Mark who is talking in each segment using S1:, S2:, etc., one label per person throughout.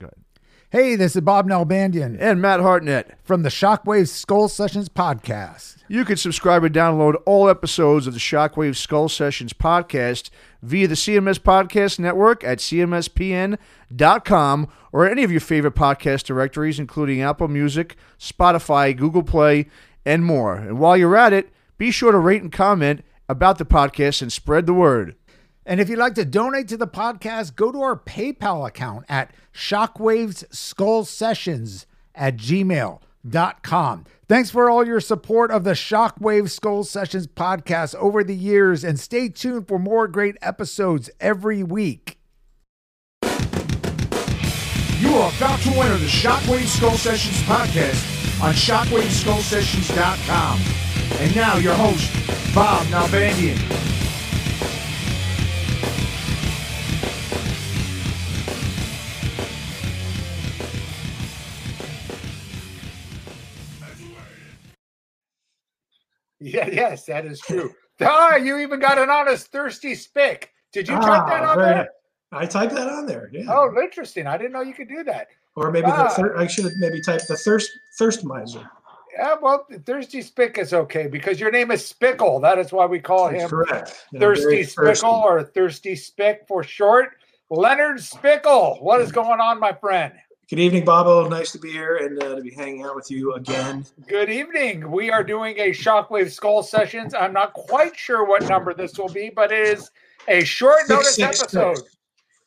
S1: Good.
S2: Hey, this is Bob Nalbandian
S1: And Matt Hartnett.
S2: from the Shockwave Skull Sessions podcast.
S1: You can subscribe and download all episodes of the Shockwave Skull Sessions podcast via the CMS Podcast Network at cmspn.com or any of your favorite podcast directories, including Apple Music, Spotify, Google Play, and more. And while you're at it, be sure to rate and comment about the podcast and spread the word.
S2: And if you'd like to donate to the podcast, go to our PayPal account at Shockwaves Skull Sessions at gmail.com. Thanks for all your support of the Shockwave Skull Sessions podcast over the years, and stay tuned for more great episodes every week.
S1: You are about to enter the Shockwave Skull Sessions podcast on shockwaveskullsessions.com. And now your host, Bob Nalbandian.
S3: Yeah, yes, that is true. ah, you even got an honest thirsty spick. Did you type that
S4: Ah,
S3: on
S4: very
S3: there?
S4: nice. I typed that on there. Yeah.
S3: Oh, interesting. I didn't know you could do that.
S4: or maybe
S3: ah.
S4: the thir- I should have maybe typed the thirst thirst miser.
S3: Yeah, well, thirsty spick is okay because your name is Spickle. That is why we call
S4: That's
S3: him
S4: correct. Yeah,
S3: Thirsty
S4: very
S3: Spickle or Thirsty Spick for short. Leonard Spickle, what is going on, my friend?
S4: Good evening, Bobo. Nice to be here and uh, to be hanging out with you again.
S3: Good evening. We are doing a Shockwave Skull Sessions. I'm not quite sure what number this will be, but it is a short
S4: Six,
S3: notice
S4: six, six.
S3: episode.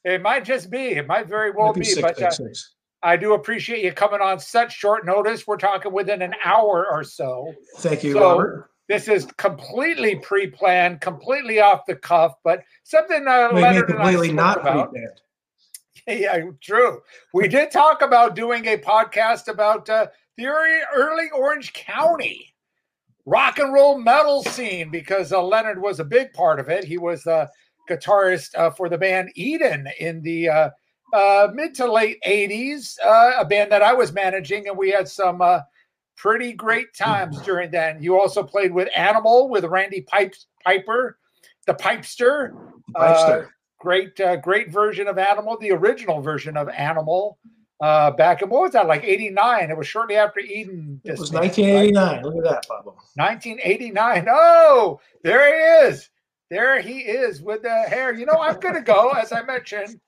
S3: It might just be. It might very well
S4: Maybe
S3: be.
S4: six,
S3: but uh,
S4: six, six.
S3: I do appreciate you coming on such short notice. We're talking within an hour or so.
S4: Thank you,
S3: so-
S4: Robert.
S3: This is completely pre-planned, completely off the cuff, but something uh,
S4: Maybe
S3: Leonard and I
S4: completely
S3: spoke
S4: not
S3: about.
S4: pre-planned.
S3: yeah, true. We did talk about doing a podcast about uh, the early, early Orange County rock and roll metal scene because uh, Leonard was a big part of it. He was the guitarist uh, for the band Eden in the uh, uh, mid to late 80s, uh, a band that I was managing, and we had some uh, pretty great times during that. And you also played with Animal with Randy Pipes, Piper, the Pipester. Uh,
S4: Lifestyle.
S3: great uh, great version of animal the original version of animal uh back in what was that like 89 it was shortly after eden
S4: it was
S3: disbanded, right?
S4: 1989. Look at that, Bobo.
S3: 1989 oh there he is there he is with the hair you know i'm gonna go as i mentioned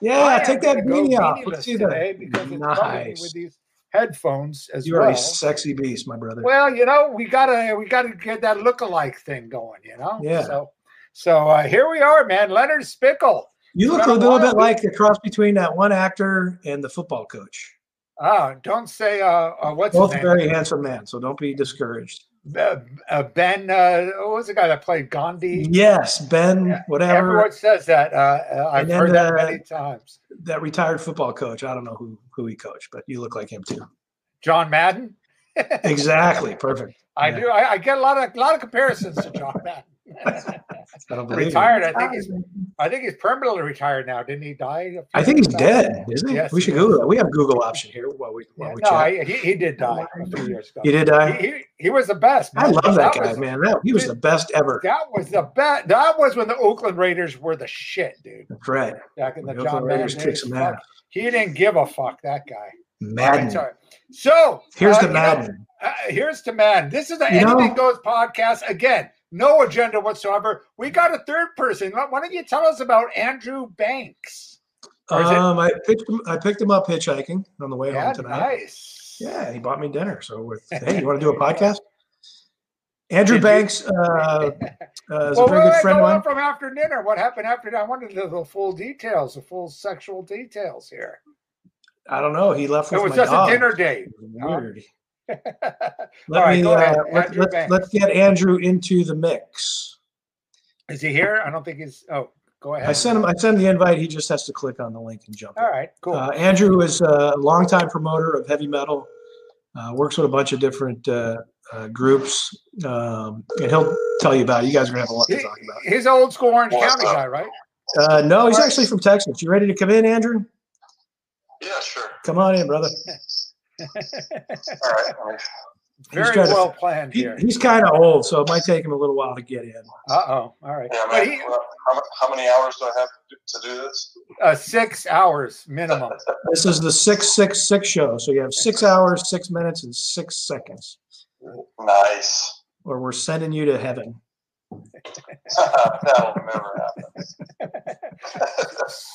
S4: Yeah,
S3: I am
S4: take that
S3: gonna go
S4: beanie off.
S3: beanie-less
S4: Let's see
S3: today
S4: that.
S3: because it's bugging me with
S4: Nice.
S3: these headphones as
S4: You are
S3: well
S4: a sexy beast, my brother.
S3: well, you know, we gotta we gotta get that look-alike thing going, you know.
S4: Yeah.
S3: So, so uh, here we are, man. Leonard Spickle.
S4: you look
S3: got a
S4: a little
S3: lot
S4: bit
S3: of-
S4: like the cross between that one actor and the football coach.
S3: Oh, don't say uh, uh what's his
S4: Both
S3: name?
S4: very handsome men, so don't be discouraged.
S3: uh, uh, Ben, uh, what was the guy that played Gandhi?
S4: Yes, Ben,
S3: Yeah,
S4: whatever
S3: Everyone says that. Uh, uh, I've
S4: And then,
S3: heard that
S4: uh,
S3: many times.
S4: that retired football coach. I don't know who who he coached, but you look like him too.
S3: John Madden.
S4: Exactly, perfect.
S3: I
S4: yeah.
S3: do. I, I get a lot of lot of comparisons to John Madden.
S4: I don't believe you.
S3: retired. I think he's. I think he's permanently retired now. Didn't he die? a few
S4: I think he's
S3: years back?
S4: dead, isn't he?
S3: Yes,
S4: we should
S3: he is.
S4: Google that. We have Google option here while we while
S3: Yeah,
S4: we
S3: no,
S4: chat.
S3: I, he, he did die a few years ago.
S4: he did die.
S3: He, he, he was the best.
S4: I
S3: man.
S4: love that guy,
S3: was-
S4: man. That, he was the best ever.
S3: That was the best. That was when the Oakland Raiders were the shit, dude.
S4: That's right.
S3: Back in the,
S4: The
S3: John
S4: Oakland Raiders
S3: Madden
S4: kicked some
S3: days. Fuck,
S4: ass.
S3: He didn't give a fuck. That guy.
S4: Madden.
S3: Sorry. So
S4: Here's
S3: uh,
S4: the
S3: you know,
S4: Madden.
S3: uh, here's to Madden. This is the
S4: You know-
S3: Anything Goes podcast again. No agenda whatsoever. We got a third person. Why don't you tell us about Andrew Banks? or is it-
S4: Um, I picked him. I picked him up hitchhiking on the way
S3: Yeah,
S4: home tonight.
S3: nice.
S4: Yeah, he bought me dinner. So we're, hey, you want to do a podcast? Andrew
S3: Did you-
S4: Banks uh, uh, is
S3: well,
S4: a pretty
S3: where
S4: good
S3: did I
S4: friend
S3: go
S4: of mine.
S3: on from after dinner? What happened after dinner? I wanted the, the full details, the full sexual details here.
S4: I don't know. He left
S3: It was
S4: with my
S3: just
S4: dog.
S3: a dinner date. Oh.
S4: Weird.
S3: All
S4: Let
S3: right,
S4: me
S3: go ahead,
S4: uh, let,
S3: Andrew Banks.
S4: let, let's get Andrew into the mix.
S3: Is he here? I don't think he's. Oh, go ahead.
S4: I sent him. I sent him the invite. He just has to click on the link and jump. in.
S3: All right, cool.
S4: Uh, Andrew is a longtime promoter of heavy metal. Uh, works with a bunch of different uh, uh, groups, um, and he'll tell you about it. You guys are gonna have a lot to
S3: he,
S4: talk about.
S3: he's an old school Orange County guy, right?
S4: Uh, no, he's actually from Texas. You ready to come in, Andrew?
S5: Yeah, sure.
S4: Come on in, brother.
S5: All right.
S3: Very
S4: trying to-
S3: well planned
S4: He,
S3: here.
S4: he's kind of old, so it might take him a little while to get in.
S3: Uh oh. All right.
S5: Yeah,
S3: But
S5: man.
S3: he,
S5: Well, how, how many hours do I have to do- to do this?
S3: uh, six hours minimum.
S4: This is the six six six show, so you have six hours, six minutes, and six seconds,
S5: Nice.
S4: or we're sending you to heaven.
S5: That'll never happen.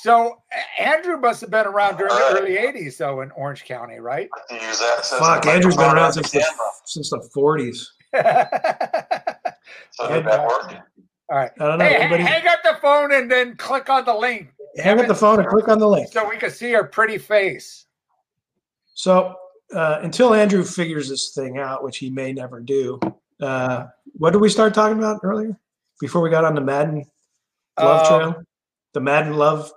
S3: So A- Andrew must have been around during
S5: All
S3: the
S5: right.
S3: early
S4: Uh,
S3: '80s, though, in Orange County, right?
S5: I can use access.
S4: Fuck,
S5: to my
S4: Andrew's been
S5: phone
S4: around
S5: and
S4: since the
S5: camera,
S4: since the forties.
S5: So did that work?
S3: All right.
S4: I don't know.
S3: Hey, ha-
S4: everybody,
S3: hang up the phone and then click on the link
S4: hang up the phone and click on the link.
S3: so we can see her pretty face.
S4: So uh, until Andrew figures this thing out, which he may never do, uh, what did we start talking about earlier? Before we got on the Madden love
S3: Um,
S4: trail, the Madden love,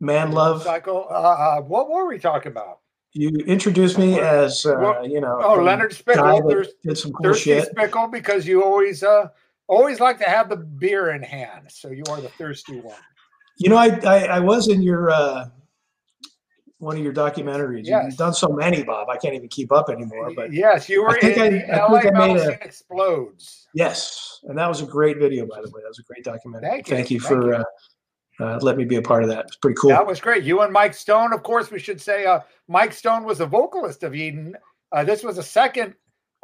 S4: man love.
S3: Cycle. Uh, uh, what were we talking about?
S4: You introduced me as uh,
S3: Well-
S4: you know.
S3: Oh,
S4: the
S3: Leonard
S4: guy
S3: Spickle.
S4: that
S3: There's
S4: did some cool
S3: thirsty
S4: shit.
S3: Spickle because you always uh always like to have the beer in hand, so you are the thirsty one.
S4: You know, I, I I was in your uh, one of your documentaries. You-
S3: Yes.
S4: You've done so many, Bob. I can't even keep up anymore. But
S3: yes, you were
S4: think
S3: in
S4: I-
S3: the
S4: I
S3: LA
S4: think I made a-
S3: Magazine explodes.
S4: Yes, and that was a great video, by the way. That was a great documentary.
S3: Thank
S4: Thank
S3: you.
S4: you,
S3: Thank
S4: for
S3: you.
S4: Uh, uh, letting me be a part of that. It's pretty cool.
S3: That was great. You and Mike Stone, of course, we should say uh, Mike Stone was the vocalist of Eden. Uh, this was a second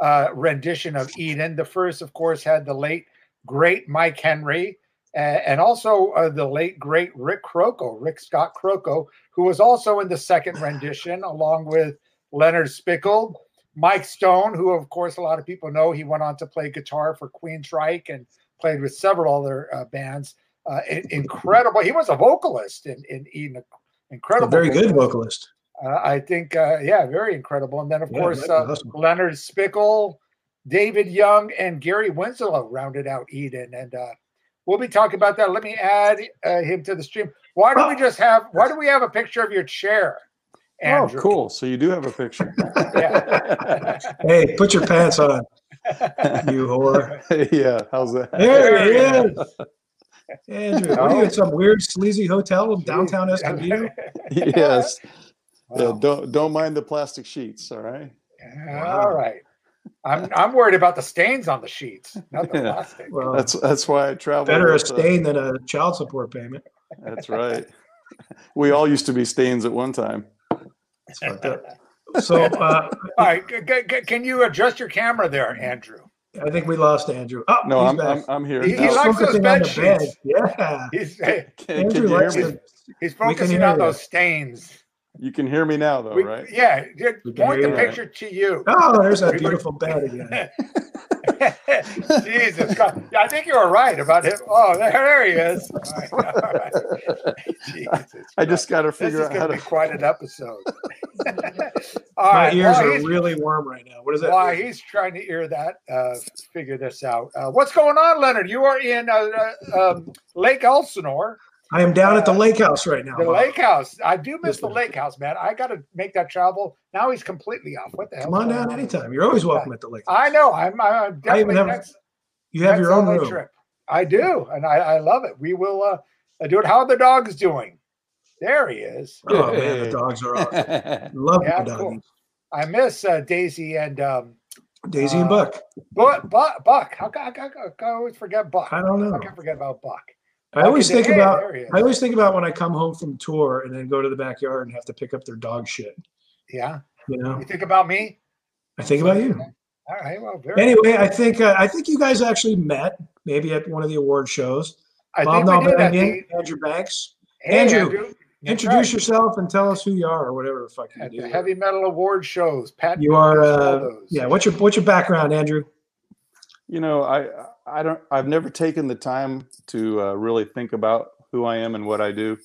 S3: uh, rendition of Eden. The first, of course, had the late, great Mike Henry a- and also uh, the late, great Rick Croco, Rick Scott Croco, who was also in the second rendition along with Leonard Spickle. Mike Stone, who, of course, a lot of people know, he went on to play guitar for Queen Trike and played with several other uh, bands uh, in- incredible. He was a vocalist in in Eden,
S4: a
S3: incredible,
S4: very good
S3: vocalist.
S4: vocalist.
S3: Uh, I think, uh, yeah, very incredible. And then of
S4: Yeah,
S3: course,
S4: Mike
S3: uh,
S4: was awesome.
S3: Leonard Spickle, David Young, and Gary Winslow rounded out Eden, and uh, we'll be talking about that. Let me add uh, him to the stream. Why do
S4: Ah!
S3: we just have? Why do we have a picture of your chair, Andrew?
S6: Oh, cool. So you do have a picture.
S3: Yeah.
S6: yeah.
S4: Hey, put your pants on, you whore.
S6: How's that?
S4: There he
S3: There
S4: is. Andrew, what are you in some weird sleazy hotel in downtown Escondido?
S6: yes. Yeah.
S3: Wow.
S6: Don't don't mind the plastic sheets. All right.
S3: All right. I'm I'm worried about the stains on the sheets, not the
S6: Yeah.
S3: plastic.
S4: Well,
S6: That's that's why I travel.
S4: Oh. better a
S6: with, uh,
S4: stain than a child support payment.
S6: that's right. We all used to be stains at one time.
S4: It's fucked up. So uh,
S3: All right, g- g- g- can you adjust your camera there, Andrew?
S4: I think we lost Andrew. Oh,
S6: No,
S4: he's
S6: I'm,
S4: back.
S6: I'm I'm here.
S3: He- he
S6: now.
S3: likes those
S4: Focusing
S3: bed
S4: on the bed.
S3: sheets.
S4: Yeah.
S3: He's
S6: can, can
S4: Andrew
S6: you hear
S4: likes
S6: me?
S4: them.
S3: he's
S4: can
S3: focusing
S4: hear
S3: on
S4: you.
S3: those stains.
S6: You can hear me now, though,
S3: We-
S6: Oh, right?
S3: Yeah, ju-
S4: We can
S3: point the
S4: hear you.
S3: picture to you.
S4: Oh, there's that
S3: We-
S4: beautiful bed again.
S3: Jesus Christ! Yeah, I think you were right about him. Oh, there, there he is. All right, all right. Jesus
S6: I just got to
S3: Christ. this
S6: figure
S3: is
S6: out how
S3: going to be
S6: to.
S3: quite an episode. all
S4: My
S3: right,
S4: ears
S3: well,
S4: are
S3: he's-
S4: really warm right now. What is that?
S3: Why he's trying to ear that, uh, figure this out. Uh, what's going on, Leonard? You are in uh, uh, um, Lake Elsinore,
S4: I am down at the
S3: uh,
S4: lake house right now.
S3: the
S4: Bob.
S3: lake house. I do miss the
S4: Listen.
S3: lake house, man. I got to make that travel. Now he's completely off. What the hell?
S4: Come on down anytime. You're always welcome at the lake.
S3: I know. I'm, I'm definitely
S4: have-
S3: next,
S4: You have
S3: next
S4: your own
S3: LA
S4: room.
S3: trip. I do, and I, I love it. We will uh, do it. How are the dogs doing? There he is.
S4: Oh man, the
S6: Hey.
S4: dogs are awesome. Love
S3: Yeah,
S4: the doggies.
S3: cool. I miss uh, Daisy and um,
S4: Daisy
S3: Uh,
S4: and Buck.
S3: Buck. Buck. Buck. How, how, how, I always forget Buck.
S4: I don't know.
S3: I can't forget about Buck.
S4: I always
S3: Okay,
S4: think
S3: there-
S4: about.
S3: there he is.
S4: I always think about when I come home from tour and then go to the backyard and have to pick up their dog shit.
S3: yeah.
S4: You know,
S3: You think about me?
S4: I think about you.
S3: All right. Well, very
S4: Anyway, I think uh, I think you guys actually met maybe at one of the award shows.
S3: I
S4: Bob
S3: think we did. I
S4: Nalbandian,
S3: think-
S4: Andrew Banks.
S3: Hey,
S4: Andrew,
S3: That's
S4: Introduce
S3: right.
S4: yourself and tell us who you are or whatever the fuck you
S3: at
S4: do.
S3: the heavy metal award shows. Pat,
S4: you are,
S3: does all
S4: uh,
S3: those.
S4: yeah. What's your what's your background, Andrew?
S6: you know i i don't i've never taken the time to uh, really think about who i am and what i do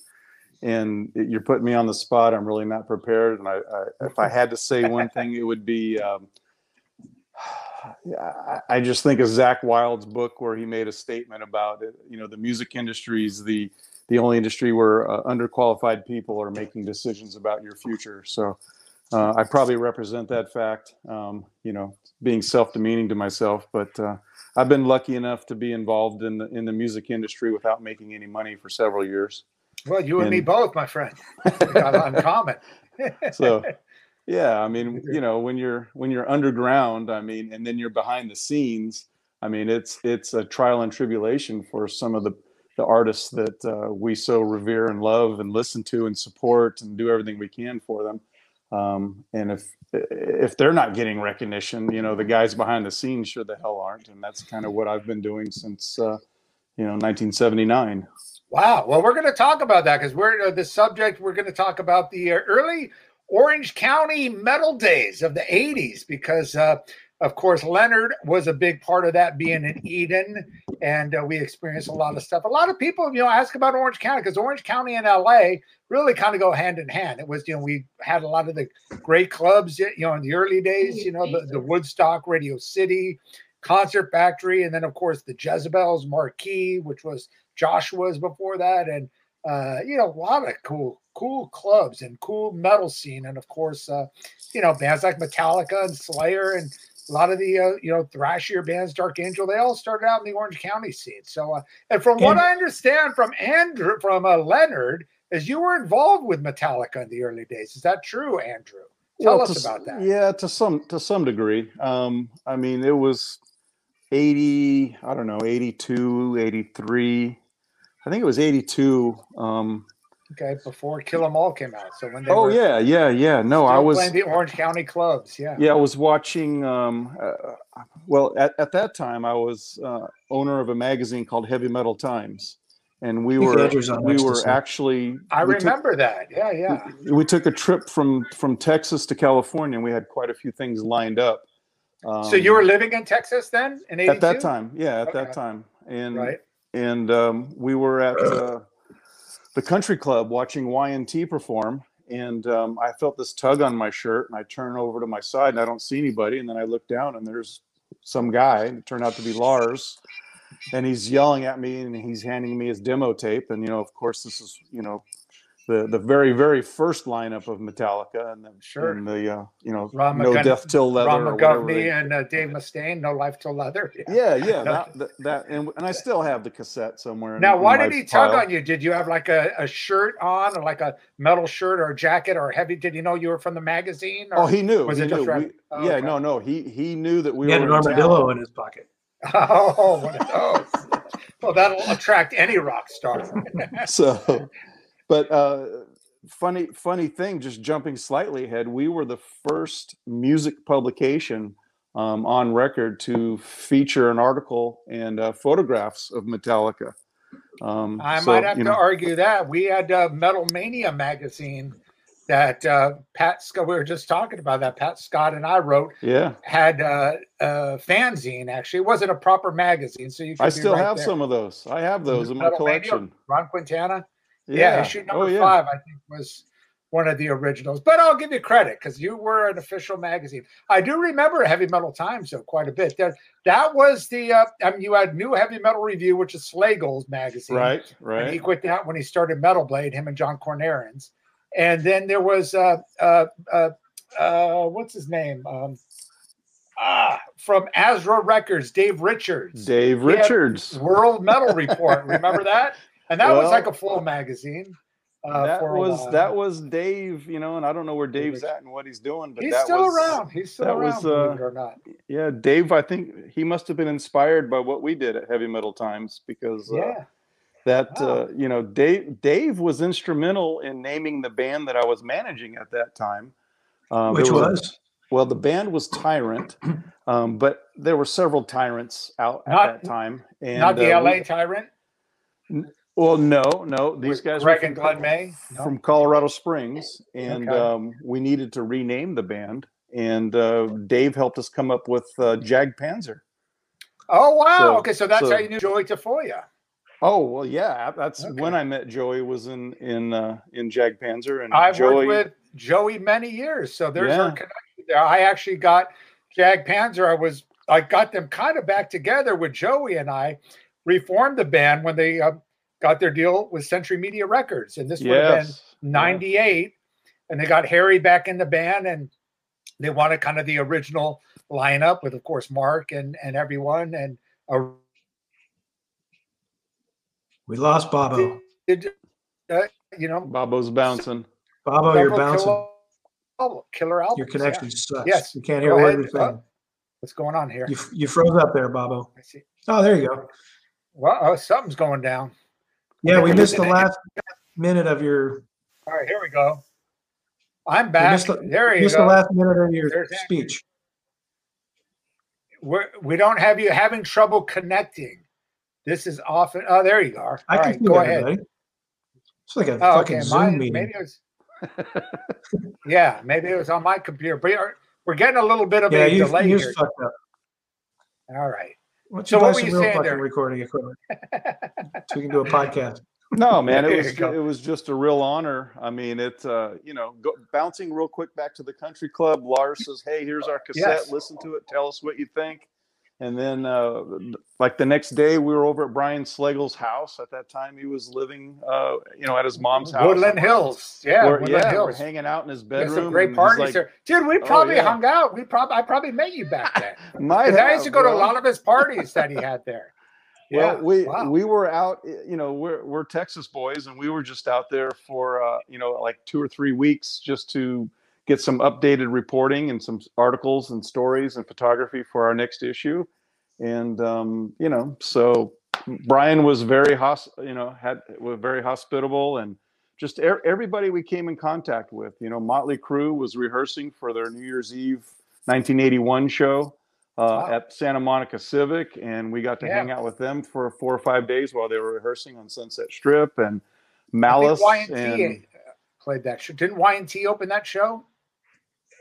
S6: and it- you're putting me on the spot i'm really not prepared and i, I if i had to say one thing it would be um, yeah, I, I just think of zach wild's book where he made a statement about it, you know the music industry is the the only industry where uh, underqualified people are making decisions about your future so uh, I probably represent that fact, um, you know, being self-demeaning to myself. But uh, I've been lucky enough to be involved in the in the music industry without making any money for several years.
S3: Well, you and, me
S6: And-
S3: both, my friend. We got uncommon.
S6: So, Yeah, I mean, you know, when you're when you're underground, I mean, and then you're behind the scenes, I mean, it's it's a trial and tribulation for some of the the artists that uh, we so revere and love and listen to and support and do everything we can for them. Um, and if if they're not getting recognition, you know, the guys behind the scenes sure the hell aren't, and that's kind of what I've been doing since uh, you know 1979.
S3: Wow. Well, we're going to talk about that because we're uh, the subject. We're going to talk about the uh, early Orange County metal days of the 80s because, uh, of course, Leonard was a big part of that being in Eden. And uh, we experienced a lot of stuff. A lot of people, you know, ask about Orange County because Orange County and LA really kind of go hand in hand. It was, you know, we had a lot of the great clubs, you know, in the early days, you know, the, the Woodstock, Radio City, Concert Factory, and then, of course, the Jezebels Marquee, which was Joshua's before that, and uh, you know, a lot of cool, cool clubs and cool metal scene, and of course, uh, you know, bands like Metallica and Slayer, and a lot of the uh, you know thrashier bands, Dark Angel, they all started out in the Orange County scene. So, uh, and from what
S4: And-
S3: I understand from Andrew, from uh, Leonard, is you were involved with Metallica in the early days. Is that true, Andrew? Tell
S6: Well,
S3: us
S6: to s-
S3: about that.
S6: Yeah, to some to some degree. Um, I mean, it was 80, I don't know, 82, 83. I think it was 82. Um,
S3: Okay, before Kill 'Em All came out. So when they
S6: oh
S3: were
S6: yeah, yeah, yeah. No, I
S3: still
S6: was
S3: playing the Orange County clubs. Yeah.
S6: yeah, I was watching um, uh, well, at, at that time I was uh, owner of a magazine called Heavy Metal Times and we
S4: I think
S6: were
S4: Andrew's on
S6: we
S4: next
S6: were
S4: this one.
S6: actually
S3: I
S6: we took-
S3: remember that. Yeah, yeah.
S6: we took a trip from from Texas to California and we had quite a few things lined up. Um,
S3: So you were living in Texas then in 82?
S6: at that time yeah at
S3: Okay.
S6: that time and
S3: Right.
S6: and um, we were at uh, the country club watching y&t perform and um, i felt this tug on my shirt and i turn over to my side and i don't see anybody and then i look down and there's some guy and it turned out to be lars and he's yelling at me and he's handing me his demo tape and you know of course this is you know the, the very very first lineup of Metallica and the,
S3: Sure.
S6: and the uh, you know
S3: Ron
S6: no
S3: McGovern-
S6: death till leather
S3: Ron
S6: or whatever they-
S3: McGovney and uh, Dave Mustaine, No Life Till Leather. Yeah.
S6: yeah, yeah, that, that, that and, and I still have the cassette somewhere. in-
S3: Now,
S6: in
S3: why
S6: my
S3: did he tug
S6: pile.
S3: on you? Did you have like a, a shirt on or like a metal shirt or a jacket or heavy? Did he know you were from the magazine? Or,
S6: Oh, he knew.
S3: Was
S6: he
S3: it
S6: knew.
S3: just
S6: We-
S3: random? Oh,
S6: yeah,
S3: okay.
S6: no, no. He he knew that we
S4: He
S6: were
S4: had an
S6: in town.
S4: armadillo in his pocket.
S3: oh one of those. well, that'll attract any rock star.
S6: so but uh funny funny thing just jumping slightly ahead we were the first music publication um, on record to feature an article and uh, photographs of metallica um,
S3: I
S6: so,
S3: might have
S6: you
S3: to
S6: know,
S3: argue that we had uh, Metal Mania magazine that uh, Pat Scott. We were just talking about that. Pat Scott and I wrote
S6: yeah
S3: had uh, a fanzine. Actually, it wasn't a proper magazine, so you. Could
S6: i
S3: be
S6: still
S3: right
S6: have
S3: there.
S6: some of those i have those in my
S3: Metal Mania?
S6: collection
S3: Ron Quintana. Yeah,
S6: yeah,
S3: issue number
S6: oh yeah
S3: five, I think, was one of the originals. But I'll give you credit because you were an official magazine. I do remember Heavy Metal Times though quite a bit. That that was the uh, I mean, you had New Heavy Metal Review, which is Slagle's magazine,
S6: right
S3: And he
S6: right
S3: quit that when he started Metal Blade, him and John Cornerans. And then there was uh uh uh, uh what's his name um ah from Azra Records, Dave Richards.
S6: dave
S3: He had-
S6: richards
S3: World Metal Report. Remember that? And that was
S6: Well,
S3: like a full magazine. Uh,
S6: that
S3: for a
S6: was
S3: while.
S6: that was Dave, you know, and I don't know where Dave's
S3: Richards.
S6: at and what he's doing, but
S3: He's
S6: that
S3: still
S6: was,
S3: around. He's still
S6: that
S3: around,
S6: was,
S3: believe
S6: uh,
S3: it or not.
S6: Yeah, Dave, I think he must have been inspired by what we did at Heavy Metal Times because uh,
S3: Yeah.
S6: that
S3: Wow.
S6: uh, you know Dave Dave was instrumental in naming the band that I was managing at that time, Um, it
S4: Which
S6: a-
S4: was
S6: well, the band was Tyrant, um, but there were several Tyrants out at
S3: Not-
S6: that time, and
S3: not the
S6: uh, we-
S3: LA Tyrant.
S6: Well, no, no. These
S3: With
S6: guys
S3: Greg
S6: were
S3: and Glenn May? No?
S6: from Colorado Springs, and
S3: Okay.
S6: um, we needed to rename the band. And uh, Dave helped us come up with uh, Jag Panzer.
S3: Oh wow.
S6: So-
S3: okay, so that's
S6: so-
S3: how you knew Joey Tafoya.
S6: Oh well, yeah. That's when
S3: Okay.
S6: I met Joey. Was in in uh, in Jag Panzer, and
S3: I've
S6: Joey.
S3: worked with Joey many years, so there's our
S6: Yeah.
S3: connection there. I actually got Jag Panzer. I was I got them kind of back together with Joey and I reformed the band when they uh, got their deal with Century Media Records, and this would have been
S6: yes, yeah.
S3: 98 and they got harry back in the band and they wanted kind of the original lineup with of course mark and and everyone and uh,
S4: we lost Bobo.
S3: did, uh, you know
S6: Bobo's bouncing.
S4: Bobo, Oh, you're
S3: Double
S4: bouncing.
S3: Kill album, killer album.
S4: Your connection sucks.
S3: Yes.
S4: You can't
S3: Go
S4: hear what you're
S3: ahead.
S4: saying.
S3: What's going on here?
S4: You, you froze up there, Bobo.
S3: I see.
S4: Oh, there you go.
S3: Well, oh, something's going down.
S4: Yeah, we missed the last minute of your
S3: All right, here we go. I'm
S4: we
S3: back.
S4: missed the,
S3: there you
S4: missed the
S3: go.
S4: last minute of your
S3: There's Andrew.
S4: speech.
S3: We're, we don't have you having trouble connecting. This is often. Oh, there you are.
S4: I
S3: All
S4: can
S3: right,
S4: see
S3: go ahead.
S4: everybody. It's like a
S3: Oh,
S4: fucking
S3: okay.
S4: Zoom
S3: My,
S4: meeting.
S3: maybe it was. yeah, maybe it was on my computer. But you're, we're getting a little bit of
S4: yeah,
S3: a
S4: you,
S3: delay
S4: you
S3: here.
S4: fucked up.
S3: All right.
S4: Why don't
S3: So
S4: you
S3: what were
S4: buy some
S3: you
S4: real
S3: saying
S4: fucking
S3: there?
S4: recording equipment so we can do a podcast?
S6: No, man,
S3: There
S6: it
S3: you
S6: was
S3: go.
S6: it was just a real honor. I mean, it uh, you know, go, bouncing real quick back to the country club. Lars says, "Hey, here's our cassette.
S3: Yes.
S6: Listen to it. Tell us what you think." And then, uh, like the next day, we were over at Brian Slagle's house. At that time, he was living, uh, you know, at his mom's house.
S3: Woodland Hills. Yeah,
S6: We're,
S3: Woodland
S6: yeah, we're
S3: Hills.
S6: hanging out in his
S3: There's
S6: bedroom.
S3: some great
S6: and he's
S3: parties
S6: like, oh,
S3: there, dude. We probably
S6: yeah.
S3: hung out. We probably I probably met you back then.
S6: "Might
S3: 'Cause I
S6: have,
S3: used to go to a
S6: bro."
S3: lot of his parties that he had there.
S6: Well,
S3: Yeah,
S6: we
S3: wow.
S6: we were out. y- You know, we're we're Texas boys, and we were just out there for uh, you know like two or three weeks just to get some updated reporting and some s- articles and stories and photography for our next issue. And um, you know, so Brian was very hos. You know, had was very hospitable and just er- everybody we came in contact with. You know, Motley Crue was rehearsing for their New Year's Eve 1981 show uh,
S3: Wow.
S6: at Santa Monica Civic, and we got to
S3: Yeah.
S6: hang out with them for four or five days while they were rehearsing on Sunset Strip and
S3: I think
S6: Malice.
S3: YNT
S6: and
S3: played that show. Didn't YNT open that show?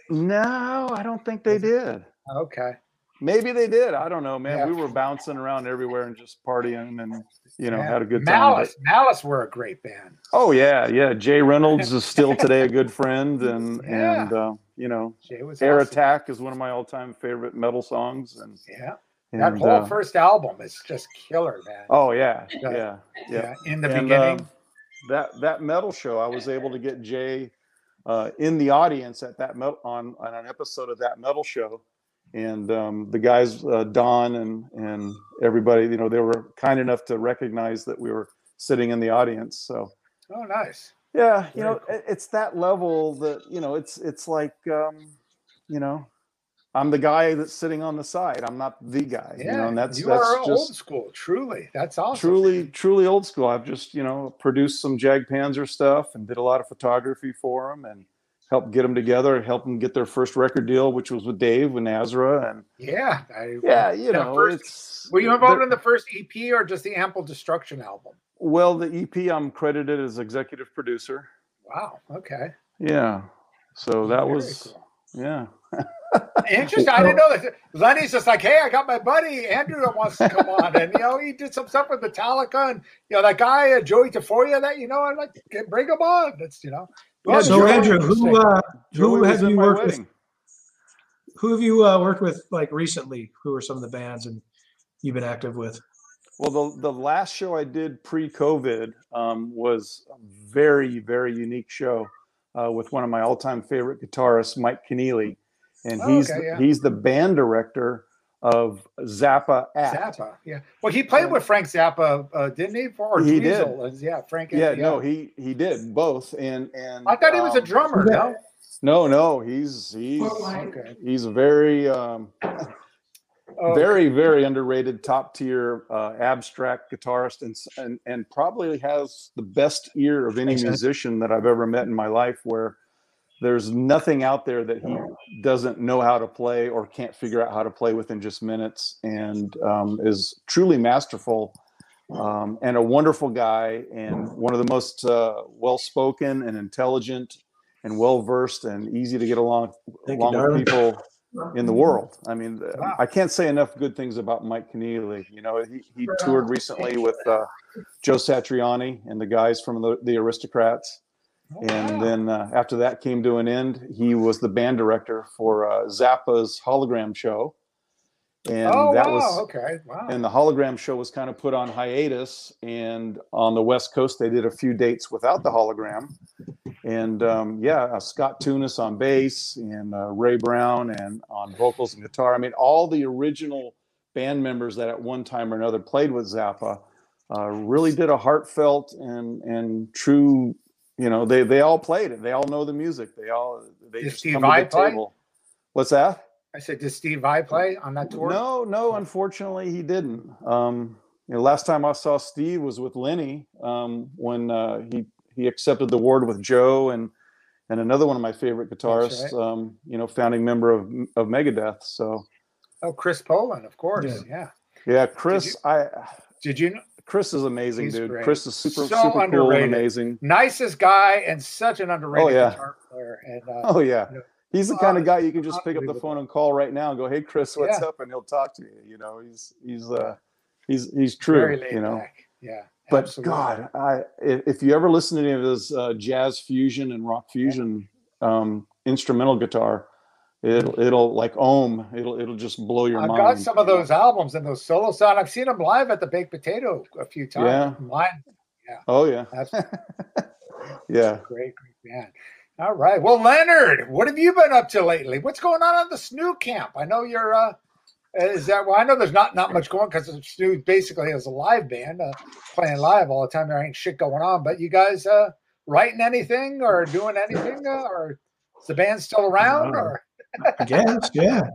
S6: no, I don't think they did.
S3: Okay.
S6: Maybe they did. I don't know, man.
S3: Yeah.
S6: We were bouncing around everywhere and just partying, and you know,
S3: Yeah.
S6: had a good time. with
S3: Malice.
S6: it.
S3: Malice were a great band.
S6: Oh yeah, yeah. Jay Reynolds is still today a good friend, and
S3: Yeah.
S6: and uh, you know,
S3: Jay was
S6: Air
S3: awesome.
S6: Attack is one of my all-time favorite metal songs, and,
S3: Yeah.
S6: and
S3: That whole
S6: uh,
S3: first album is just killer, man.
S6: oh yeah,
S3: Yeah.
S6: yeah, yeah.
S3: yeah. In the
S6: And,
S3: beginning.
S6: um, that that metal show, I was able to get Jay uh, in the audience at that metal on, on an episode of that metal show, and um, the guys uh, Don and and everybody, you know, they were kind enough to recognize that we were sitting in the audience, so.
S3: oh, nice.
S6: Yeah, you
S3: Very
S6: know, it it's that level that you know, it's it's like, um, you know, I'm the guy that's sitting on the side. I'm not the guy.
S3: Yeah.
S6: you know, and that's
S3: you
S6: that's
S3: are old
S6: just
S3: school. Truly. That's awesome.
S6: truly truly old school. I've just you know produced some Jag Panzer stuff and did a lot of photography for them and helped get them together and help them get their first record deal, which was with Dave and Azra. And
S3: Yeah. I,
S6: yeah, you
S3: that
S6: know,
S3: first-
S6: it's
S3: Were you
S6: they're-
S3: involved in the first EP or just the Ample Destruction album?
S6: well the EP. I'm credited as executive producer.
S3: Wow. Okay.
S6: Yeah, so that
S3: Very
S6: was
S3: cool.
S6: yeah.
S3: interesting. I didn't know that. Lenny's just like, hey, I got my buddy Andrew that wants to come on, and you know, he did some stuff with Metallica, and you know, that guy uh, Joey Tafoya, that you know, I like, get, bring him on. That's you know. Well,
S4: so
S3: Joey-
S4: Andrew, who uh, who
S6: Joey was
S4: have
S6: at
S4: you
S6: my
S4: worked with?
S6: wedding.
S4: Who have you uh, worked with like recently? Who are some of the bands and you've been active with?
S6: Well, the the last show I did pre-COVID um, was a very very unique show uh, with one of my all-time favorite guitarists, Mike Keneally, and
S3: Oh,
S6: he's
S3: okay,
S6: the-
S3: yeah.
S6: he's the band director of Zappa Act.
S3: Zappa, yeah. Well, he played with Frank Zappa, uh, didn't he? Or
S6: He did.
S3: Diesel, did. yeah. Frank.
S6: Yeah, no, he he did both, and and
S3: I thought he was a
S6: um,
S3: drummer. No.
S6: No, no, he's he's
S3: Okay.
S6: he's a very um,
S3: Oh,
S6: very very underrated top tier uh, abstract guitarist and, s- and and probably has the best ear of any
S4: Makes sense.
S6: musician that i've ever met in my life where there's nothing out there that he doesn't know how to play or can't figure out how to play within just minutes and um, is truly masterful um, and a wonderful guy and one of the most uh, well-spoken and intelligent and well-versed and easy to get along
S4: Thank you,
S6: along with
S4: darling.
S6: people in
S3: Mm.
S6: the world. I mean, th-
S3: Wow.
S6: I can't say enough good things about Mike Keneally. You know, he, he toured recently with uh, Joe Satriani and the guys from the, the Aristocrats. And
S3: Oh, wow.
S6: then uh, after that came to an end, he was the band director for uh, Zappa's hologram show. And
S3: oh
S6: that
S3: wow.
S6: was
S3: okay. Wow.
S6: and the hologram show was kind of put on hiatus and on the west coast they did a few dates without the hologram and um, yeah uh, scott tunis on bass and uh, ray brown and on vocals and guitar i mean all the original band members that at one time or another played with zappa uh, really did a heartfelt and and true you know, they they all played it. They all know the music. They all they
S3: Did
S6: just
S3: Steve
S6: come to
S3: Vai
S6: the
S3: play?
S6: table. What's that?
S3: I said, did Steve Vai play on that tour?
S6: No, no, unfortunately, he didn't. Um, you know, last time I saw Steve was with Lenny um, when uh, he he accepted the award with Joe and and another one of my favorite guitarists,
S3: right.
S6: um, you know, founding member of of Megadeth. So
S3: Oh, Chris Poland, of course.
S4: Yeah.
S3: Yeah.
S6: yeah, Chris, I
S3: Did you know?
S6: Chris is amazing,
S3: He's
S6: dude.
S3: great.
S6: Chris is super
S3: So
S6: super cool and
S3: underrated.
S6: amazing.
S3: Nicest guy and such an underrated
S6: Oh, yeah.
S3: guitar player. And uh,
S6: Oh yeah.
S3: Yeah.
S6: He's the kind of
S3: Uh,
S6: guy you can just pick up the
S3: unbelievable.
S6: phone and call right now and go, "Hey, Chris, what's
S3: Yeah.
S6: up?" and he'll talk to you. You know, he's he's uh, he's he's
S3: very
S6: true.
S3: laid
S6: You know,
S3: back. Yeah.
S6: but
S3: absolutely.
S6: God, I, if, if you ever listen to any of his uh, jazz fusion and rock fusion um, instrumental guitar, it'll it'll like ohm. It'll it'll just blow your
S3: I've
S6: mind.
S3: got some of those albums and those solo sound. I've seen him live at the Baked Potato a few times.
S6: Yeah.
S3: Mine,
S6: Oh yeah,
S3: that's
S6: yeah.
S3: great, great band. All right. Well, Leonard, what have you been up to lately? What's going on at the Snoo camp? I know you're. uh Is that well? I know there's not not much going because Snoo basically is a live band uh, playing live all the time. There ain't shit going on. But you guys uh writing anything or doing anything uh, or is the band still around
S4: No.
S3: or
S4: I guess, yeah.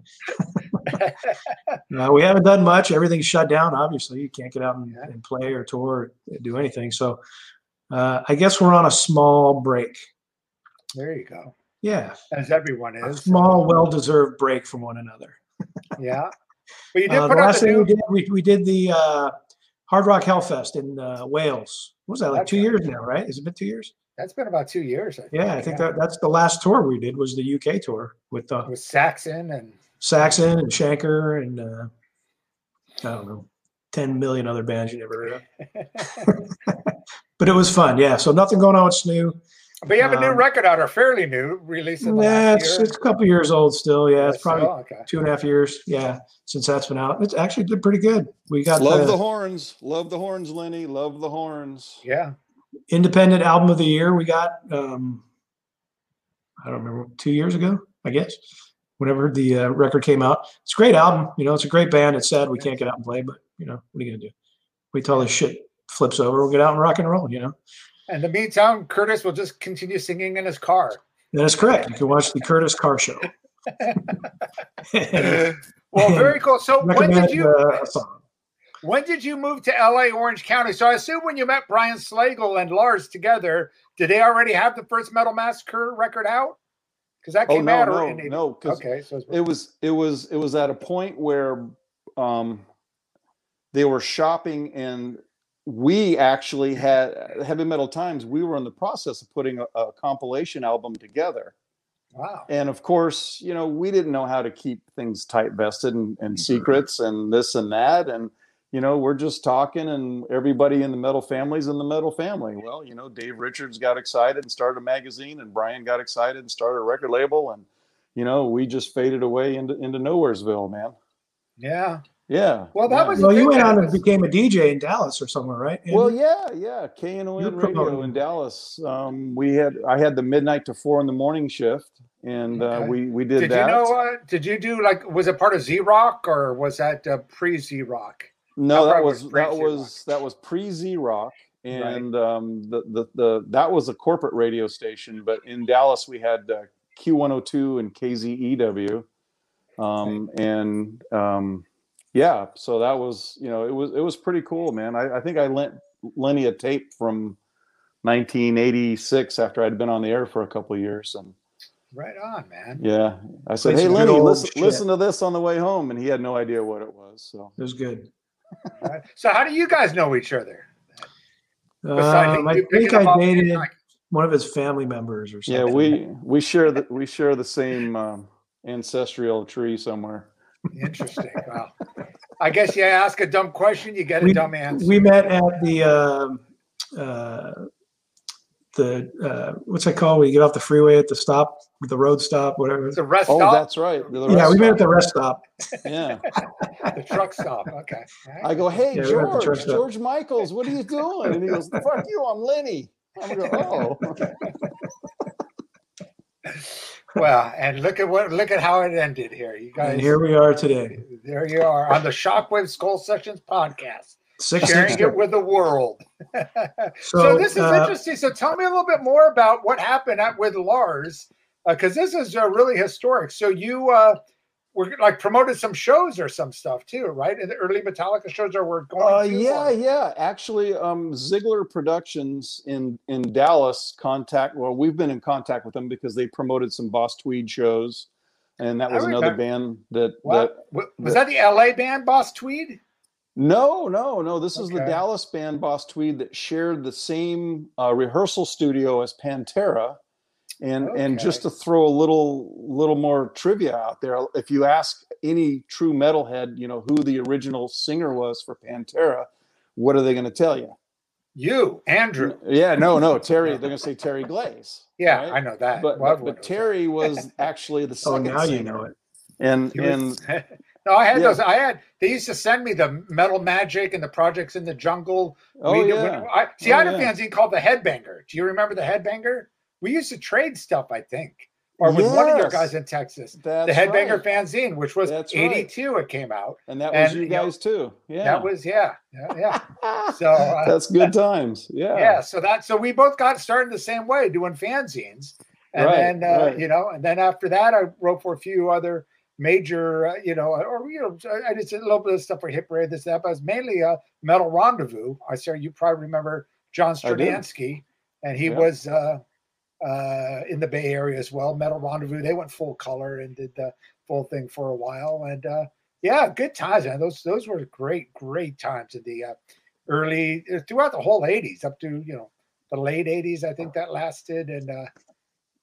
S4: no, we haven't done much. Everything's shut down. Obviously, you can't get out and,
S3: Yeah.
S4: and play or tour or do anything. So, uh, I guess we're on a small break.
S3: there you go.
S4: Yeah,
S3: As everyone
S4: a
S3: is.
S4: small, well-deserved break from one another.
S3: Yeah. But you did
S4: Uh, the
S3: put out
S4: last
S3: the
S4: thing we
S3: new
S4: did, we, we did the uh, Hard Rock Hellfest in uh, Wales. What was that like two
S3: Okay.
S4: years now? Right? Has it been two years?
S3: That's been about two years. I think.
S4: Yeah, I think that that's the last tour we did was the UK tour with uh,
S3: with Saxon and
S4: Saxon and Shanker and uh, I don't know, ten million other bands you never heard of. But it was fun, yeah. So nothing going on with Snoo.
S3: but you have a new
S4: Um,
S3: record out or fairly new release in the
S4: Nah,
S3: last
S4: it's,
S3: year.
S4: it's a couple years old still. Yeah, it's
S3: So,
S4: probably
S3: okay.
S4: two and a half years. Yeah, since that's been out. It's actually did pretty good. We got
S6: Love the
S4: the
S6: horns. Love the horns, Lenny. Love the horns.
S3: Yeah.
S4: independent album of the year. We got um, I don't remember two years ago, I guess. Whenever the uh, record came out, it's a great album. You know, it's a great band. It's sad we can't get out and play, but you know, what are you gonna do? Wait till this shit flips over. We'll get out and rock and roll. You know.
S3: In the meantime, Curtis will just continue singing in his car.
S4: That is correct. You can watch the Curtis Carr Show.
S3: well, very cool. So when
S4: Recommend
S3: did you
S4: uh, a song.
S3: when did you move to LA Orange County? So I assume when you met Brian Slagle and Lars together, did they already have the first Metal Massacre record out? Because that
S6: Oh
S3: came
S6: no,
S3: out
S6: no,
S3: in eighty-
S6: no. 'cause
S3: Okay, so it's,
S6: it was it was it was at a point where um they were shopping and we actually had heavy metal times we were in the process of putting a, a compilation album together
S3: wow.
S6: and of course you know we didn't know how to keep things tight vested and, and secrets and this and that and you know we're just talking and everybody in the metal family's in the metal family well you know dave richards got excited and started a magazine and brian got excited and started a record label and you know we just faded away into into nowheresville man
S3: Yeah.
S6: yeah
S3: Well, that
S6: yeah.
S3: was-
S4: Well, you went
S3: that
S4: on and
S3: was-
S4: became a DJ in Dallas or somewhere, right? Andy?
S6: Well, yeah, yeah.
S4: You're
S6: KNON
S4: promoting.
S6: Radio in Dallas. Um, we had I had the midnight to four in the morning shift, and
S3: Okay.
S6: uh, we we did,
S3: Did
S6: that.
S3: you know? Uh, did you do like? Was it part of Z Rock or was that uh, pre Z Rock?
S6: no,
S3: that
S6: that
S3: probably
S6: was
S3: was
S6: that
S3: pre-Z
S6: was that was pre Z Rock, and um, the, the the that was a corporate radio station. But in Dallas, we had uh, Q102 and KZEW, um, and um, yeah, so that was you know it was it was pretty cool, man. I, I think I lent Lenny a tape from 1986 after I'd been on the air for a couple of years, and
S3: Right on, man.
S6: yeah, I said,
S4: Play
S6: "Hey
S4: some good
S6: Lenny,
S4: old
S6: listen,
S4: shit."
S6: listen to this on the way home," and he had no idea what it was. So
S4: it was good.
S3: Right. So how do you guys know each other? Besides
S4: Um,
S3: you
S4: I
S3: picking
S4: think
S3: them
S4: I
S3: up-
S4: dated one of his family members or something.
S6: yeah, we we share the we share the same um, ancestral tree somewhere.
S3: Interesting. Wow. I guess you ask a dumb question, you get a
S4: We-
S3: dumb answer.
S4: we met at the um uh, the uh, what's that called? We get off the freeway at the stop, the road stop, whatever.
S3: the rest
S6: Oh,
S3: stop,
S6: that's right. the
S4: yeah, we
S6: rest-
S4: met at the rest stop.
S6: yeah.
S3: the truck stop. Okay. All right.
S6: I go, hey
S4: Yeah, we went to church
S6: George,
S4: that-
S6: George Michaels, what are you doing? And he goes, fuck you, I'm Lenny. I go, oh,
S3: well, and look at what look at how it ended here. You guys
S4: And here we are today.
S3: there you are on the Shockwave Skull Sessions podcast.
S4: Six
S3: sharing
S4: inch.
S3: it with the world. So, this is
S4: uh,
S3: interesting. So tell me a little bit more about what happened at, with Lars, because this is uh, really historic. So you uh, were like promoted some shows or some stuff too, right? In the early Metallica shows, or were going.
S6: Uh,
S3: to
S6: yeah,
S3: one.
S6: yeah. Actually, um, Ziggler Productions in in Dallas contact. Well, we've been in contact with them because they promoted some Boss Tweed shows, and that
S3: I
S6: was another
S3: remember-
S6: band that
S3: Wow.
S6: that.
S3: Wa- was that the LA band Boss Tweed?
S6: No, no, no. This is the
S3: Okay.
S6: Dallas band Boss Tweed that shared the same uh, rehearsal studio as Pantera. And and just to
S3: Okay.
S6: throw a little little more trivia out there, if you ask any true metalhead, you know who the original singer was for Pantera, what are they going to tell you?
S3: You, Andrew.
S6: Yeah, no, no, Terry. They're gonna say Terry Glaze.
S3: Yeah,
S6: Mm, right?
S3: I know that.
S6: But,
S3: Well,
S6: but,
S3: everyone
S6: but
S3: knows
S6: Terry was actually the
S4: oh,
S6: second.
S4: now you
S6: singer.
S4: know it.
S6: And
S3: that. He
S6: and
S3: was- no, I had
S6: yeah.
S3: those. I had. They used to send me the Metal Magic and the Projects in the Jungle.
S6: oh
S3: We did-
S6: yeah,
S3: I, see,
S6: Oh,
S3: I had a
S6: yeah.
S3: fanzine called the Headbanger. Do you remember the Headbanger? We used to trade stuff, I think, or with one of your
S6: Yes.
S3: guys in Texas.
S6: that's
S3: The Headbanger
S6: right.
S3: fanzine, which was
S6: That's right.
S3: 82, it came out.
S6: and that was
S3: and,
S6: you
S3: you know,
S6: guys too. Yeah,
S3: That was, yeah, yeah, yeah. So, uh,
S6: that's good times. Yeah,
S3: yeah, so that, so we both got started the same way doing fanzines. And
S6: Right,
S3: then, uh,
S6: right.
S3: you know, and then after that, I wrote for a few other major, uh, you know, or, you know, I- I just did a little bit of stuff for Hip Parade, this, that, but it's mainly a Metal Rendezvous. I saw you probably remember John
S6: I do.
S3: Stradansky, and he
S6: Yeah.
S3: was uh, uh, in the Bay Area as well. Metal Rendezvous, they went full color and did the full thing for a while. And uh, yeah, good times, man. Those, those were great, great times in the uh, early, uh, throughout the whole 80s, up to, you know, the late 80s, I think that lasted. And uh,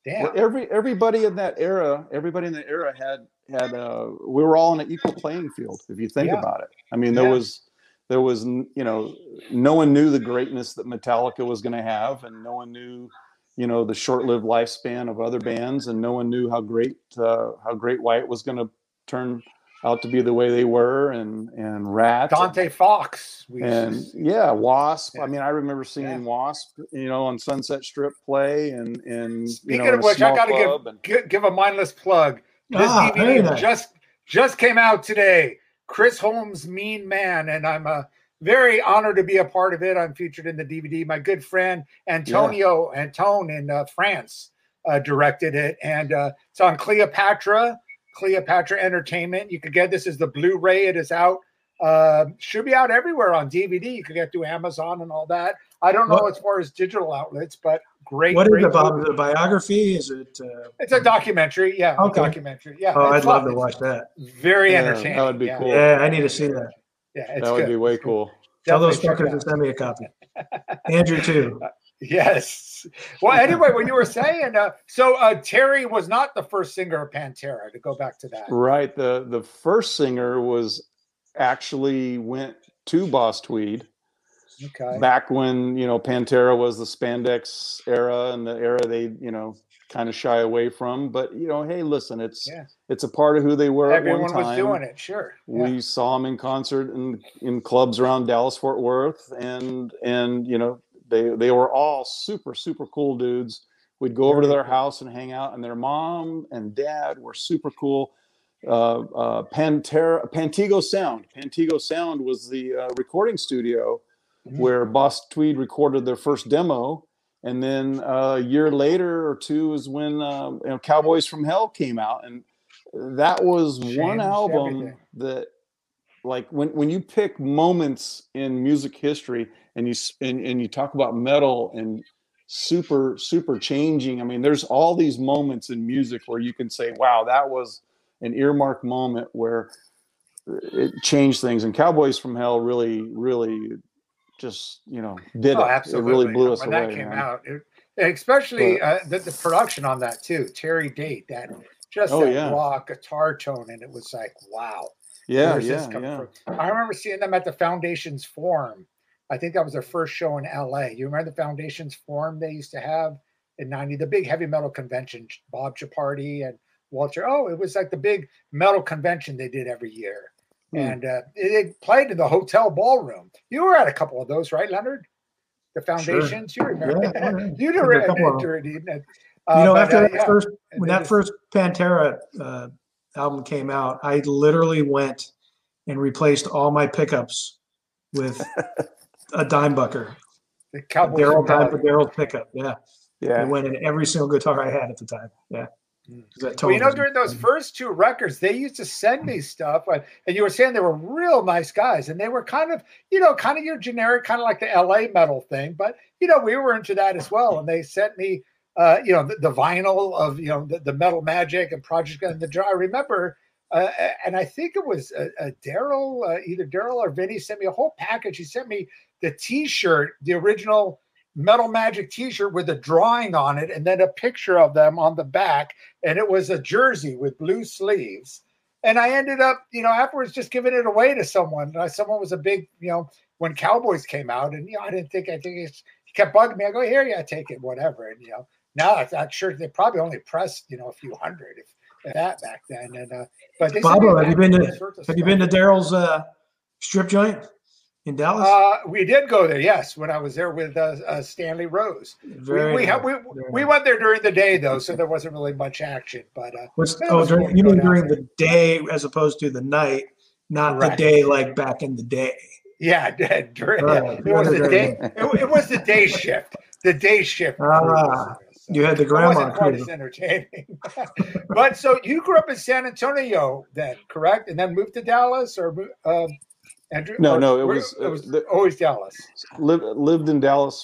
S3: damn.
S6: Well, every everybody in that era, everybody in that era had had uh, we were all on an equal playing field. If you think
S3: Yeah.
S6: about it, I mean, there
S3: Yeah.
S6: was there was n- you know no one knew the greatness that Metallica was going to have, and no one knew you know the short-lived lifespan of other bands, and no one knew how great uh, how great White was going to turn out to be the way they were, and and Rat
S3: Dante Fox. We
S6: and
S3: used to-
S6: yeah, Wasp.
S3: Yeah.
S6: I mean, I remember seeing
S3: Yeah.
S6: Wasp, you know, on Sunset Strip play, and and
S3: Speaking
S6: you know,
S3: of which, I gotta
S6: give. And,
S3: gi- give a mindless plug. This
S4: Ah, very
S3: DVD
S4: nice.
S3: just just came out today. Chris Holmes, Mean Man, and I'm uh, very honored to be a part of it. I'm featured in the DVD. My good friend Antonio Antone in uh, France uh, directed it, and uh, it's on Cleopatra, Cleopatra Entertainment. You could get this is the Blu-ray. It is out. Uh, should be out everywhere on DVD. You could get through Amazon and all that. I don't know
S4: What-
S3: as far as digital outlets, but great.
S4: What is
S3: great
S4: it about?
S3: movie.
S4: Is it a biography? Is it? Uh,
S3: It's a documentary, yeah. a
S4: Okay.
S3: documentary, yeah.
S4: oh, I'd
S3: it's
S4: love to
S3: lovely.
S4: watch that.
S3: It's Very
S6: Yeah,
S3: entertaining.
S6: that would be
S3: yeah.
S6: cool.
S4: Yeah, I need to see that.
S3: Yeah, it's
S6: that would
S3: good.
S6: be way cool.
S4: Tell those
S3: Definitely check
S4: fuckers
S3: it
S4: to
S3: out.
S4: send me a copy. Andrew too.
S3: Yes. Well, anyway, what you were saying, uh, so uh, Terry was not the first singer of Pantera. To go back to that,
S6: Right. The the first singer was actually went to Boss Tweed
S3: okay.
S6: back when you know Pantera was the spandex era and the era they you know kind of shy away from. But you know, hey, listen, it's
S3: Yeah.
S6: it's a part of who they were. at
S3: Everyone
S6: one time.
S3: was doing it, sure. Yeah. Oh,
S6: we saw him in concert in, in clubs around Dallas Fort Worth and and you know they they were all super super cool dudes we'd go over to their house and hang out and their mom and dad were super cool uh, uh, Pantera Pantego Sound Pantego Sound was the uh, recording studio
S3: Mhm.
S6: where Boss Tweed recorded their first demo and then uh, a year later or two is when um, you know Cowboys from Hell came out and that was one
S3: Changed
S6: album
S3: everything.
S6: that like when when you pick moments in music history and you s- and, and you talk about metal and super super changing i mean there's all these moments in music where you can say wow that was an earmark moment where it changed things and cowboys from hell really really just you know did
S3: Oh,
S6: it
S3: absolutely.
S6: it really blew
S3: And
S6: us
S3: when
S6: away
S3: that came
S6: man.
S3: out, it, especially
S6: But-
S3: uh, the, the production on that too, Terry Date, that just
S6: Oh,
S3: that
S6: yeah.
S3: raw guitar tone, and it was like, wow.
S6: yeah
S3: Where does this
S6: yeah
S3: come
S6: yeah
S3: from? I remember seeing them at the Foundations Forum. I think that was their first show in LA. You remember the Foundations Forum they used to have in 90, the big heavy metal convention, Bob Chaparty and Walter. Oh, it was like the big metal convention they did every year.
S6: Hmm.
S3: And uh, it, it played in the hotel ballroom. You were at a couple of those, right, Leonard? The Foundations, you
S4: Yeah,
S3: remember?
S4: yeah.
S3: you
S4: There were a couple of them.
S3: during it.
S4: you know, after that
S3: Uh, yeah,
S4: first
S3: and
S4: when
S3: they
S4: that
S3: just-
S4: first Pantera uh, album came out, I literally went and replaced all my pickups with a dime bucker,
S3: The
S4: a
S3: Cowboys.
S4: Daryl
S3: from
S4: dime
S3: Dallas.
S4: for Daryl pickup. Yeah, it
S6: Yeah.
S4: went in every single guitar I had at the time. Yeah.
S3: Mm.
S4: That
S3: Well, you know,
S4: totally-
S3: during those first two records, they used to send me stuff, uh, and you were saying they were real nice guys, and they were kind of, you know, kind of your generic, kind of like the LA metal thing. But you know, we were into that as well, and they sent me, uh, you know, the, the vinyl of you know the, the Metal Magic and Project and the. Dr- I remember, uh, and I think it was uh, uh, Daryl, uh, either Daryl or Vinny sent me a whole package. He sent me the T-shirt, the original Metal Magic T-shirt with a drawing on it, and then a picture of them on the back and it was a jersey with blue sleeves. And I ended up, you know, afterwards just giving it away to someone. And I- Someone was a big, you know, when Cowboys came out, and you know, I didn't think I think it's, he kept bugging me. I go, here, yeah, take it, whatever. And you know, now it's not sure they probably only pressed, you know, a few hundred if, if that back then. And uh, but they sent
S4: Bobo,
S3: me
S4: have you
S3: back
S4: been
S3: all
S4: to-
S3: sorts of
S4: Have you
S3: stuff.
S4: been to Daryl's uh, strip joint in Dallas?
S3: Uh, we did go there, yes, when I was there with uh, uh, Stanley Rose. We
S4: Very
S3: we, ha-
S4: nice.
S3: we,
S4: Very
S3: we
S4: nice.
S3: went there during the day though, so there wasn't really much action. But uh,
S4: What's,
S3: That
S4: oh,
S3: was
S4: during,
S3: fun
S4: you
S3: going
S4: mean
S3: out
S4: during the day as opposed to the night, not
S3: Correct.
S4: the day like back in the day.
S3: Yeah, it, during,
S4: Right,
S3: it was
S4: during
S3: the
S4: the
S3: day. It, it was the day shift. The day shift. crew
S4: Ah,
S3: was there, so
S4: You had the
S3: it wasn't
S4: grandma
S3: quite
S4: crew.
S3: as entertaining. but so you grew up in San Antonio, then, correct? And then moved to Dallas, or um, Andrew?
S6: No,
S3: or
S6: no, it
S3: were-
S6: was- uh,
S3: it was
S6: the-
S3: always Dallas.
S6: Lived lived in Dallas,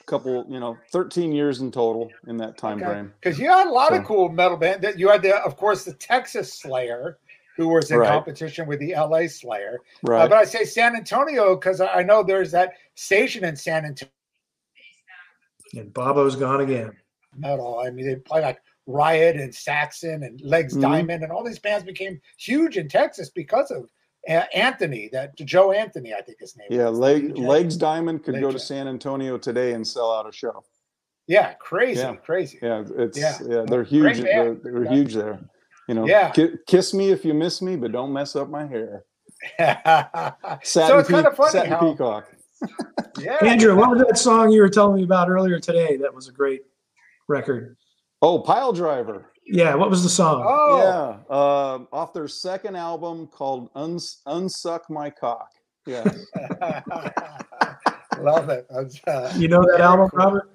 S6: a couple, you know, 13 years in total in that time
S3: Okay.
S6: frame.
S3: Because you had a lot of
S6: So-
S3: cool metal bands. That you had the, of course, the Texas Slayer, who was in
S6: Right.
S3: competition with the LA Slayer. Uh,
S6: Right.
S3: but I say San Antonio because I, I know there's that station in San Antonio.
S4: And Bobo's gone again.
S3: metal. I mean, they play like Riot and Saxon and Legs
S6: Mhm.
S3: Diamond, and all these bands became huge in Texas because of uh, Anthony, that Joe Anthony, I think his name.
S6: Yeah,
S3: was.
S6: leg,
S3: Huge-
S6: legs diamond could
S3: Leg
S6: go to
S3: jack.
S6: San Antonio today and sell out a show.
S3: Yeah, crazy,
S6: Yeah.
S3: crazy.
S6: Yeah, it's
S3: Yeah.
S6: yeah, they're huge.
S3: band.
S6: They're, they're
S3: Yeah.
S6: huge there. You know,
S3: Yeah.
S6: ki- kiss me if you miss me, but don't mess up my hair. Satin
S3: so it's kind
S6: peac-
S3: of funny
S6: satin
S3: how,
S6: peacock.
S3: yeah,
S4: Andrew, what was that song you were telling me about earlier today? That was a great record.
S6: Oh, pile driver.
S4: Yeah, what was the song?
S3: Oh,
S6: Yeah, Um off their second album called Uns- "Unsuck My Cock." Yeah,
S3: love it. That's, uh,
S4: you know that
S3: very
S4: album,
S3: cool.
S4: Robert?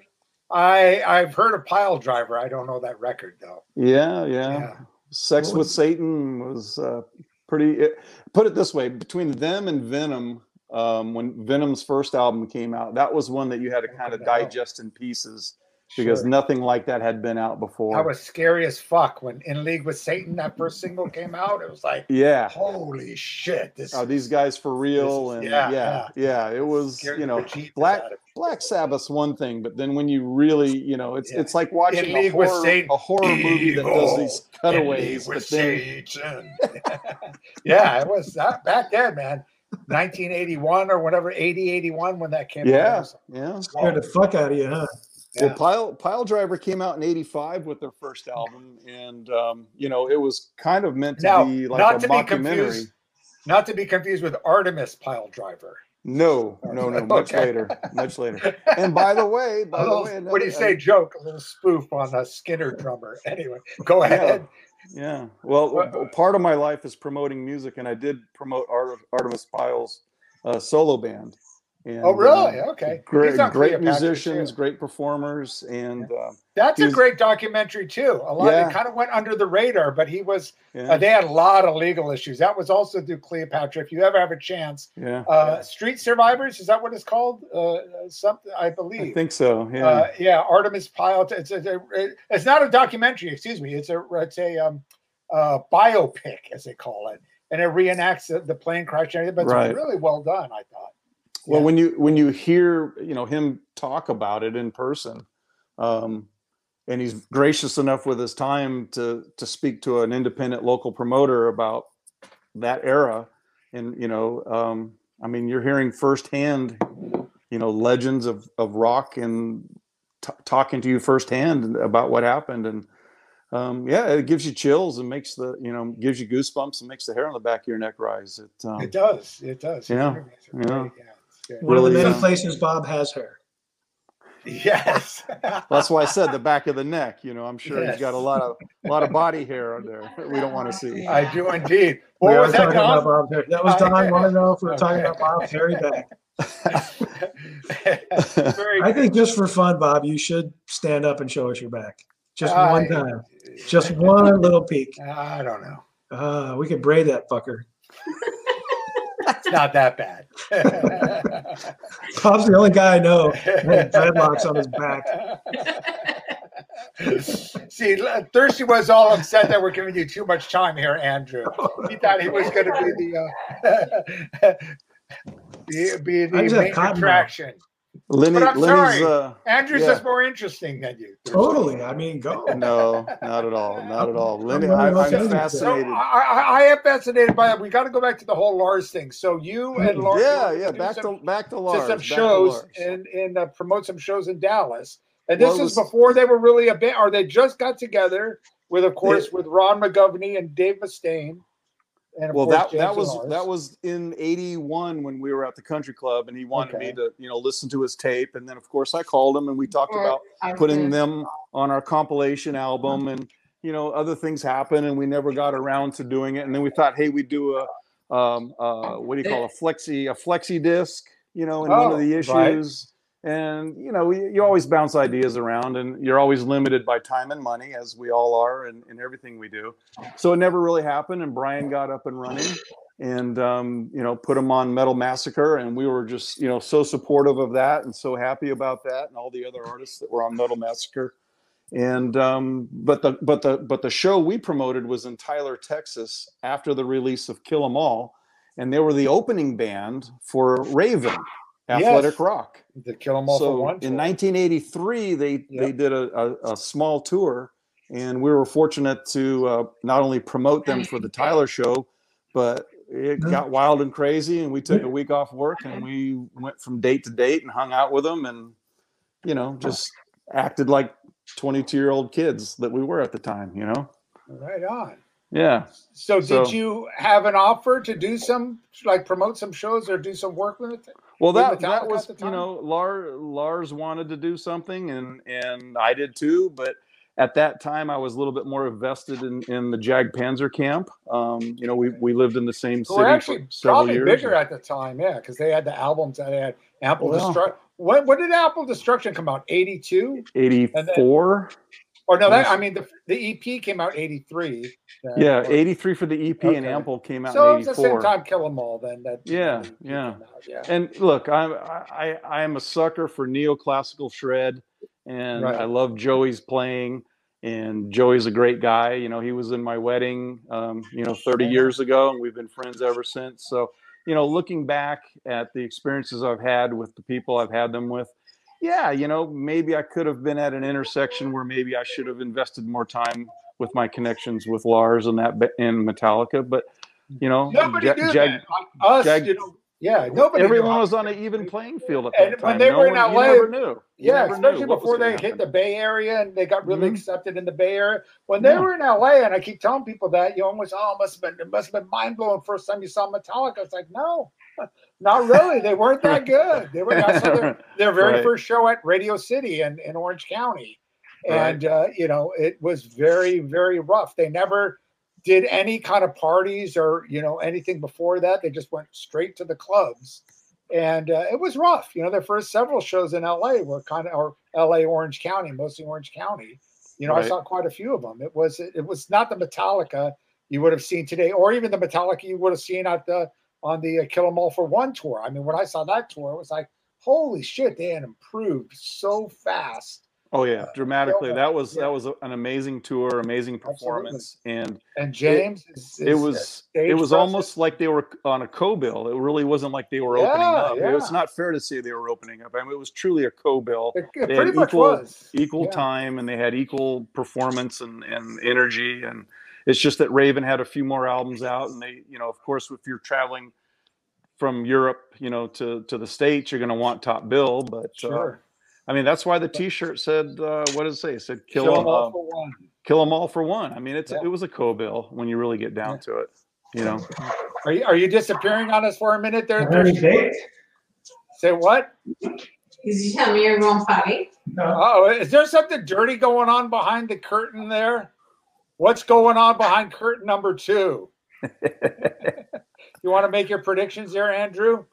S3: I I've heard of Pile Driver. I don't know that record though.
S6: yeah, yeah.
S3: Yeah.
S6: Sex
S4: What
S6: with
S4: was-
S6: Satan was uh, pretty. It, put it this way: between them and Venom, um, when Venom's first album came out, that was one that you had to
S3: Oh,
S6: kind of
S3: no.
S6: digest in pieces because
S3: Sure.
S6: nothing like that had been out before.
S3: I was scary as fuck when In League with Satan that first single came out. It was like,
S6: yeah.
S3: holy shit, this
S6: Are these guys for real?
S3: is-
S6: and
S3: yeah,
S6: yeah, yeah, Oh, it was
S3: scared
S6: you
S3: the
S6: know
S3: bejesus
S6: Black
S3: out of me.
S6: Black Sabbath's one thing, but then when you really you know it's
S3: Yeah.
S6: it's like watching a
S3: League with
S6: horror,
S3: Satan.
S6: a horror movie that does these
S3: In League
S6: cutaways,
S3: with
S6: but then
S3: Satan. yeah, it was that back then, man. 1981 or whatever, 80, 81 when that came out. I
S6: yeah,
S3: was like,
S6: yeah.
S3: whoa,
S4: Scared the fuck out of you, huh?
S3: yeah.
S6: Well, Pile Pile Driver came out in '85 with their first album, and um, you know it was kind of meant to
S3: Now,
S6: be like
S3: not
S6: a
S3: to be
S6: mockumentary.
S3: confused- Not to be confused with Artemis Pile Driver.
S6: no, no, no. Much
S3: Okay.
S6: later, much later. And by the way,
S3: A
S6: by the
S3: little,
S6: way,
S3: what do you
S6: another-
S3: say, joke? A little spoof on a Skinner drummer. Anyway, go ahead.
S6: Yeah. Well,
S3: What-
S6: b- part of my life is promoting music, and I did promote Ar- Artemis Pyle's uh, solo band. And,
S3: Oh, really?
S6: um,
S3: Okay.
S6: Great,
S3: He's on
S6: great
S3: Cleopatra,
S6: musicians,
S3: too.
S6: great performers, and uh,
S3: That's
S6: He
S3: a
S6: was-
S3: great documentary too. A lot
S6: Yeah.
S3: it kind of went under the radar, but he was
S6: yeah,
S3: uh, they had a lot of legal issues. That was also through Cleopatra. If you ever have a chance,
S6: yeah.
S3: uh, Street Survivors is that what it's called? Uh, uh, something I
S6: I
S3: believe.
S6: think so. Yeah.
S3: Uh, yeah, Artemis Pyle. It's, it's, a, it's not a documentary. Excuse me. It's a it's a um, uh, biopic as they call it, and it reenacts the, the plane crash. and everything, But it's
S6: Right.
S3: really well done. I thought.
S6: well,
S3: yeah.
S6: when you when you hear you know him talk about it in person, um, and he's gracious enough with his time to to speak to an independent local promoter about that era and you know um i mean you're hearing firsthand you know legends of of rock and t- talking to you firsthand about what happened and um yeah it gives you chills and makes the you know gives you goosebumps and makes the hair on the back of your neck rise it um
S3: It does. It does. His
S6: yeah,
S3: interviews are
S6: yeah.
S3: great, yeah, it's good.
S4: One of
S6: Really,
S4: the many
S6: uh,
S4: places Bob has hair.
S3: Yes.
S6: Well, that's why I said the back of the neck. You know, I'm sure he's got a lot of a lot of body hair on there that we don't want to see.
S3: I do indeed.
S4: We
S3: What
S4: are
S3: was that,
S4: talking about
S3: Don?
S4: Bob Terry. That was
S3: I-
S4: Don Wineau for talking about Bob Terry back.
S3: Very
S4: I think just for fun, Bob, you should stand up and show us your back. Just
S3: I-
S4: one time. Just one little peek.
S3: I don't know.
S4: Uh, we could braid that fucker.
S3: It's not that bad.
S4: Bob's the only guy I know that had dreadlocks on his back.
S3: See, Thirsty was all upset that we're giving you too much time here, Andrew. He thought he was going to be the uh, be, be the
S4: I just have
S3: main
S4: cotton mouth.
S3: attraction.
S6: Lenny,
S3: But I'm
S6: Lenny's
S3: sorry.
S6: uh,
S3: Andrew's
S6: Yeah.
S3: is more interesting than you. Thirsty.
S4: Totally. I mean, go.
S6: uh, no, not at all, not at all. Lenny,
S4: really
S6: I,
S4: not
S6: I'm
S4: interested.
S3: So I,
S6: fascinated.
S3: I, I am fascinated by that. We got to go back to the whole Lars thing. So you and Lars,
S6: Hmm. Yeah,
S3: you
S6: yeah.
S3: wanted do
S6: Back
S3: some-
S6: to back to
S3: to
S6: Lars.
S3: some
S6: back to
S3: shows
S6: Lars.
S3: and and uh, promote some shows in Dallas. And this
S6: Well, it
S3: is
S6: was-
S3: before they were really a bit, or they just got together with, of course, with Ron McGovney and Dave Mustaine. And of
S6: well,
S3: course,
S6: that
S3: James
S6: that was
S3: Lars.
S6: that was in '81 when we were at the country club, and he wanted
S3: Okay.
S6: me to you know listen to his tape, and then of course I called him, and we talked
S7: Or
S6: about
S7: I was
S6: putting
S7: gonna-
S6: them on our compilation album, and you know other things happened, and we never got around to doing it, and then we thought, hey, we do a um, uh, what do you call it? a flexi a flexi disc, you know, in one
S3: Oh,
S6: of the
S3: right.
S6: issues. And you know, you you always bounce ideas around, and you're always limited by time and money, as we all are, in, in everything we do. So it never really happened. And Brian got up and running, and um, you know, put him on Metal Massacre, and we were just you know so supportive of that, and so happy about that, and all the other artists that were on Metal Massacre. And um, but the but the but the show we promoted was in Tyler, Texas, after the release of Kill 'Em All, and they were the opening band for Raven, Athletic
S3: Yes.
S6: Rock
S3: the Kill 'Em All
S6: so
S3: for One.
S6: in
S3: tour.
S6: 1983 they
S3: Yeah.
S6: they did a, a, a small tour and we were fortunate to uh, not only promote them for the tyler show but it
S4: Yeah.
S6: got wild and crazy and we took a week off work and we went from date to date and hung out with them and you know just acted like 22 year old kids that we were at the time you know
S3: right on.
S6: yeah
S3: So, did
S6: So-
S3: you have an offer to do some, like, promote some shows or do some work with it?
S6: Well,
S3: with
S6: that
S3: Metallica
S6: that
S3: at
S6: was
S3: the
S6: you
S3: time?
S6: know Lars Lars wanted to do something and and I did too, but at that time I was a little bit more invested in in the Jag Panzer camp. Um, you know, we we lived in the same
S3: Who
S6: city
S3: were
S6: for
S3: actually
S6: several
S3: probably
S6: years.
S3: bigger at the time, yeah, because they had the albums that they had Apple
S6: Well-
S3: Destruction. When, when did Apple Destruction come out? 82?
S6: Eighty four,
S3: Or no, that
S6: Yes.
S3: I mean the, the EP came out eighty three.
S6: yeah, eighty three for the EP and
S3: Okay.
S6: Ample came out
S3: So it
S6: in
S3: was
S6: eighty
S3: the same
S6: four.
S3: time Kill 'Em All then. That
S6: Yeah,
S3: that EP
S6: yeah.
S3: came out, yeah.
S6: And look, I'm I, I I am a sucker for neoclassical shred, and
S3: Right.
S6: I love Joey's playing. And Joey's a great guy. You know, he was in my wedding, um, you know, 30 years ago, and we've been friends ever since. So, you know, looking back at the experiences I've had with the people I've had them with, yeah, you know, maybe I could have been at an intersection where maybe I should have invested more time with my connections with Lars and that ba- and Metallica. But you know,
S3: Nobody
S6: Ja-
S3: knew
S6: um, Jag-
S3: that. Us,
S6: Jag-
S3: you know, yeah, nobody.
S6: Everyone
S3: knew.
S6: was on an even playing field at
S3: And
S6: that time.
S3: when they
S6: No
S3: were in
S6: one- you
S3: LA,
S6: never knew. You
S3: yeah,
S6: never knew
S3: especially
S6: what was
S3: before
S6: gonna
S3: they hit the
S6: happen.
S3: Bay Area and they got really
S6: Mhm.
S3: accepted in the Bay Area. When they
S6: Yeah.
S3: were in LA, and I keep telling people that, you almost oh, it must have been it must have been mind blowing first time you saw Metallica. It's like no, not really. They weren't that good. They were. I saw their, their very
S6: Right.
S3: first show at Radio City in, in Orange County.
S6: Right.
S3: And, uh, you know, it was very, very rough. They never did any kind of parties or, you know, anything before that. They just went straight to the clubs. And uh, it was rough. You know, their first several shows in LA were kind of, or LA, Orange County, mostly Orange County. You know, I
S6: Right.
S3: saw quite a few of them. It was, it was not the Metallica you would have seen today, or even the Metallica you would have seen at the, on the uh, Kill 'Em All for One tour. I mean, when I saw that tour, it was like, holy shit, they had improved so fast.
S6: oh yeah, dramatically.
S3: Yeah.
S6: That was
S3: Yeah.
S6: that was a- an amazing tour, amazing performance, and
S3: And James, is,
S6: it
S3: is
S6: was
S3: stage
S6: it was
S3: presence.
S6: almost like they were on a co-bill. It really wasn't like they were opening
S3: Yeah,
S6: up. It was
S3: yeah.
S6: not fair to say they were opening up. I mean, it was truly a co-bill,
S3: it, it
S6: they
S3: pretty
S6: had
S3: much
S6: equal-
S3: was
S6: equal
S3: Yeah.
S6: time, and they had equal performance and and energy. And it's just that Raven had a few more albums out, and they, you know, of course, if you're traveling from Europe, you know, to to the states, you're going to want top bill. But uh,
S3: Sure.
S6: I mean, that's why the T-shirt said, uh, "What does it say?" It said, "Kill, um,
S3: Kill 'em
S6: them all,
S3: all for one.
S6: kill 'em all for one." I mean, it's
S3: Yeah.
S6: it was a co-bill when you really get down to it. You know,
S3: Are you are you disappearing on us for a minute there? Thursday?
S4: Very big.
S3: Say what?
S7: Did you tell me you're going potty?
S3: Oh, is there something dirty going on behind the curtain there? What's going on behind curtain number two? you want to make your predictions there, Andrew?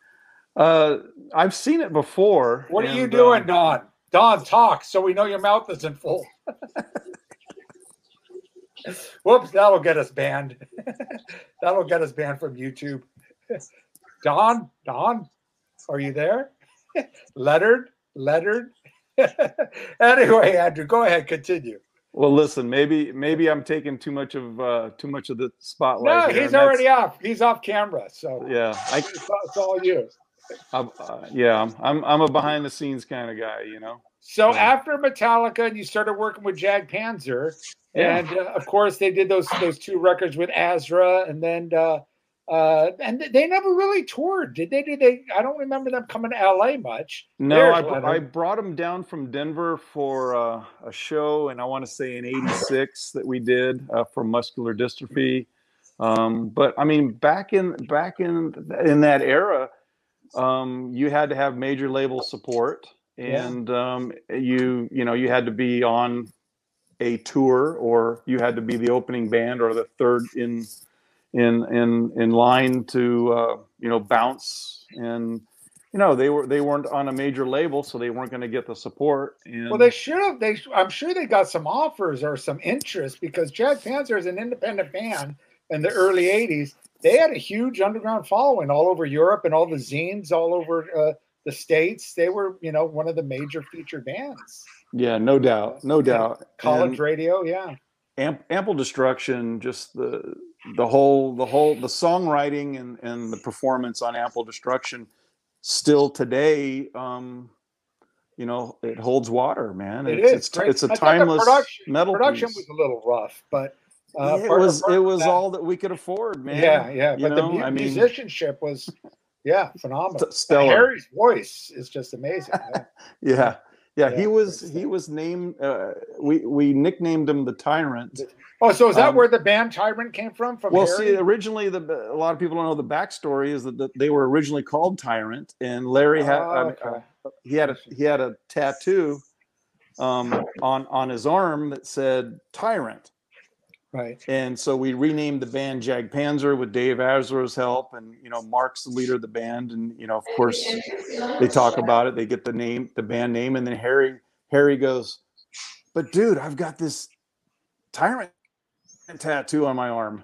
S6: Uh, I've seen it before.
S3: What are you
S6: and,
S3: doing,
S6: um,
S3: Don? Don, talk so we know your mouth isn't full. Whoops, that'll get us banned. that'll get us banned from YouTube. Don, Don, are you there? Leonard, Leonard. anyway, Andrew, go ahead, continue.
S6: well, listen, maybe maybe I'm taking too much of uh, too much of the spotlight.
S3: No,
S6: here,
S3: he's
S6: and
S3: already off. He's off camera, so
S6: that's- Yeah, I,
S3: it's, it's all you.
S6: I'm, uh, yeah, I'm- I'm I'm a behind the scenes kind of guy, you know.
S3: So
S6: Yeah.
S3: after Metallica, and you started working with Jag Panzer,
S6: Yeah.
S3: and uh, of course they did those those two records with Azra, and then uh, uh, and they never really toured, did they? Did they? I don't remember them coming to LA much.
S6: No,
S3: There's
S6: I, br- I
S3: Leonard.
S6: brought him down from Denver for uh, a show, and I want to say in '86 that we did uh, for muscular dystrophy. Um, but I mean, back in back in in that era, um, you had to have major label support,
S3: Yeah.
S6: and um, you you know you had to be on a tour, or you had to be the opening band or the third in in in in line to uh, you know bounce and you know they were they weren't on a major label so they weren't going to get the support and
S3: Well, they should have. They, sh- I'm sure they got some offers or some interest because Jag Panzer is an independent band in the early '80s. They had a huge underground following all over Europe and all the zines all over uh, the states. They were, you know, one of the major feature bands.
S6: yeah no doubt no doubt
S3: College
S6: And
S3: radio, yeah.
S6: Am- ample destruction just the the whole the whole the songwriting and and the performance on ample destruction still today um you know it holds water man
S3: It
S6: it's
S3: is,
S6: it's, t-
S3: right?
S6: it's a
S3: I thought the
S6: timeless
S3: production-
S6: metal
S3: production
S6: piece.
S3: was a little rough, but uh,
S6: Yeah, it
S3: part-
S6: was
S3: part
S6: it
S3: of
S6: was
S3: that-
S6: all that we could afford man
S3: Yeah, yeah,
S6: you
S3: but
S6: know,
S3: the mu-
S6: I mean-
S3: musicianship was, yeah, phenomenal.
S6: T- stellar.
S3: Harry's voice is just amazing. man.
S6: Yeah. Yeah,
S3: Yeah,
S6: he was
S3: that's
S6: he was named uh, we we nicknamed him the tyrant.
S3: oh, so is that
S6: Um,
S3: where the band Tyrant came from? From
S6: Well,
S3: Harry?
S6: see, originally the a lot of people don't know the backstory is that the, they were originally called Tyrant, and Larry had
S3: Oh,
S6: I mean,
S3: okay.
S6: he had a he had a tattoo um, on on his arm that said Tyrant,
S3: right.
S6: and so we renamed the band Jag Panzer with Dave Azra's help, and you know Mark's the leader of the band, and you know of course they talk about it, they get the name, the band name, and then Harry Harry goes, "But dude, I've got this tyrant tattoo on my arm."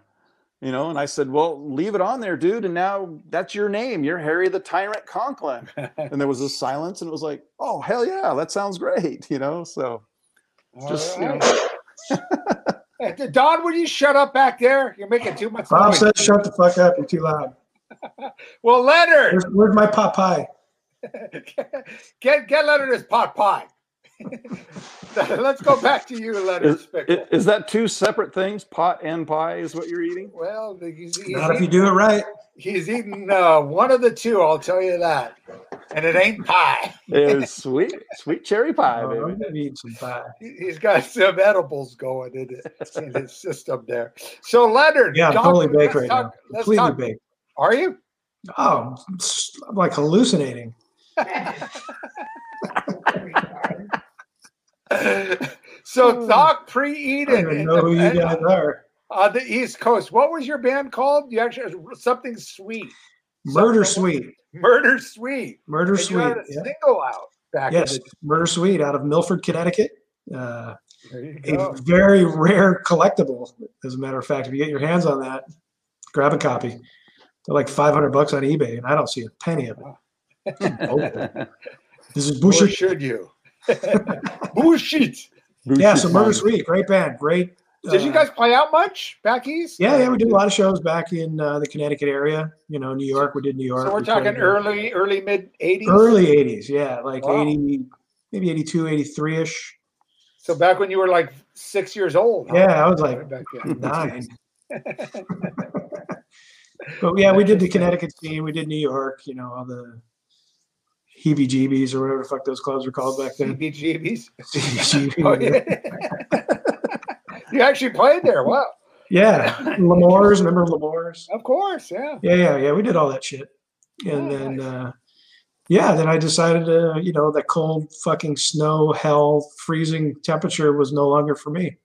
S6: You know, and I said, "Well, leave it on there, dude, and now that's your name. You're Harry the Tyrant Conklin." and there was a silence and it was like, "Oh, hell yeah, that sounds great." You know, so just you know,
S3: All right. Don, would you shut up back there? You're making too much
S4: Bob
S3: noise.
S4: said, "Shut the fuck up! You're too loud."
S3: well, Leonard,
S4: Where's, where's my Popeye?
S3: get get Leonard his pot pie. Let's go back to you, Leonard Spickle.
S6: i- is that two separate things? Pot and pie is what you're eating?
S3: Well, the- he's, he's,
S4: Not if you
S3: eating,
S4: do it right.
S3: he's eating uh, one of the two, I'll tell you that. And it ain't pie.
S6: It's sweet, sweet cherry pie,
S4: Oh,
S6: baby.
S4: I'm gonna need some pie.
S3: He- He's got some edibles going in his, in his system there. So, Leonard.
S4: Yeah, I'm
S3: Don,
S4: totally
S3: let's
S4: baked right
S3: talk-
S4: now.
S3: Let's
S4: Completely
S3: talk,
S4: baked.
S3: are you?
S4: Oh, I'm s- I'm like hallucinating.
S3: so, talk pre
S4: Oh. I don't
S3: Eden
S4: even know who you guys are.
S3: on the East Coast. What was your band called? You actually something sweet,
S4: Murder
S3: Something-
S4: Sweet.
S3: Murder Sweet.
S4: Murder
S3: And you had a
S4: Sweet. Yeah.
S3: single out back
S4: Yes,
S3: in
S4: Murder Sweet out of Milford, Connecticut. Uh,
S3: the there you
S4: a
S3: go.
S4: very rare collectible, as a matter of fact. If you get your hands on that, grab a copy. They're like 500 bucks on eBay, and I don't see a penny of it. This is
S3: Or
S4: Bushi.
S3: should you? Bullshit.
S4: Yeah, so Murder Sweet, great band, great.
S3: Did you
S4: uh,
S3: guys play out much back east?
S4: Yeah, yeah, we
S3: Um,
S4: did a lot of shows back in uh, the Connecticut area. You know, New York. We did New York.
S3: So we're
S4: We played
S3: talking
S4: in
S3: early, early mid '80s.
S4: early '80s. Yeah, like
S3: Wow.
S4: '80, maybe '82, '83 ish.
S3: So back when you were like six years old. huh?
S4: Yeah, I was like
S3: Way back then.
S4: nine. but yeah, we did the Connecticut scene. We did New York. You know, all the heebie-jeebies or whatever the fuck those clubs were called back then.
S3: CBGBs. Oh,
S4: Heebie-jeebies.
S3: yeah. you actually played there. Wow.
S4: yeah, Lemoore's. Remember Lemoore's?
S3: Of course. Yeah.
S4: Yeah, yeah, yeah. We did all that shit,
S3: Oh,
S4: and then
S3: nice.
S4: uh, yeah, then I decided to, you know, that cold fucking snow, hell, freezing temperature was no longer for me.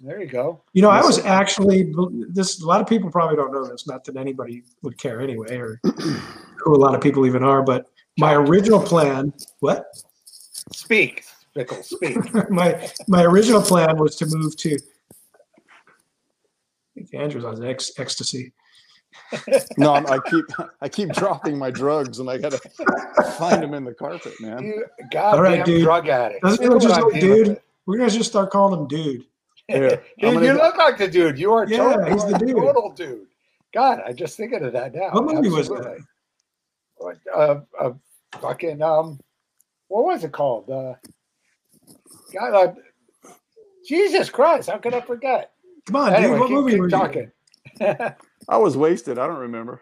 S3: There you go.
S4: You know, I was actually this. A lot of people probably don't know this. Not that anybody would care anyway, or who a lot of people even are. But my original plan, what
S3: Speak, Pickle, speak.
S4: my my original plan was to move to. I think Andrew's on ex- ecstasy.
S6: No, I'm, I keep I keep dropping my drugs, and I gotta find them in the carpet, man.
S3: You
S4: All
S3: goddamn
S4: right, dude.
S3: drug addict.
S4: Doesn't he
S3: Look what
S4: look just
S3: I'm
S4: like
S3: dealing
S4: dude?
S3: with.
S4: We're gonna just start calling him dude.
S6: Here, I'm
S3: Dude,
S6: gonna
S3: you
S6: go-
S3: look like the dude. You are
S4: Yeah,
S3: totally
S4: he's the
S3: a
S4: dude.
S3: total dude. God, I just thinking of that now.
S4: What movie was
S3: Absolutely. What, uh, uh, fucking um, what was it called? Uh, God, uh, Jesus Christ! How could I forget?
S4: Come on,
S3: Anyway,
S4: dude. What
S3: keep,
S4: movie
S3: keep
S4: were you? in?
S3: talking.
S6: I was wasted. I don't remember.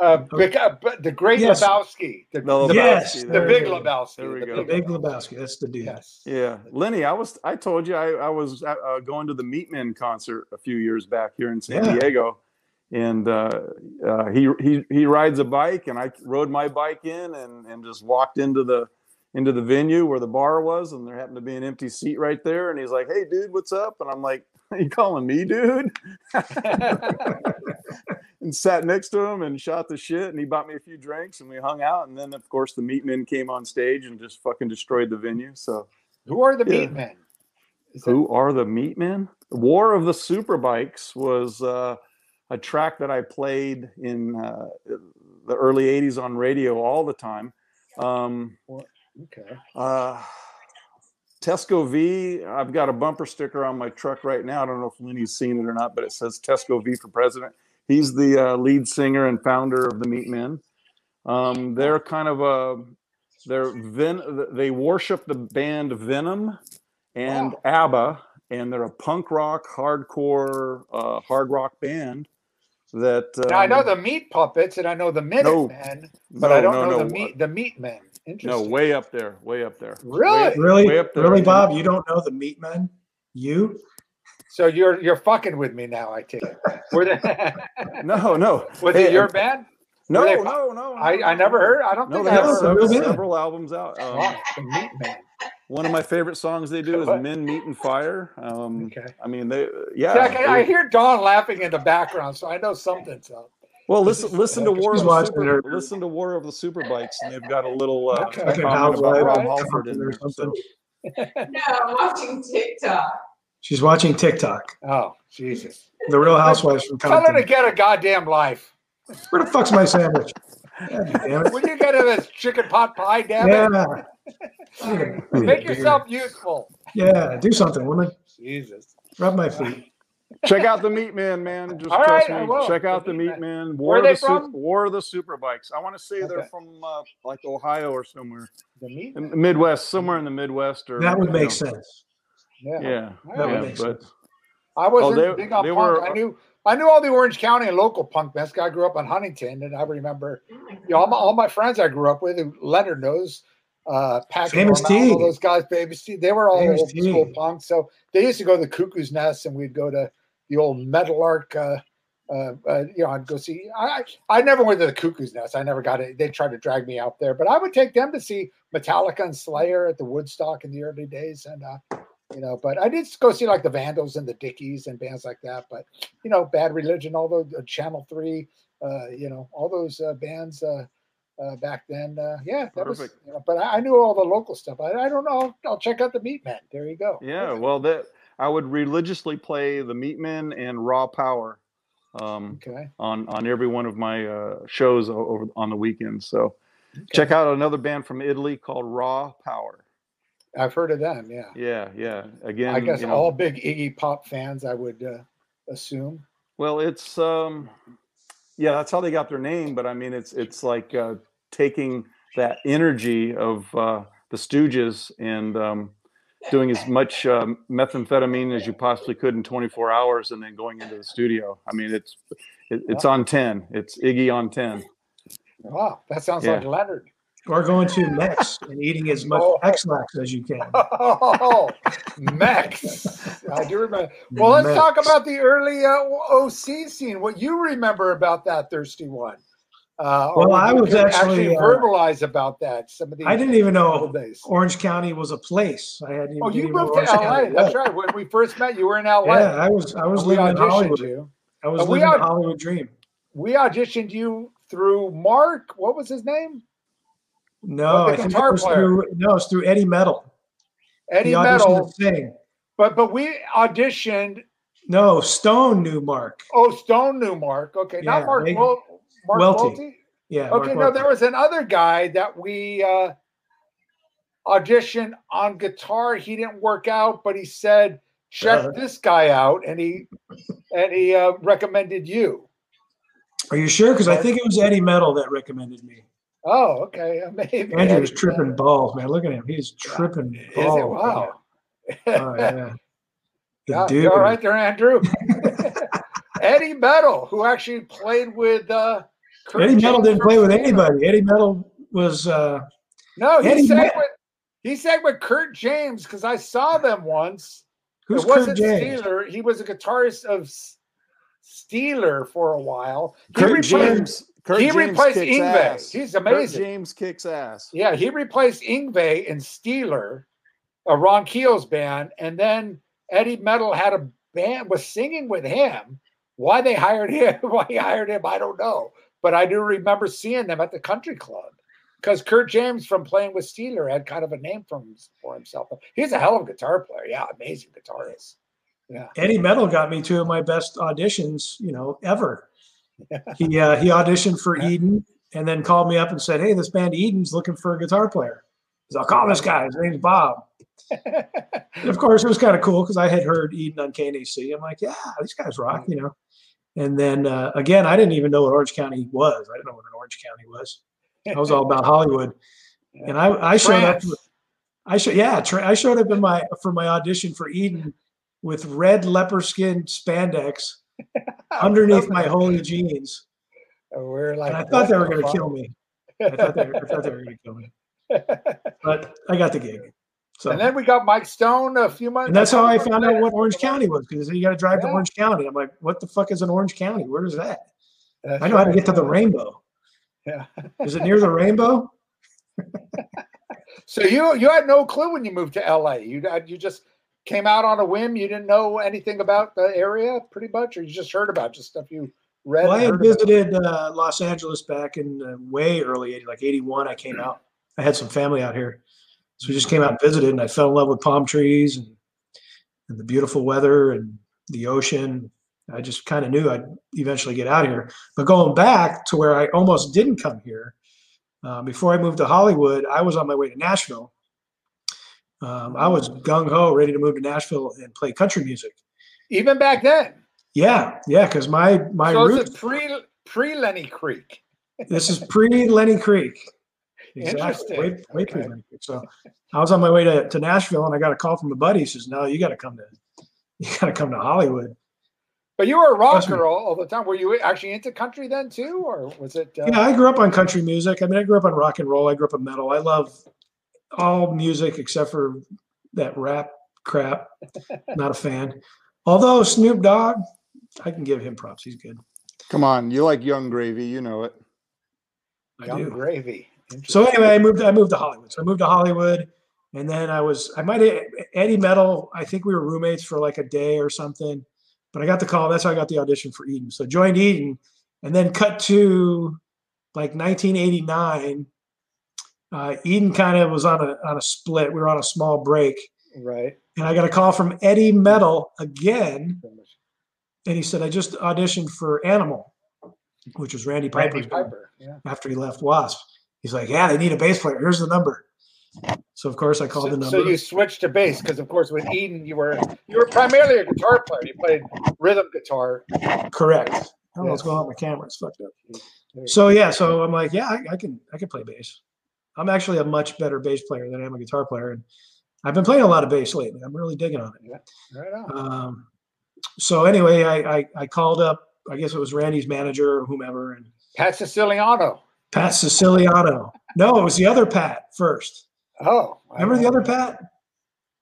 S3: Uh, bec- uh, but the Great
S4: Yes.
S3: Lebowski, the,
S6: The
S4: Yes,
S6: Lebowski,
S3: the
S6: there
S3: Big
S6: it is.
S3: Lebowski.
S6: There we
S3: the
S6: go.
S4: The
S3: Big
S4: Big
S3: Lebowski.
S4: Lebowski. That's the dude.
S3: Yes.
S6: Yeah, Lenny, I was I told you I, I was uh, uh, going to the Meatmen concert a few years back here in San
S4: Yeah.
S6: Diego, and uh, uh, he he he rides a bike, and I rode my bike in and and just walked into the into the venue where the bar was, and there happened to be an empty seat right there, and he's like, "Hey, dude, what's up?" And I'm like, "You calling me, dude?" and sat next to him and shot the shit, and he bought me a few drinks, and we hung out, and then of course the Meatmen came on stage and just fucking destroyed the venue, so.
S3: Who are the
S6: Yeah.
S3: Meat Men? Is that-
S6: Who are the Meat Men? War of the Superbikes was uh, a track that I played in uh, the early '80s on radio all the time. Um,
S3: Okay.
S6: uh, Tesco V. I've got a bumper sticker on my truck right now. I don't know if Lenny's seen it or not, but it says Tesco V for president. He's the uh, lead singer and founder of the Meat Men. Um, they're kind of a they're ven- they worship the band Venom and
S3: Wow.
S6: ABBA, and they're a punk rock, hardcore, uh, hard rock band. That uh,
S3: Now I know the meat puppets and I know the Minute
S6: No.
S3: Men, but
S6: oh,
S3: I don't know the meat the meat men.
S6: No,
S3: Interesting.
S6: way up there, way up there. Way-
S3: Really?
S4: Really,
S6: Way up there.
S4: really, Bob. You don't know the Meat Men? You?
S3: So you're you're fucking with me now, I take it. Were they,
S6: No, no.
S3: was
S6: Hey,
S3: it your band?
S6: No,
S3: Were they-
S6: no, no, no.
S3: I, I
S6: no.
S3: never heard. I don't
S6: No,
S3: think
S6: they
S3: I
S6: have
S4: Yeah,
S3: ever heard.
S4: so-
S6: several,
S4: real good.
S6: several albums out. Um,
S3: Wow, the meat men.
S6: One of my favorite songs they do is
S3: What?
S6: "Men Meat and Fire." Um,
S3: Okay.
S6: I mean, they yeah.
S3: See, I, can- I
S6: they-
S3: hear Dawn laughing in the background, so I know something's up.
S6: well, listen, listen to
S3: She's
S6: War of the
S4: watching
S6: Super,
S4: it.
S6: listen to War of the Superbikes, and they've got a little uh,
S3: Okay.
S6: comment
S4: Fucking
S6: about
S4: housewife
S6: Rob
S3: or
S6: Halford in
S4: or
S6: there. So,
S4: something.
S7: No, I'm watching TikTok.
S4: She's watching TikTok.
S3: Oh, Jesus.
S4: The Real Housewives from
S3: Tell her to
S4: Compton.
S3: get a goddamn life.
S4: Where the fuck's my sandwich? God damn it.
S3: Will you get her this chicken pot pie, damn it?
S4: Yeah.
S3: Make yourself useful.
S4: Yeah, do something, woman.
S3: Jesus.
S4: Rub my feet.
S6: check out the Meat Man, man. Just
S3: All
S6: trust
S3: right, I
S6: me.
S3: will.
S6: Check
S3: The
S6: out the
S3: Meat
S6: Meat
S3: Where
S6: Man. War
S3: are
S6: of the
S3: they from?
S6: Sup- War of the Superbikes. I want to say they're
S3: Okay.
S6: from uh, like Ohio or somewhere,
S3: The meat men.
S6: In- Midwest, somewhere in the Midwest. Or
S4: That would
S6: you know.
S4: make sense.
S3: Yeah.
S6: Yeah,
S3: That would
S6: yeah,
S4: make
S6: but
S3: I wasn't
S6: they-
S3: big on
S6: they
S3: punk.
S6: were-
S3: I knew I knew all the Orange County and local punk bands. I grew up in Huntington, and I remember you know, all, my, all my friends I grew up with. who Leonard knows, uh, Patrick,
S4: Famous
S3: O'Malley, all
S4: T.
S3: those guys, Famous T. They were all
S4: Famous
S3: old
S4: T.
S3: school punk. So they used to go to the Cuckoo's Nest, and we'd go to the old Metal Arc. Uh, uh, uh, you know, I'd go see. I I I never went to the Cuckoo's Nest. I never got it. They tried to drag me out there, but I would take them to see Metallica and Slayer at the Woodstock in the early days, and uh, you know, but I did go see like the Vandals and the Dickies and bands like that. But you know, Bad Religion, all those uh, Channel Three, uh, you know, all those uh, bands uh, uh, back then. Uh, yeah, that was.
S6: Perfect.
S3: You know, but I, I knew all the local stuff. I, I don't know. I'll, I'll check out the Meat Man. There you go.
S6: Yeah, well, that I would religiously play the Meatmen and Raw Power um,
S3: Okay.
S6: on on every one of my uh, shows o- over on the weekends. So check out another band from Italy called Raw Power.
S3: I've heard of them. Yeah.
S6: Yeah, yeah. Again,
S3: I guess
S6: you know,
S3: all big Iggy Pop fans, I would uh, assume.
S6: well, it's um, yeah, that's how they got their name. But I mean, it's it's like uh, taking that energy of uh, the Stooges and um, doing as much um, methamphetamine as you possibly could in 24 hours and then going into the studio. I mean, it's it, it's on 10. It's Iggy on 10.
S3: Wow, that sounds
S6: Yeah.
S3: like Leonard.
S4: Or going to Mex and eating as much
S3: Oh.
S4: X-Lax as you can.
S3: Oh, Max. I do remember. Well, let's talk
S4: Max.
S3: about the early uh, OC scene. What you remember about that thirsty one? Uh, or
S4: Well, I
S3: we
S4: was
S3: could
S4: actually, uh,
S3: verbalize about that. Some of these
S4: I didn't even know
S3: days.
S4: Orange County was a place. I hadn't even.
S3: Oh, you
S4: didn't even know
S3: moved to
S4: Orange
S3: LA.
S4: County
S3: That's
S4: was.
S3: right. When we first met, you were in LA.
S4: Yeah, I was. I was
S3: we
S4: living in
S3: auditioned
S4: Hollywood.
S3: you.
S4: I was
S3: And we
S4: living the
S3: aud-
S4: Hollywood dream.
S3: We auditioned you through Mark. What was his name?
S4: No,
S3: the
S4: I think it
S3: guitar
S4: was
S3: player.
S4: through. No, it's through Eddie Metal.
S3: Eddie
S4: He auditioned to
S3: Metal.
S4: sing.
S3: But but we auditioned.
S4: No, Stone knew Mark.
S3: Oh, Stone knew Mark. Okay,
S4: Yeah,
S3: not Mark.
S4: they-
S3: Wel- Mark
S4: Welty.
S3: Welty?
S4: Yeah.
S3: Okay,
S4: Mark
S3: no,
S4: Wahlberg.
S3: there was another guy that we uh, auditioned on guitar. He didn't work out, but he said, "Check
S4: Uh-huh.
S3: this guy out," and he and he uh, recommended you.
S4: Are you sure? Because I think it was Eddie Metal that recommended me.
S3: Oh, okay, maybe
S4: Andrew was tripping balls, man. Look at him. He's tripping
S3: Is it?
S4: balls. man.
S3: Wow.
S4: Oh, yeah. The
S3: Yeah,
S4: dude.
S3: you all right there, Andrew. Eddie Metal, who actually played with uh, Kurt
S4: Eddie Metal
S3: James
S4: didn't
S3: from
S4: play with
S3: Steeler.
S4: anybody. Eddie Metal was uh,
S3: No, he
S4: Eddie
S3: sang
S4: Met-
S3: with he sang with Kurt James because I saw them once.
S4: who's
S3: it
S4: Kurt
S3: wasn't
S4: James?
S3: Steeler. He was a guitarist of S- Steeler for a while. He
S6: Kurt
S3: replaced,
S6: James. Kurt
S3: he
S6: James
S3: replaced
S6: kicks
S3: Ingve.
S6: ass.
S3: He's
S6: Kurt
S3: amazing.
S6: James kicks ass.
S3: Yeah, he replaced Ingve in Steeler, a Ron Keel's band, and then Eddie Metal had a band was singing with him. Why they hired him? Why he hired him? I don't know, but I do remember seeing them at the country club because Kurt James from playing with Steeler had kind of a name from for himself. He's a hell of a guitar player. Yeah, amazing guitarist.
S4: Eddie Metal got me two of my best auditions, you know, ever. He uh, he auditioned for
S3: Yeah.
S4: Eden and then called me up and said, "Hey, this band Eden's looking for a guitar player." So I'll call this guy. His name's Bob. And of course, it was kind of cool because I had heard Eden on KNAC. I'm like, yeah, these guys rock,
S3: Mm.
S4: you know. And then uh, again, I didn't even know what Orange County was. I didn't know what an Orange County was. I was all about Hollywood, and I, I showed up.
S3: France.
S4: for- I showed yeah, tra- I showed up in my for my audition for Eden with red leper skin spandex underneath my holy jeans,
S3: We're like
S4: and I thought they were
S3: what
S4: going
S3: the
S4: to kill me. I thought they, were- I thought they were going to kill me,
S3: fuck?
S4: but I got the gig. So
S3: And then we got Mike Stone a few months.
S4: And that's how I
S3: couple
S4: found
S3: months
S4: out what Orange
S3: later.
S4: County was because you got to drive to
S3: Yeah.
S4: Orange County. I'm like, what the fuck is an Orange County? Where is that?
S3: That's
S4: I know how to
S3: right.
S4: get to the rainbow.
S3: Yeah.
S4: Is it near the rainbow?
S3: So you you had no clue when you moved to LA. You uh, you just came out on a whim. You didn't know anything about the area, pretty much, or you just heard about just stuff you read.
S4: Well, I
S3: and
S4: had
S3: heard about.
S4: visited uh, Los Angeles back in uh, way early, 80, like 81. I came out. I had some family out here. So we just came out and visited, and I fell in love with palm trees and, and the beautiful weather and the ocean. I just kind of knew I'd eventually get out here. But going back to where I almost didn't come here, uh, before I moved to Hollywood, I was on my way to Nashville. Um, I was gung ho, ready to move to Nashville and play country music.
S3: even back then.
S4: Yeah, yeah, because my my
S3: so
S4: roots.
S3: it's a pre pre Lenny Creek.
S4: This is pre Lenny Creek.
S3: Interesting.
S4: Way, way pre
S3: Okay.
S4: Lenny Creek. So I was on my way to, to Nashville and I got a call from a buddy. He says, No, you gotta come to you gotta come to Hollywood.
S3: But you were a
S4: Trust me.
S3: rocker all, all the time. Were you actually into country then too, or was it? Uh,
S4: Yeah, I grew up on country music. I mean, I grew up on rock and roll, I grew up on metal. I love all music except for that rap crap. Not a fan. Although Snoop Dogg, I can give him props. He's good.
S6: Come on, you like Young Gravy, you know it.
S4: I
S3: Young
S4: do.
S3: Gravy.
S4: So
S3: Interesting.
S4: anyway, I moved. I moved to Hollywood. So I moved to Hollywood, and then I was. I might Eddie Metal. I think we were roommates for like a day or something. But I got the call. That's how I got the audition for Eden. So joined Eden, and then cut to like 1989. Uh, Eden kind of was on a on a split. We were on a small break,
S3: right.
S4: and I got a call from Eddie Metal again, and he said, "I just auditioned for Animal, which was Randy Piper's
S3: Randy
S4: band
S3: Piper. Yeah.
S4: after he left Wasp. He's like, yeah, they need a bass player. Here's the number. So of course I called
S3: So,
S4: the number.
S3: so you switched to bass because, of course, with Eden, you were you were primarily a guitar player. You played rhythm guitar.
S4: Correct. I don't know what's
S3: Yes.
S4: going on with my camera. It's fucked up.
S3: There you
S4: So yeah, so I'm like, yeah, I, I can I can play bass. I'm actually a much better bass player than I am a guitar player, and I've been playing a lot of bass lately. I'm really digging on it.
S3: go. Right on.
S4: Um, so anyway, I, I I called up. I guess it was Randy's manager or whomever, and
S3: Pat Siciliano.
S4: Pat Siciliano. No, it was the other Pat first.
S3: Oh, I
S4: Remember the
S3: don't-
S4: other Pat?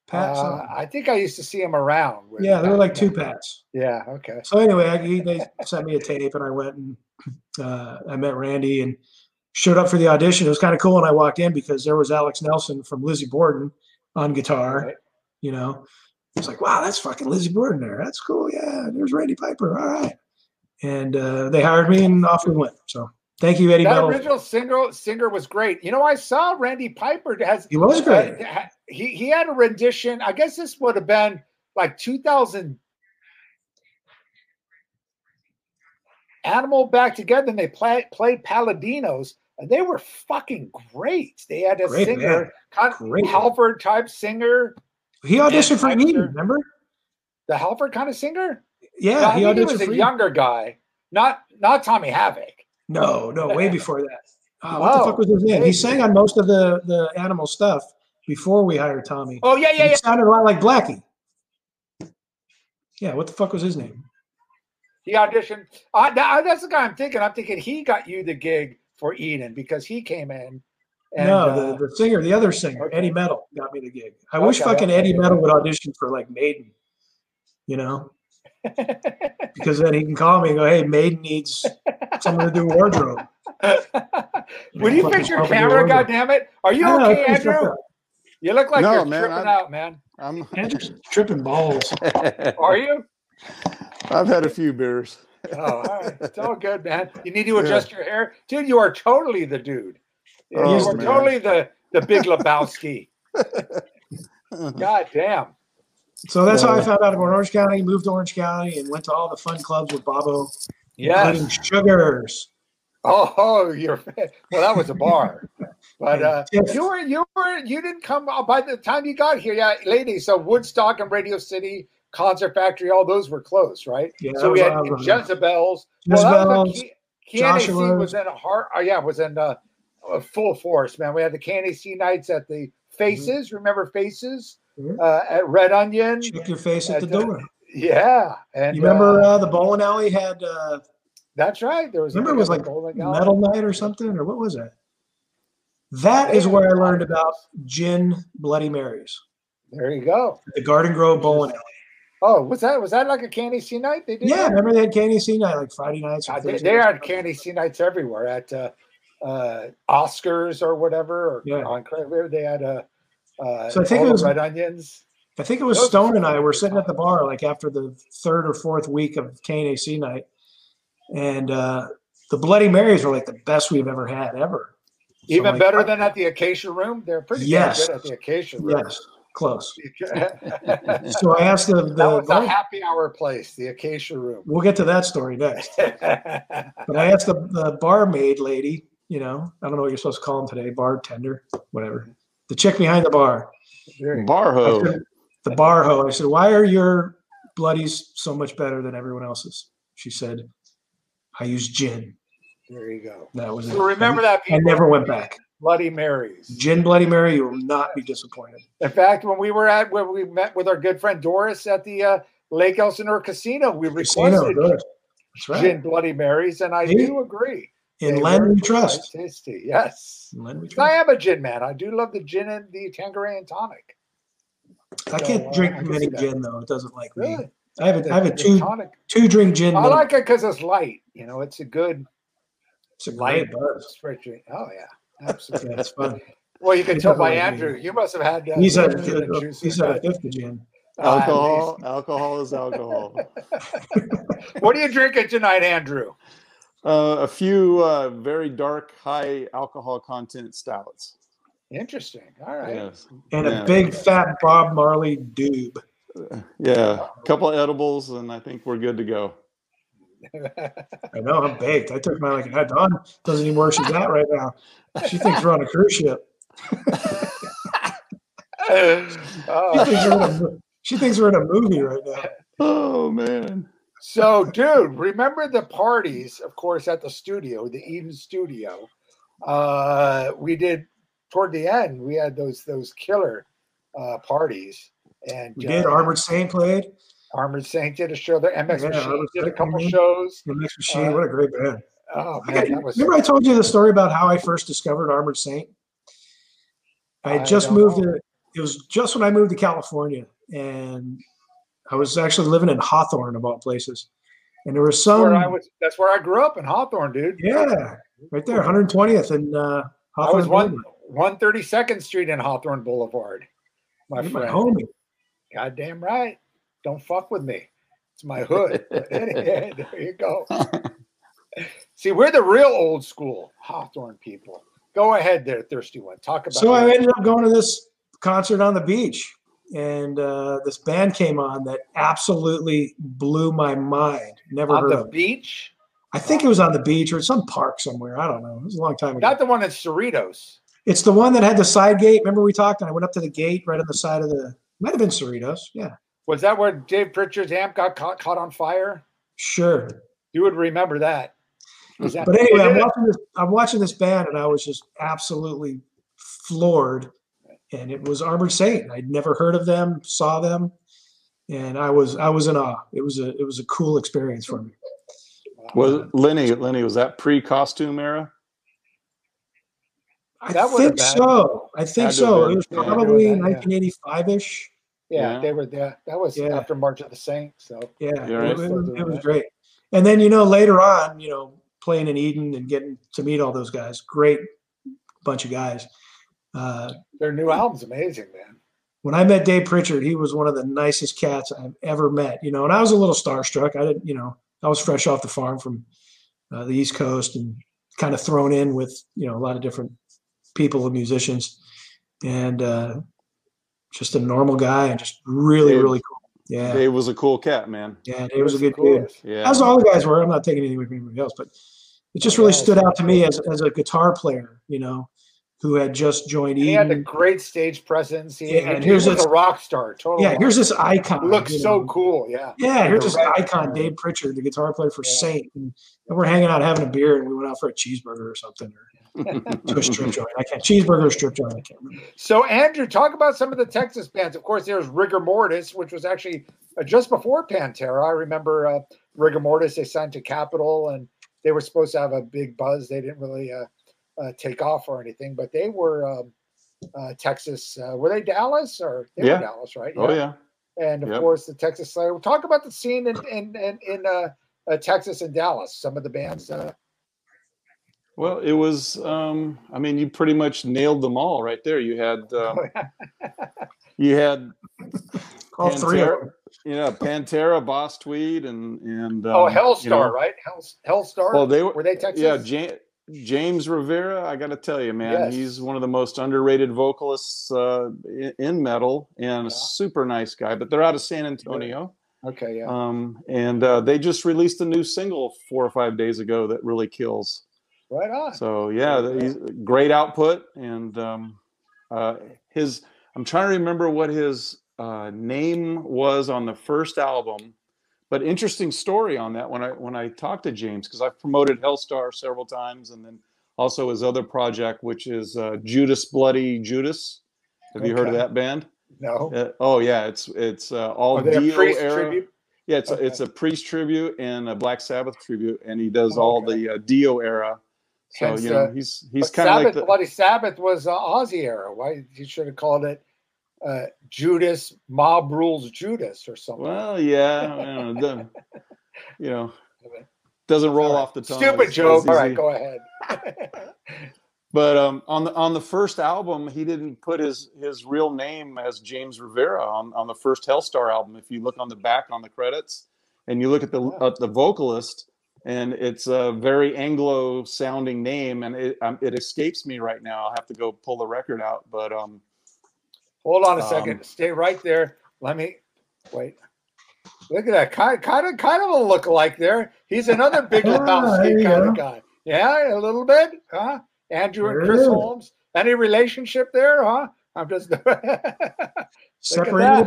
S4: Pat.
S3: Uh,
S4: something?
S3: I think I used to see him around. with-
S4: yeah, there were like two Pats.
S3: Yeah. Okay.
S4: So anyway, I, he- they sent me a tape, and I went and uh, I met Randy and showed up for the audition. It was kind of cool, and I walked in because there was Alex Nelson from Lizzie Borden on guitar.
S3: Right.
S4: You know, it's like, wow, that's fucking Lizzie Borden there. That's cool. Yeah, there's Randy Piper. All right, and uh, they hired me, and off we went. So thank you, Eddie
S3: That
S4: Metal.
S3: original singer singer was great. You know, I saw Randy Piper has
S4: He was great.
S3: uh, he he had a rendition. I guess this would have been like 2000. Animal back together, and they play, played Paladinos, and they were fucking great. They had a
S4: Great
S3: singer, kind of
S4: Great band.
S3: Halford type singer,
S4: He auditioned for
S3: I'm
S4: Eden.
S3: sure-
S4: Remember?
S3: the Halford kind of singer.
S4: Yeah,
S3: No, I
S4: he
S3: think he was
S4: auditioned for
S3: a
S4: Eden.
S3: younger guy, not not Tommy Havoc.
S4: No, no, way before that. Uh, what the fuck
S3: Oh,
S4: was his name?
S3: hey.
S4: He sang on most of the the animal stuff before we hired Tommy.
S3: Oh yeah, yeah,
S4: He
S3: yeah.
S4: sounded a lot like Blackie. Yeah, what the fuck was his name?
S3: He auditioned. Uh, that, that's the guy I'm thinking. I'm thinking he got you the gig for Eden because he came in. And,
S4: no,
S3: uh,
S4: the, the singer, the other singer,
S3: okay.
S4: Eddie Metal, got me the gig. I wish
S3: Okay,
S4: fucking
S3: okay.
S4: Eddie Metal would audition for like Maiden, you know, because then he can call me and go, "Hey, Maiden needs someone to do wardrobe."
S3: Would uh, you fix your camera? God damn it! Are you
S4: No,
S3: okay,
S4: it's
S3: Andrew?
S4: okay.
S3: You look like
S6: No,
S3: you're
S6: man,
S3: tripping
S6: I'm-
S3: out, man.
S6: I'm.
S4: Andrew's tripping balls.
S3: Are you?
S6: I've had a few beers.
S3: Oh, all right. It's all good, man. You need to adjust your hair, dude. You are totally the dude. You
S6: Oh,
S3: are
S6: man.
S3: totally the the Big Lebowski. God damn.
S4: So that's how I found out about Orange County. Moved to Orange County and went to all the fun clubs with Bobo, including
S3: Yes.
S4: Sugars.
S3: Oh, oh, you're well. That was a bar, but uh,
S4: Yes.
S3: you were you were you didn't come uh, by the time you got here, yeah, ladies. So Woodstock and Radio City, Concert Factory, all those were closed, right?
S4: Yeah,
S3: so we
S4: that
S3: had
S4: was uh, all over.
S3: Jezebel's. Well, that was when
S4: Jezebel's,
S3: K- KNAC
S4: Joshua's.
S3: was in a heart. Oh, yeah, was in uh, uh, full force, man. We had the KNAC nights at the
S4: Mm-hmm.
S3: Faces. Remember Faces
S4: Mhm.
S3: uh, at Red Onion?
S4: Check your face at the
S3: And, uh,
S4: door.
S3: Yeah, and
S4: You remember
S3: uh,
S4: uh, the bowling alley had uh,
S3: that's right. There was a
S4: remember it
S3: big
S4: was
S3: old
S4: like
S3: bowling alley.
S4: metal night or something or what was that? That is where I learned about gin Bloody Marys.
S3: There you go.
S4: at The Garden Grove Bowling Alley.
S3: Oh, was that was that like a candy C night? They did.
S4: Yeah,
S3: that?
S4: remember they had KNC night like Friday nights. or
S3: God, Uh, they,
S4: Thursday
S3: they
S4: nights?
S3: had candy C nights everywhere at uh, uh, Oscars or whatever. Or
S4: Yeah.
S3: on Cra- they had a. Uh,
S4: So I think
S3: all
S4: it
S3: the
S4: was-
S3: red onions.
S4: I think it was
S3: Those-
S4: Stone and I were sitting at the bar like after the third or fourth week of KNAC night, and uh, the Bloody Marys were like the best we've ever had ever. So,
S3: Even
S4: like,
S3: better than at the Acacia Room. They're pretty damn
S4: Yes.
S3: good at the Acacia Room.
S4: yes, close.
S3: that
S4: So I asked the, the
S3: was a
S4: bar-
S3: happy hour place, the Acacia Room.
S4: we'll get to that story next. But I asked the, the barmaid lady, you know, I don't know what you're supposed to call them today, bartender, whatever, the chick behind the bar,
S3: Very-
S4: I
S6: Barho.
S4: said- the bar hoe. I said, why are your bloodies so much better than everyone else's? She said, I use gin.
S3: there you go.
S4: That was it.
S3: So remember that
S4: I
S3: people,
S4: never went back.
S3: Bloody Marys.
S4: Gin Bloody Mary, you will not be disappointed.
S3: In fact, when we were at when we met with our good friend Doris at the uh, Lake Elsinore Casino, we requested
S4: Casino, good. That's right.
S3: gin Bloody Marys, and I
S4: See?
S3: do agree.
S4: In
S3: They
S4: Len
S3: were
S4: we trust.
S3: quite Tasty, yes.
S4: In Len we
S3: I
S4: trust.
S3: am a gin man. I do love the gin and the Tanqueray and tonic.
S4: I
S3: So,
S4: can't
S3: uh, I
S4: drink
S3: can
S4: many
S3: see that.
S4: gin though. It doesn't like me.
S3: Really,
S4: I have a, I have a
S3: The
S4: two
S3: tonic.
S4: two drink gin.
S3: I
S4: limit.
S3: like it because it's light. You know, it's a good
S4: it's a
S3: light
S4: great buzz.
S3: straight drink. Oh yeah,
S4: Yeah,
S3: absolutely.
S4: it's fun.
S3: well, you can
S4: It's
S3: tell
S4: a
S3: by
S4: really good
S3: Andrew.
S4: drink.
S3: You must have had. Uh,
S4: He's at
S3: gin and juice
S4: he's
S3: or
S4: at a
S3: something.
S4: fifth of gin.
S3: Ah, at
S6: Alcohol. Alcohol is alcohol.
S3: least. What are you drinking tonight, Andrew?
S6: Uh, a few uh, very dark, high alcohol content stouts.
S3: Interesting. All right.
S6: Yes.
S4: And
S6: Yeah.
S4: a big fat Bob Marley doob.
S6: Yeah. A couple of edibles, and I think we're good to go.
S4: I know I'm baked. I took mine like that. Dawn doesn't even know where she's at right now. She thinks we're on a cruise ship. She
S3: Oh,
S4: thinks we're in a, mo- she thinks we're in a movie right now.
S6: Oh man.
S3: so, dude, remember the parties, of course, at the studio, the Eden Studio. Uh, we did toward the end. We had those those killer uh, parties, and
S4: We did.
S3: uh,
S4: Armored Saint played.
S3: Armored Saint did a show there. MX
S4: Yeah,
S3: Machine
S4: Armored
S3: did a
S4: Saint,
S3: couple
S4: mhm.
S3: shows.
S4: The Mixed Machine. What a great band.
S3: Oh
S4: I
S3: man,
S4: got-
S3: Uh, that was
S4: remember I told you the story about how I first discovered Armored Saint? I
S3: I
S4: had just
S3: don't
S4: moved
S3: know.
S4: to it was just when I moved to California, and I was actually living in Hawthorne, of all places. And there were
S3: That's
S4: some
S3: where I was. That's where I grew up in Hawthorne, dude.
S4: um, yeah, right there, 120th and uh,
S3: I was
S4: Hawthorne
S3: one
S4: Boulevard.
S3: one thirty second Street in Hawthorne Boulevard. My
S4: You're my
S3: friend,
S4: homie.
S3: goddamn right. Don't fuck with me. It's my hood. there you go. See, we're the real old school Hawthorne people. Go ahead, there, thirsty one. Talk about.
S4: So I
S3: it.
S4: ended up going to this concert on the beach, and uh, this band came on that absolutely blew my mind. Never
S3: on
S4: heard
S3: the
S4: of. It.
S3: beach,
S4: I think it was on the beach or some park somewhere. I don't know. It was a long time ago.
S3: not the one at Cerritos.
S4: It's the one that had the side gate. Remember we talked, and I went up to the gate right on the side of the. Might have been Cerritos. Yeah,
S3: Was that where Dave Pritchard's amp got caught, caught on fire?
S4: sure.
S3: You would remember that. 'Cause that-
S4: But anyway,
S3: they
S4: I'm
S3: did it-
S4: watching this. I'm watching this band, and I was just absolutely floored. And it was Armored Saint. I'd never heard of them, saw them, and I was I was in awe. It was a it was a cool experience for me.
S6: Was Lenny? Lenny was that pre-costume era?
S4: I
S3: That would've been-
S4: think so. I
S6: Had
S4: think
S6: to
S4: so.
S6: have
S4: It was
S6: been, yeah.
S4: probably
S3: Yeah.
S4: 1985 ish.
S3: yeah,
S6: Yeah.
S3: they were there. That was
S4: Yeah.
S3: after March of the Saints. So
S4: Yeah,
S6: You're
S4: it,
S6: right.
S4: was- it was great. And then you know later on, you know, playing in Eden and getting to meet all those guys, great bunch of guys. Uh,
S3: their new album's amazing, man.
S4: when I met Dave Pritchard, he was one of the nicest cats I've ever met. You know, and I was a little starstruck. I didn't, you know, I was fresh off the farm from uh, the East Coast and kind of thrown in with you know a lot of different people and musicians, and uh, just a normal guy and just really,
S6: Dave-
S4: really cool. Yeah,
S6: Dave was a cool cat, man.
S4: yeah, Dave was a good dude
S3: Coolest.
S6: Yeah,
S4: as all the guys were. I'm not taking anything away from anybody else, but it just really
S3: Yeah,
S4: stood out to me as, as a guitar player, you know, who had just
S3: And
S4: joined
S3: He had a
S4: Eden.
S3: great stage presence. He,
S4: Yeah, and
S3: he
S4: here's
S3: was
S4: this-
S3: a rock star. Total.
S4: Yeah,
S3: rock
S4: here's this
S3: star.
S4: icon.
S3: Looks
S4: you
S3: so
S4: know.
S3: cool. Yeah.
S4: Yeah, here's this
S3: Right.
S4: icon, Dave Pritchard, the guitar player for
S3: Yeah.
S4: Saint, and, and we're hanging out having a beer, and we went out for a cheeseburger or something, or to a strip joint. I can't cheeseburger or strip joint. I can't remember.
S3: So Andrew, talk about some of the Texas bands. Of course, there's Rigor Mortis, which was actually uh, just before Pantera. I remember uh, Rigor Mortis. They signed to Capitol, and they were supposed to have a big buzz. They didn't really uh, uh, take off or anything, but they were um, uh, Texas. Uh, were they Dallas or they
S6: Yeah.
S3: were Dallas, right?
S6: Oh yeah.
S3: and of
S6: Yep.
S3: course the Texas Slayer. We'll talk about the scene in in in, in uh, uh, Texas and Dallas. Some of the bands. Uh,
S6: Well, it was. Um, I mean, you pretty much nailed them all right there. You had um, you had
S4: All three of them.
S6: you know Pantera, Boss Tweed, and and
S3: oh,
S6: um,
S3: Hellstar,
S6: you know-
S3: right? Hell, Hellstar.
S6: Well, they were,
S3: were they Texas?
S6: yeah. Ja- James Rivera, I got to tell you, man,
S3: Yes.
S6: he's one of the most underrated vocalists uh, in, in metal and
S3: Yeah.
S6: a super nice guy. But they're out of San Antonio,
S3: okay, yeah.
S6: um, and uh, they just released a new single four or five days ago that really kills.
S3: right on.
S6: So yeah,
S3: There you
S6: th- he's great output, and um, uh, his. I'm trying to remember what his uh, name was on the first album, but interesting story on that when I when I talked to James because I've promoted Hellstar several times, and then also his other project, which is uh, Judas Bloody Judas. Have you heard of
S3: Okay.
S6: that band?
S3: no,
S6: Uh, oh yeah, it's it's uh, all
S3: are they a
S6: Dio
S3: priest
S6: era.
S3: tribute?
S6: Yeah, it's,
S3: Okay.
S6: a, it's a priest tribute and a Black Sabbath tribute, and he does
S3: Oh,
S6: all
S3: okay.
S6: the uh, Dio era. So
S3: Hence,
S6: you know
S3: uh,
S6: he's he's
S3: But
S6: kind of
S3: Sabbath,
S6: like the,
S3: Bloody Sabbath was uh, Aussie era. Why you should have called it uh, Judas Mob Rules Judas or something.
S6: well, yeah, I don't know, doesn't- you know, doesn't roll off the tongue.
S3: Stupid
S6: as-
S3: joke.
S6: as
S3: All right,
S6: easy.
S3: go ahead.
S6: But um, on the on the first album, he didn't put his his real name as James Rivera on, on the first Hellstar album. If you look on the back on the credits, and you look at the
S3: Yeah.
S6: at the vocalist, and it's a very Anglo sounding name, and it um, it escapes me right now. I'll have to go pull the record out. But um,
S3: Hold on a
S6: Um,
S3: second. Stay right there. Let me wait. Look at that. Kind, kind of kind of a lookalike there. He's another big
S4: Yeah, there
S3: Lebowski
S4: you
S3: kind
S4: go.
S3: of guy. Yeah, a little bit, huh? Andrew and
S4: There
S3: Chris
S4: is.
S3: Holmes. Any relationship there, huh? I'm just
S4: Separated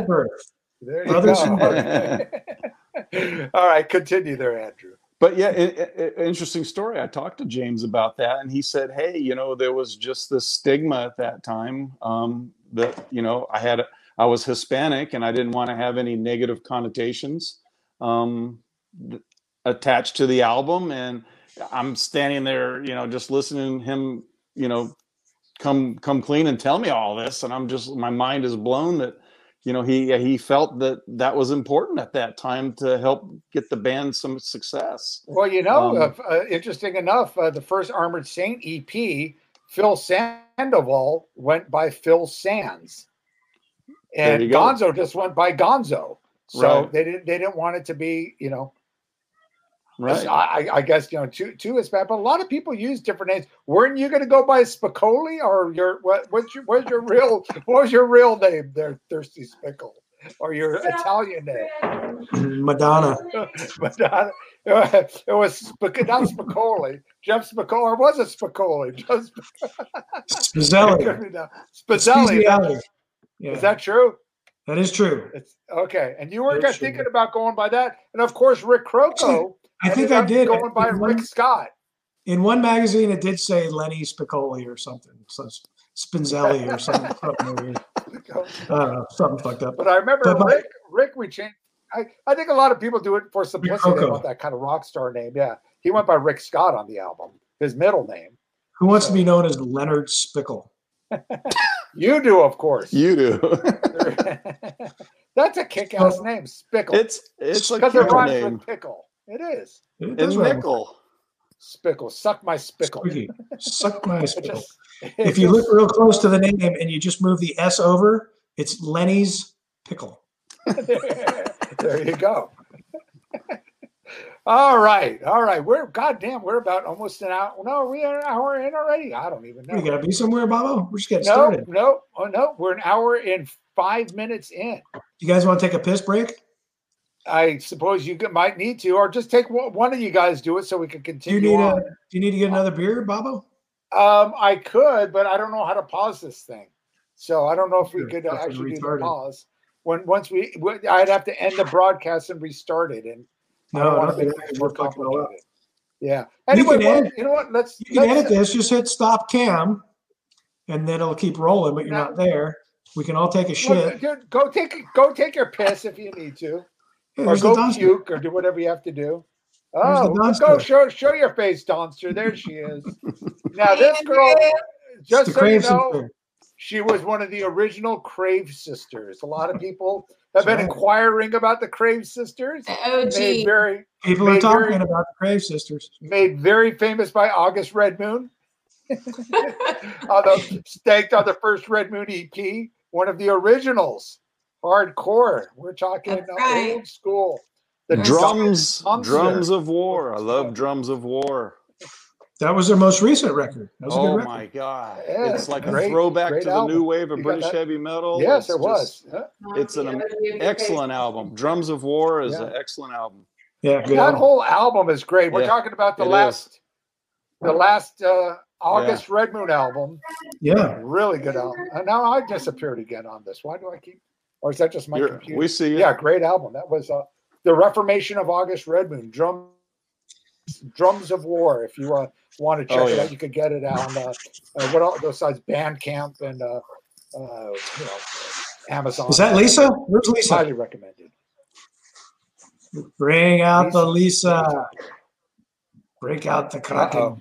S3: that.
S4: at birth.
S3: there you
S4: Brothers in
S3: go. All right, continue there, Andrew.
S6: but yeah, it, it, it- interesting story. I talked to James about that, and he said, "Hey, you know, there was just this stigma at that time um, that you know I had I was Hispanic, and I didn't want to have any negative connotations um, th- attached to the album." And I'm standing there, you know, just listening to him, you know, come come clean and tell me all this and i'm just my mind is blown that you know he he felt that that was important at that time to help get the band some success
S3: Well, you know,
S6: Um,
S3: uh, uh, interesting enough, uh, the first Armored Saint EP, Phil Sandoval went by Phil Sands,
S6: There
S3: and
S6: you go.
S3: Gonzo just went by Gonzo. So
S6: Right.
S3: they didn't they didn't want it to be you know
S6: right
S3: I, I- I guess you know two two is bad, but a lot of people use different names. Weren't you going to go by Spicoli or your what? What's your what's your real what was your real name? There, thirsty Spickle, or your Italian
S7: Oh
S3: name?
S4: Madonna.
S3: But uh, it was Spic- not Spicoli. Jeff Spicoli, or was it Spicoli? Jeff Sp- I
S4: Spizzelli.
S3: couldn't know.
S4: uh,
S3: Spizzelli. that was-
S4: Yeah,
S3: Is that true?
S4: that is true.
S3: It's okay. And you weren't
S4: That's true.
S3: thinking about going by that. And of course, Rick Croco.
S4: I think
S3: ended
S4: I
S3: up
S4: did.
S3: going by
S4: in,
S3: Rick
S4: one,
S3: Scott.
S4: in one magazine, it did say Lenny Spicoli or something, so Spinzelli or something, something, weird. Uh, something fucked up.
S3: But I remember
S4: But my-
S3: Rick. Rick, we changed. I, I think a lot of people do it for simplicity. They
S4: Rocco.
S3: want that kind of rock star name. Yeah, he went by Rick Scott on the album. His middle name.
S4: Who wants to be known as Leonard Spickle?
S3: You do, of course.
S6: you do
S3: That's a kick-ass name, Spickle.
S6: it's it's a
S3: because it
S6: cute
S3: rhymes
S6: name
S3: with pickle. It is
S4: It
S6: and
S4: does rhyme with
S6: nickel
S3: Spickle. Suck my Spickle.
S4: Squeaky. Suck my
S3: It
S4: Spickle.
S3: just-
S4: If you look real close to the name and you just move the S over, it's Lenny's Pickle.
S3: there you go. all right, all right. We're goddamn. We're about almost an hour. No, we are an hour in already. I don't even know.
S4: We gotta be somewhere, Bobo. We're just getting
S3: No,
S4: started.
S3: no, oh, no. We're an hour and five minutes in.
S4: You guys want to take a piss break?
S3: I suppose you could- might need to, or just take one, one of you guys do it so we can
S4: Do you
S3: continue
S4: need a?
S3: on.
S4: Do you need to get another beer, Bobo?
S3: um, I could, but I don't know how to pause this thing. So I don't know if we
S4: You're
S3: could uh,
S4: fucking
S3: actually do the
S4: retarded.
S3: pause. When once we, w- I'd have to end the broadcast and restart it, and I
S4: No,
S3: don't
S4: don't
S3: want to
S4: do
S3: make
S4: that
S3: it
S4: 'cause
S3: more
S4: we're fucking all up.
S3: complicated. Yeah. Anyway,
S4: can
S3: well,
S4: edit-
S3: you know what? Let's
S4: You can
S3: let's-
S4: edit this. Just hit stop cam, and then it'll keep rolling. But you're
S3: No.
S4: not there. We can all take a
S3: well,
S4: shit.
S3: dude, go take go take your piss if you need to.
S4: Hey,
S3: or
S4: there's the
S3: go
S4: dumpster.
S3: puke or do whatever you have to do.
S4: There's
S3: Oh,
S4: the
S3: look, go
S4: dumpster.
S3: show show your face, Donster. There she is. Now this girl,
S4: It's
S3: just
S4: the
S3: so you
S4: Crave
S3: know,
S4: Center.
S3: she was one of the original Crave sisters. A lot of people have been
S4: That's right.
S3: inquiring about the Crave sisters. Made
S7: The OG.
S3: very
S4: People are
S3: made very-
S4: talking about the Crave Sisters.
S3: made very famous by August Red Moon, although staked on the first Red Moon EP, one of the originals. Hardcore. We're talking
S7: That's right.
S3: old school. The
S6: drums
S3: dumpster.
S6: drums of war i love drums of war
S4: That was their most recent record. That was a good
S6: oh
S4: record.
S6: my god
S3: Yeah,
S6: it's like
S3: great-
S6: a throwback
S3: great
S6: to the
S3: album.
S6: new wave of
S3: You got
S6: british
S3: that?
S6: heavy metal
S3: Yes,
S6: It's
S3: it was.
S6: just
S3: Huh?
S6: It's an
S7: OG.
S6: excellent album drums of war is
S3: Yeah.
S6: an excellent album
S4: Yeah, good.
S3: That
S4: album.
S3: whole album is great. We're
S6: Yeah,
S3: talking about the
S6: it is.
S3: last, the last uh, August Red Moon album.
S4: yeah.
S3: Really good album. And now I disappeared again on this. Why do I keep? Or is that just my
S6: You're-
S3: computer?
S6: we see you.
S3: yeah, great album. That was uh, the Reformation of August Red Moon. Drum, drums of war. If you uh, want to check
S6: Oh,
S3: it
S6: yeah.
S3: out, you could get it on uh, uh, what all those sites? Bandcamp and uh, uh, you know, Amazon.
S4: Is that Lisa? Where's Lisa?
S3: Highly recommended.
S4: Bring out the Lisa. Break out the Kraken.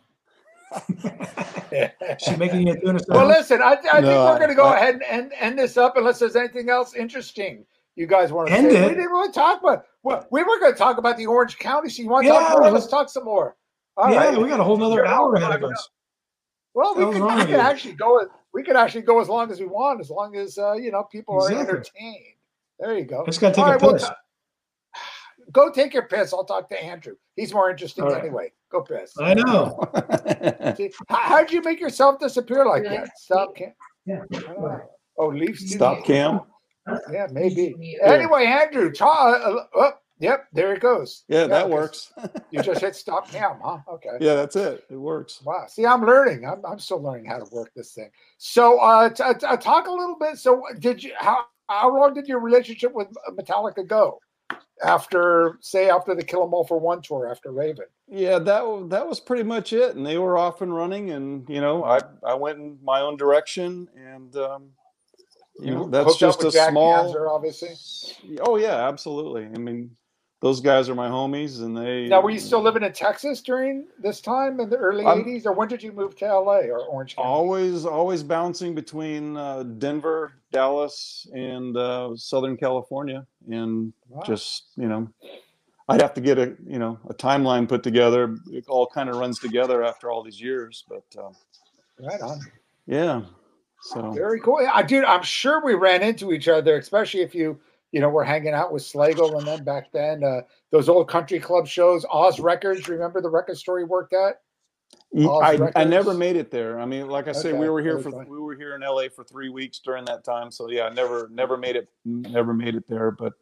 S4: She's making you a tuna
S3: Well,
S4: salad.
S3: listen, I, I think
S6: No,
S3: we're
S6: I-
S3: going to go
S6: I-
S3: ahead and end, end this up unless there's anything else interesting you guys want to
S4: End
S3: say.
S4: it.
S3: We didn't really talk about. Well, we were going to talk about the Orange County scene. You want to
S4: Yeah,
S3: talk more?
S4: let's-
S3: Let's talk some more. All right.
S4: yeah, we got a whole nother
S3: You're
S4: hour
S3: welcome.
S4: ahead of
S3: I know.
S4: us.
S3: Well, we
S4: What was
S3: could,
S4: wrong
S3: we
S4: with
S3: could
S4: you?
S3: actually go. as- We could actually go as long as we want, as long as uh, you know people are
S4: Exactly.
S3: entertained. There you go.
S4: I just got to take
S3: All
S4: a
S3: right, we'll
S4: piss.
S3: ta- go take your piss. I'll talk to Andrew. He's more interesting
S4: All right.
S3: anyway. Go piss.
S4: I know.
S3: See, how, how'd you make yourself disappear like
S7: Really?
S3: that? Stop. Can-
S4: Yeah.
S3: I don't know. Oh, Leafs. didn't
S6: stop cam
S3: Yeah, maybe.
S7: Yeah.
S3: Anyway, Andrew, ta- uh, oh, yep, there it goes.
S6: yeah that
S3: 'cause
S6: works
S3: You just hit stop cam, huh? Okay.
S6: yeah that's it it works
S3: Wow. See, I'm learning. I'm, I'm still learning how to work this thing. So, uh, t- t- uh, talk a little bit. So, did you how how long did your relationship with uh, Metallica go after, say, after the Kill 'Em All for One tour after Raven?
S6: Yeah, that wa- that was pretty much it, and they were off and running, and you know, I I went in my own direction, and um, you know, that's
S3: Hooked up
S6: just
S3: with
S6: a
S3: Jack
S6: small.
S3: Panzer, obviously.
S6: Oh yeah, absolutely. I mean, those guys are my homies, and they.
S3: Now, were you still living in Texas during this time in the early
S6: I'm-
S3: '80s, or when did you move to LA or Orange County?
S6: always always bouncing between uh, Denver, Dallas, and uh, Southern California, and
S3: Hmm. Wow.
S6: just you know, I'd have to get a you know a timeline put together. It all kind of runs together after all these years, but um,
S3: right on.
S6: yeah. So
S3: Very cool. I dude, I'm sure we ran into each other, especially if you you know were hanging out with Slagle and then back then uh, those old country club shows, Oz Records. Remember the record store he worked at? Oz
S6: I, e, I
S3: Records?
S6: never made it there. I mean, like I say,
S3: Okay,
S6: we were here
S3: that's
S6: for
S3: fine.
S6: we were here in LA for three weeks during that time. So yeah, I never never made it never made it there. But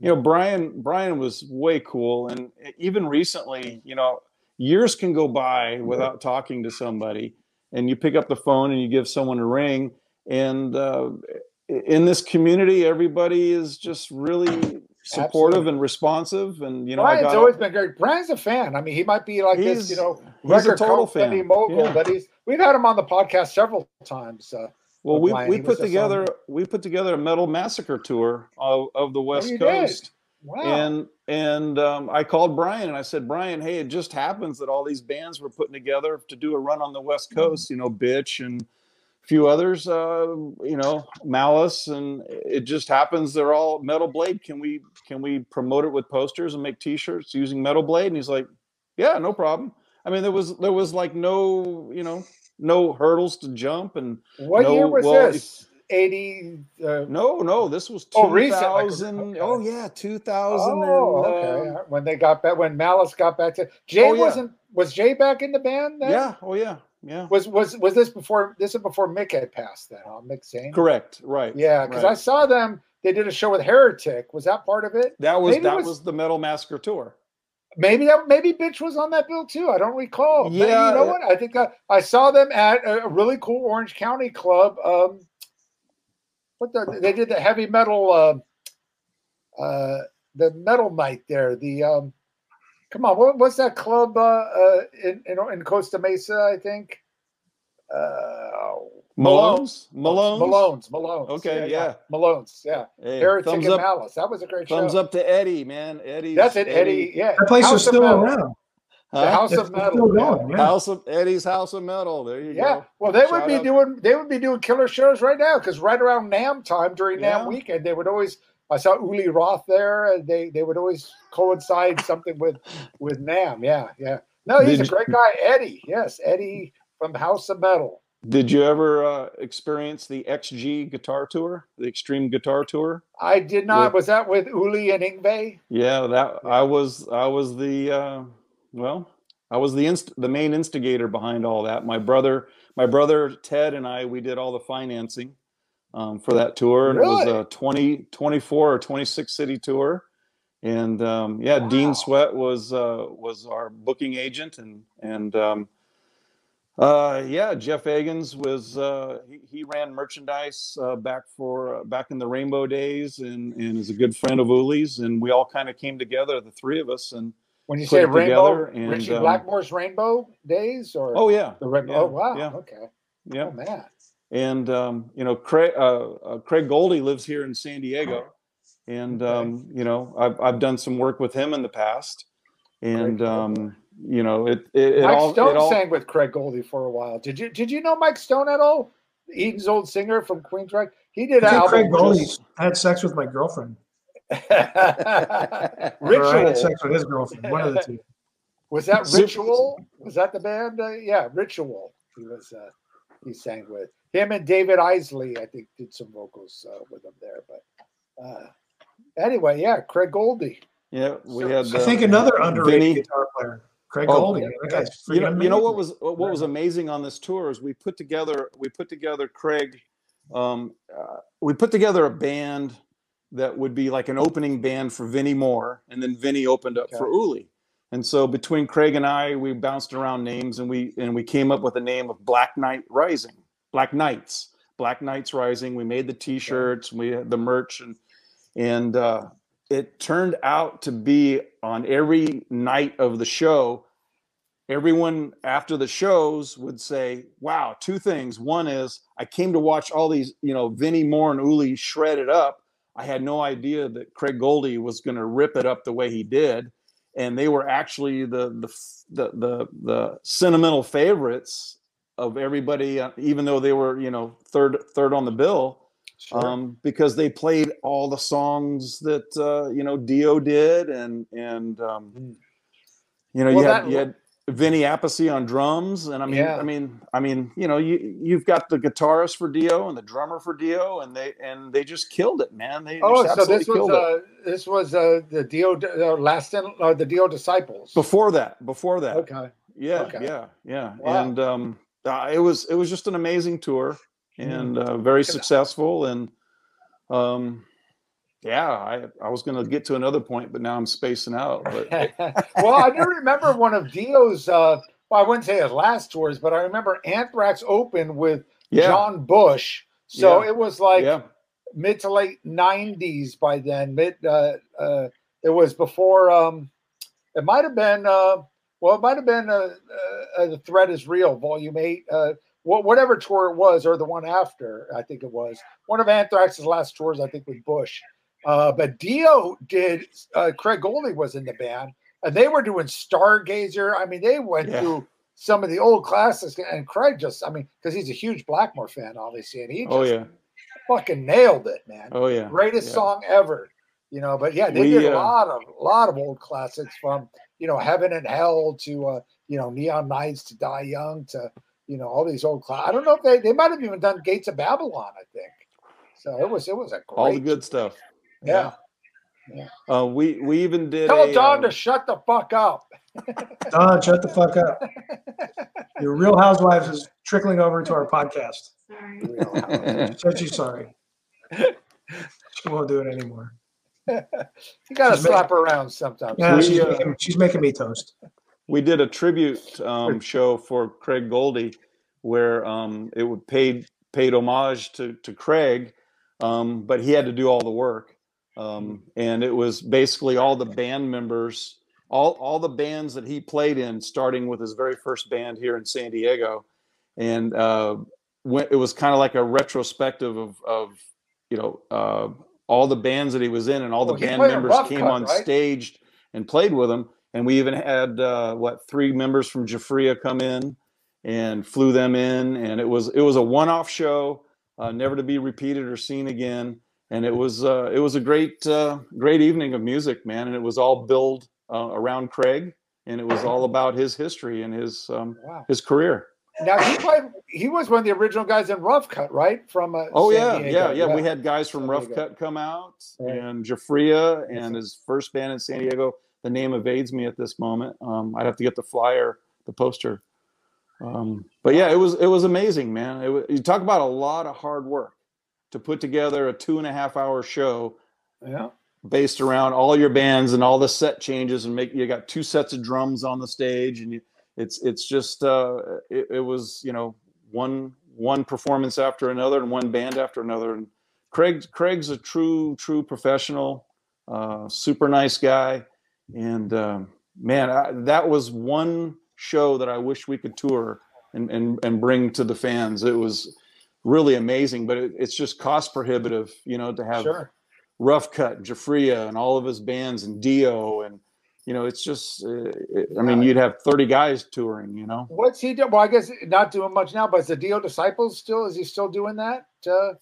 S6: you know, Brian Brian was way cool, and e, even recently, you know, years can go by without talking to somebody, and you pick up the phone and you give someone a ring, and uh, in this community, everybody is just really supportive
S3: Absolutely.
S6: and responsive, and you know, I
S3: Brian's
S6: got
S3: always been great. Brian's a fan. I mean, he might be like this, you
S6: He's-
S3: know,
S6: he's a
S3: record
S6: total
S3: company
S6: fan.
S3: mogul,
S6: Yeah.
S3: but he's we've had him on the podcast several times. Uh,
S6: Well,
S3: of
S6: we,
S3: Lion.
S6: we
S3: He was
S6: put
S3: just on
S6: together we put together a metal massacre tour of, of the West
S3: Oh, you did.
S6: Coast,
S3: wow.
S6: and and um, I called Brian and I said, Brian, hey, it just happens that all these bands were putting together to do a run on the
S3: Mm-hmm.
S6: West Coast, you know, Bitch and a few others, uh, you know, Malice, and it just happens they're all Metal Blade. Can we can we promote it with posters and make T-shirts using Metal Blade? And he's like, Yeah, no problem. I mean, there was there was like no you know no hurdles to jump and
S3: what
S6: no,
S3: year was
S6: well, if-
S3: this? 80 uh,
S6: no, no, this was
S3: Oh, recent,
S6: 2000.
S3: like, okay.
S6: Oh, yeah, 2000.
S3: Oh,
S6: and,
S3: okay.
S6: uh,
S3: when they got back, when Malice got back to Jay
S6: Oh, yeah.
S3: wasn't was Jay back in the band then?
S6: yeah. Oh, yeah. Yeah.
S3: Was was was this before? This is before Mick had passed then, huh? Mick Zane.
S6: Correct. Right.
S3: Yeah, because I
S6: right.
S3: saw them. They did a show with Heretic. Was that part of it?
S6: that was
S3: maybe it
S6: that
S3: was-
S6: was, the Metal Massacre tour.
S3: Maybe that maybe bitch was on that bill too. I don't recall. Maybe-
S6: Yeah,
S3: you know
S6: yeah.
S3: what? I think I, I saw them at a a really cool Orange County club. Um, what the they did the heavy metal uh, uh the metal night there. The um, come on, what, what's that club uh, uh in, in in Costa Mesa? I think. Uh,
S6: Malone's. Malone's.
S3: Malone's, Malone's.
S6: Okay, yeah.
S3: Malone's, yeah.
S6: Hey,
S3: Heretic
S6: thumbs
S3: and
S6: up.
S3: Malice. That was a great
S6: Thumbs
S3: show.
S6: up to Eddie, man. Eddie.
S3: That's it, Eddie. Yeah,
S4: That place
S3: House
S4: is
S3: of
S4: still
S3: Metal.
S4: around.
S3: The House
S4: It's
S3: of Metal.
S4: still
S3: yeah.
S4: going. Yeah.
S6: House of Eddie's House of Metal. There you
S3: Yeah,
S6: go.
S3: well, they would
S6: Shout
S3: be
S6: out.
S3: doing they would be doing killer shows right now because right around Nam time during
S6: Yeah.
S3: Nam weekend they would always I saw Uli Roth there and they they would always coincide something with with Nam. Yeah, yeah. No, he's
S6: Did
S3: a
S6: you-
S3: great guy, Eddie. Yes, Eddie from House of Metal.
S6: Did you ever uh, experience the XG guitar tour, the Extreme Guitar Tour?
S3: I did not.
S6: With-
S3: Was that with Uli and Ingve?
S6: Yeah, that I was I was the uh well, I was the inst the main instigator behind all that. My brother my brother Ted and I we did all the financing um for that tour and it
S3: Really?
S6: was a 20 24 or 26 city tour. And um yeah,
S3: Wow.
S6: Dean Sweat was uh was our booking agent and and um uh yeah, Jeff Agans was uh he, he ran merchandise uh, back for uh, back in the Rainbow days and and is a good friend of Uli's and we all kind of came together the three of us and
S3: When you
S6: Put
S3: say
S6: it
S3: Rainbow,
S6: together and,
S3: Richie
S6: um,
S3: Blackmore's Rainbow Days or
S6: oh yeah.
S3: the Rainbow?
S6: yeah,
S3: oh wow,
S6: Yeah.
S3: okay,
S6: Yeah.
S3: oh man,
S6: And um you know Craig uh, uh Craig Goldie lives here in San Diego and
S3: Okay.
S6: um you know I've I've done some work with him in the past
S3: Craig
S6: and
S3: Goldie.
S6: um you know it it, it
S3: Mike
S6: all
S3: Stone
S6: it all
S3: sang with Craig Goldie for a while. Did you did you know Mike Stone at all? Eden's old singer from Queens, right? He did
S4: I
S3: an
S4: think
S3: album.
S4: Craig Goldie
S6: just-
S4: had sex with my girlfriend. Or I had
S3: Ritual
S4: sex with his girlfriend. One of the two.
S3: was that
S6: Zoom-
S3: Ritual? Was that the band? Uh, yeah, Ritual. He was uh, he sang with him and David Isley. I think did some vocals uh, with him there. But uh, anyway, yeah, Craig Goldie.
S6: yeah, we
S3: So-
S6: had
S4: I think
S6: um,
S4: another underrated
S6: Vinny.
S4: guitar player, Craig
S6: Oh,
S4: Goldie. That guy's
S6: you know,
S4: freaking
S6: you know what
S4: amazing.
S6: was uh, what what was amazing on this tour is we put together we put together Craig, um, uh, we put together a band that would be like an opening band for Vinnie Moore, and then Vinnie opened up for Uli. And so between Craig and I, we bounced around names, and we and we came up with the name of Black Knight Rising, Black Knights, Black Knights Rising. We made the T-shirts, we had the merch, and and uh, it turned out to be on every night of the show everyone after the shows would say wow two things one is i came to watch all these you know vinnie moore and uli shred it up I had no idea that Craig Goldie was going to rip it up the way he did, and they were actually the the f- the the, the sentimental favorites of everybody, uh, even though they were you know third third on the bill um, because they played all the songs that uh, you know Dio did, and and um, you know
S3: Hmm. Well,
S6: you had
S3: that-
S6: you had Vinny Appice on drums, and I mean,
S3: Yeah.
S6: I mean, I mean, you know, you you've got the guitarist for Dio and the drummer for Dio, and they and they just killed it, man. They
S3: Oh,
S6: just
S3: so this was
S6: absolutely killed it.
S3: uh, this was uh, the Dio uh, last in, uh, the Dio disciples.
S6: Before that, before that,
S3: Okay,
S6: yeah,
S3: okay.
S6: yeah, yeah,
S3: Wow.
S6: and um, uh, it was it was just an amazing tour
S3: Mm-hmm.
S6: and uh, very successful and um, yeah, I I was gonna get to another point, but now I'm spacing out. But
S3: well, I do remember one of Dio's. Uh, well, I wouldn't say his last tours, but I remember Anthrax opened with
S6: yeah,
S3: John Bush. So
S6: Yeah.
S3: it was like
S6: yeah,
S3: mid to late '90s by then. Mid, uh, uh, it was before. Um, it might have been. Uh, well, it might have been. Uh, uh, the threat is real, Volume Eight. Uh, wh- whatever tour it was, or the one after, I think it was one of Anthrax's last tours. I think with Bush. Uh, but Dio did. Uh, Craig Goldie was in the band, and they were doing Stargazer. I mean, they went
S6: Yeah.
S3: through some of the old classics, and Craig just. I mean, because he's a huge Blackmore fan, obviously, and he just
S6: oh yeah,
S3: fucking nailed it, man.
S6: oh yeah,
S3: Greatest
S6: yeah.
S3: song ever. You know, but yeah, they
S6: We,
S3: did a
S6: uh,
S3: lot of lot of old classics from you know Heaven and Hell to uh, you know Neon Nights to Die Young to you know all these old classics. I don't know if they they might have even done Gates of Babylon. I think so. It was it was a great
S6: all the good stuff.
S3: Yeah.
S6: Uh, we we even did.
S3: Tell
S6: a,
S3: Don
S6: um,
S3: to shut the fuck up.
S4: Don, shut the fuck up. Your Real Housewives is trickling over into our podcast.
S7: Sorry.
S3: you
S4: Said she's sorry. She won't do it anymore.
S3: gotta
S4: She's ma-
S3: slap her around sometimes.
S4: Yeah,
S6: We,
S4: she's,
S6: uh,
S4: making, she's making me toast.
S6: we did a tribute um, show for Craig Goldie, where um, it would paid paid homage to to Craig, um, but he had to do all the work,
S3: Mm.
S6: um, and it was basically all the band members, all all the bands that he played in, starting with his very first band here in San Diego, and uh, when, it was kind of like a retrospective of of you know uh, all the bands that he was in, and all the
S3: Well, he
S6: band
S3: played in
S6: members
S3: Rough
S6: came
S3: Cut,
S6: on
S3: right?
S6: stage and played with him. And we even had uh, what three members from Jafria come in and flew them in, and it was it was a one-off show, uh, never to be repeated or seen again. And it was uh, it was a great uh, great evening of music, man. And it was all built uh, around Craig, and it was
S3: Mm-hmm.
S6: all about his history and his um,
S3: Wow.
S6: his career.
S3: Now he played. He was one of the original guys in Rough Cut, right? From uh,
S6: Oh
S3: San
S6: yeah,
S3: Diego.
S6: yeah, yeah, We had guys from
S3: San
S6: Rough
S3: Diego.
S6: Cut come out,
S3: Right.
S6: and Jafria,
S3: Yes,
S6: and
S3: sir.
S6: his first band in San Diego. The name evades me at this moment. Um, I'd have to get the flyer, the poster. Um, but yeah, it was it was amazing, man. It was, you talk about a lot of hard work to put together a two and a half hour show
S3: yeah.
S6: based around all your bands and all the set changes and make you got two sets of drums on the stage and you, it's it's just uh it, it was you know one one performance after another and one band after another and craig craig's a true true professional uh super nice guy and um man I, that was one show that i wish we could tour and and, and bring to the fans it was really amazing but it, it's just cost prohibitive you know to have
S3: Sure.
S6: Rough Cut, Jafria, and all of his bands, and Dio, and you know, it's just. Uh, it, I mean, you'd have thirty guys touring. You know,
S3: What's he doing? Well, I guess not doing much now, but is the Dio Disciples still? Is he still doing that? Uh,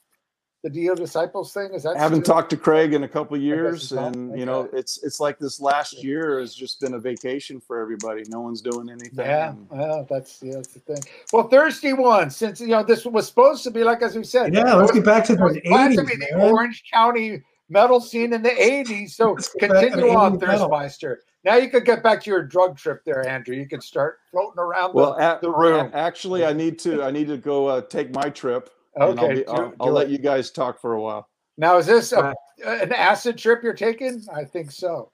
S3: the Dio Disciples thing? Is that
S6: I haven't
S3: still-
S6: talked to Craig in a couple years,
S3: it's not-
S6: and you know,
S3: okay.
S6: it's it's like this last year has just been a vacation for everybody. No one's doing anything.
S3: Yeah,
S6: and-
S3: well, that's yeah, that's the thing. Well, thirsty one, since you know this was supposed to be like as we said,
S4: Yeah, let's
S3: it was-
S4: get back to
S3: it was
S4: the
S3: supposed to be
S4: 80s,
S3: the
S4: man.
S3: Orange County metal scene in the '80s. So
S4: Let's get back to
S3: continue
S4: the
S3: on,
S4: 80s metal.
S3: Thirstmeister. Now you could get back to your drug trip there, Andrew. You could start floating around.
S6: Well,
S3: the,
S6: a-
S3: the room.
S6: a- actually, I need to I need to go uh, take my trip. and I'll,
S3: okay.
S6: be,
S3: do-
S6: I'll, I'll
S3: do
S6: let
S3: it.
S6: you guys talk for a while.
S3: Now is this a,
S4: Right.
S3: an acid trip you're taking? I think so.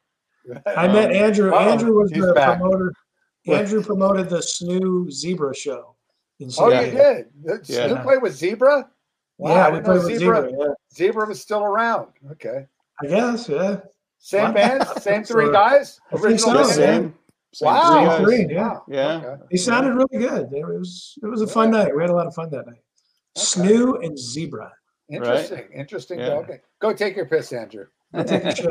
S4: I met Andrew.
S3: Uh-oh,
S4: Andrew was
S3: he's
S4: the
S3: back.
S4: promoter. Andrew promoted the Snoo Zebra show. In San
S3: Oh,
S6: Yeah.
S3: you
S4: Diego.
S3: did. Did
S6: Yeah.
S3: You play with Zebra? Wow, I
S4: Yeah, we
S3: didn't
S4: played
S3: know
S4: with
S3: Zebra.
S4: Zebra. yeah.
S3: Zebra was still around. Okay.
S4: I guess, yeah.
S3: Same
S4: Wow.
S3: band, same three
S4: So-
S3: guys.
S4: I think
S3: Original
S4: so,
S6: Yeah,
S4: man.
S3: band?
S6: same, same
S3: Wow.
S6: three
S4: All
S6: guys.
S4: three, yeah.
S3: Wow,
S6: Yeah.
S3: okay.
S4: They sounded really good. It was it was a fun night. We had a lot of fun that night.
S3: Okay.
S4: Snoo and Zebra.
S3: Interesting. Interesting.
S6: Yeah.
S3: Okay. Go take your piss, Andrew.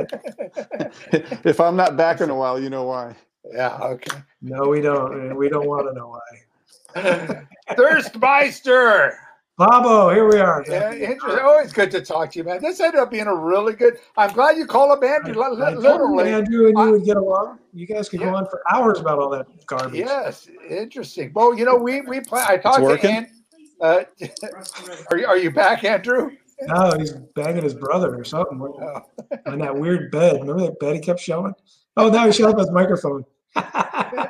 S6: if I'm not back in a while, you know why.
S3: Yeah. Okay.
S4: No, we don't. and We don't want to know why.
S3: Thirstmeister.
S4: Bobo, here we are.
S3: Yeah, interesting. Always good to talk to you, man. This ended up being a really good. I'm glad you call up Andrew. li- li-
S4: I told you,
S3: literally.
S4: Andrew and you
S3: I-
S4: would get along. You guys could
S3: Yeah.
S4: go on for hours about all that garbage.
S3: Yes, interesting. Well, you know, we we play. I talked to
S6: working?
S3: An, uh, Are you are you back, Andrew?
S4: No, Oh, he's banging his brother or something
S3: Oh.
S4: on that weird bed. Remember that bed he kept showing? Oh, now he's showing his microphone. oh,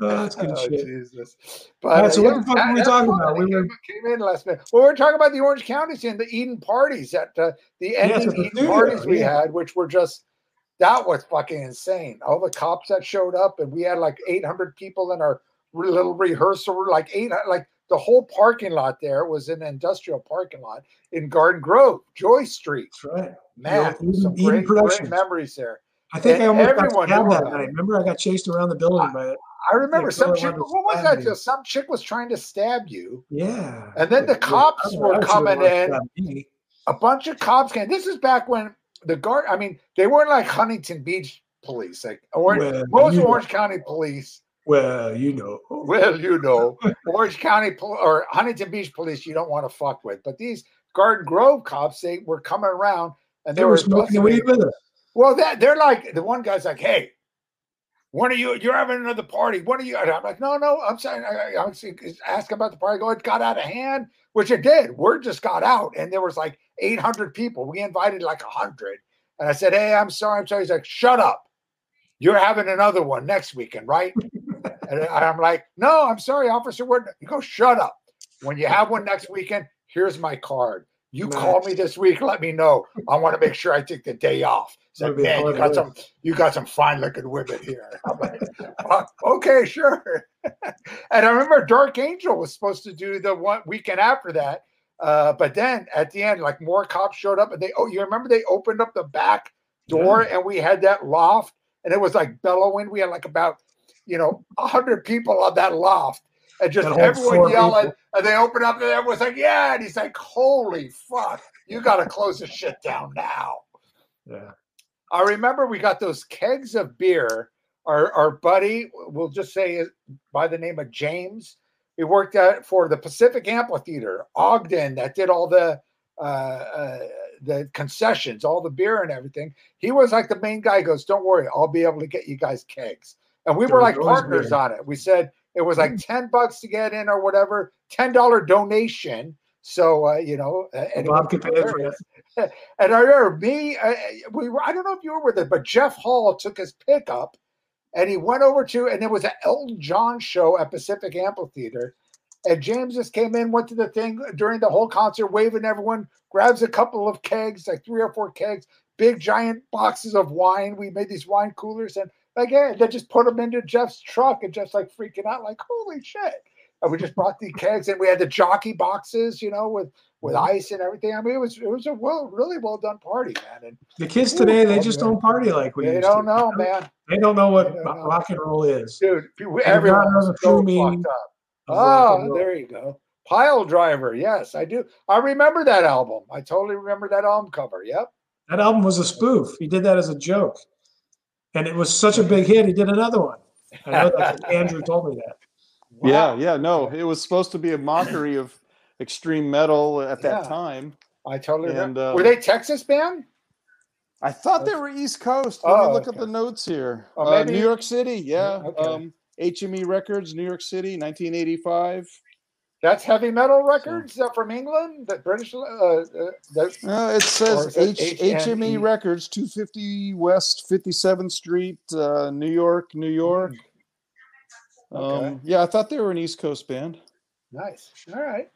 S4: that's good
S3: Oh,
S4: shit.
S3: Jesus.
S4: All right, so
S3: uh,
S4: what the fuck
S3: yeah,
S4: were we
S3: that's
S4: talking
S3: why
S4: about?
S3: they
S4: We
S3: came,
S4: were-
S3: came in last minute. Well, we are talking about the Orange Counties and the Eden parties at uh, the ending
S4: at the
S3: Eden
S4: studio,
S3: parties we
S4: yeah.
S3: had, which were just that was fucking insane. All the cops that showed up, and we had like 800 people in our re- little rehearsal, room, like eight, like the whole parking lot there was an industrial parking lot in Garden Grove, Joy Street.
S4: That's right.
S3: Man,
S4: Eden-
S3: some
S4: Eden
S3: great, great
S4: Productions.
S3: memories there.
S4: I think
S3: And
S4: I almost got
S3: E-, everyone
S4: stabbed
S3: knew
S4: that
S3: about
S4: night.
S3: it.
S4: Remember, I got chased around the building by it.
S3: I remember some
S4: Colorado
S3: chick. What was
S4: stabbed
S3: that?
S4: me.
S3: Just some chick was trying to stab you.
S4: Yeah.
S3: And then the
S4: Yeah,
S3: cops
S4: I don't know,
S3: were
S4: I should've
S3: coming
S4: watched
S3: in.
S4: that movie.
S3: a bunch of cops came. This is back when the guard. I mean, they weren't like Huntington Beach police. Like or,
S4: Well,
S3: most
S4: you know.
S3: Orange County police.
S4: Well, you know.
S3: Well, you know, Orange County pol- or Huntington Beach police, you don't want to fuck with. But these Garden Grove cops, they were coming around and they,
S4: They
S3: were
S4: were
S3: busting-
S4: smoking weed with us.
S3: well, that they're like the one guy's like, "Hey, when are you? You're having another party. When are you?" And I'm like, "No, no, I'm sorry. I, I, I was asking about the party. Go, it got out of hand, which it did. Word just got out, and there was like 800 people. We invited like 100, and I said, "Hey, I'm sorry. I'm sorry." He's like, "Shut up. You're having another one next weekend, right?" and I'm like, "No, I'm sorry, Officer Ward." You go, "Shut up. When you have one next weekend, here's my card." You call me this week. Let me know. I want to make sure I take the day off. It's like,
S4: That'd be
S3: man, you
S4: hard
S3: got
S4: work.
S3: some, you got some fine-looking women here. I'm like, "Uh, okay, sure. and I remember Dark Angel was supposed to do the one weekend after that, uh, but then at the end, like more cops showed up, and they oh, you remember they opened up the back door, and we had that loft, and it was like bellowing. We had like about, you know, hundred people on that loft. And just
S4: That whole
S3: everyone
S4: floor
S3: yelling, and they opened up, and everyone's like, "Yeah!" And he's like, "Holy fuck! You got to close this shit down now."
S4: Yeah.
S3: I remember we got those kegs of beer. Our our buddy, we'll just say it by the name of James, he worked at for the Pacific Amphitheater, Ogden, that did all the uh, uh, the concessions, all the beer and everything. He was like the main guy. He goes, don't worry, I'll be able to get you guys kegs. And we
S4: There
S3: were
S4: was
S3: like
S4: always
S3: partners
S4: beer. Hmm.
S3: on it. We said it was like ten bucks to get in or whatever, ten dollar donation. So uh, you know, uh, and it was
S4: Bob could pay for
S3: hilarious.
S4: it.
S3: And I remember me, uh, we were, I don't know if you were with it, but Jeff Hall took his pickup and he went over to, and it was an Elton John show at Pacific Amphitheater. And James just came in, went to the thing during the whole concert, waving everyone, grabs a couple of kegs, like three or four kegs, big giant boxes of wine. We made these wine coolers and like, yeah, they just put them into Jeff's truck and Jeff's like freaking out, like, holy shit. And we just brought the kegs and we had the jockey boxes, you know, with with
S4: Mm-hmm.
S3: ice and everything. I mean, it was it was a well, really well done party, man.
S4: The kids today, they just don't party like
S3: And
S4: we
S3: they
S4: used
S3: don't
S4: to.
S3: know, man,
S4: They don't know
S3: They
S4: what
S3: don't know.
S4: rock and roll is.
S3: dude. people-
S4: They don't
S3: Everyone
S4: know the
S3: was so
S4: true meaning
S3: fucked up.
S4: of rock and
S3: Oh,
S4: roll.
S3: there you go. Pile Driver. Yes, I do. I remember that album. I totally remember that album cover. Yep.
S4: That album was a spoof. He did that as a joke. And it was such a big hit, he did another one. I know that 'cause Andrew told me that.
S6: Yeah,
S3: Wow.
S6: yeah, no, it was supposed to be a mockery of extreme metal at that
S3: Yeah.
S6: time.
S3: I totally
S6: And,
S3: remember.
S6: um,
S3: Were they Texas band?
S6: I thought they were East Coast. Let
S3: Oh,
S6: me look
S3: okay.
S6: at the notes here.
S3: Oh,
S6: Uh,
S3: maybe-
S6: New York City, yeah.
S3: okay.
S6: Um, HME Records, New York City, 1985.
S3: That's heavy metal records uh, from England. The British. Uh, uh, the,
S6: Uh, it
S3: Or is
S6: says
S3: it
S6: H-
S3: HME?
S6: HME Records, 250 West 57th Street, uh, New York, New York.
S3: Okay.
S6: Um, yeah, I thought they were an East Coast band.
S3: nice. All right.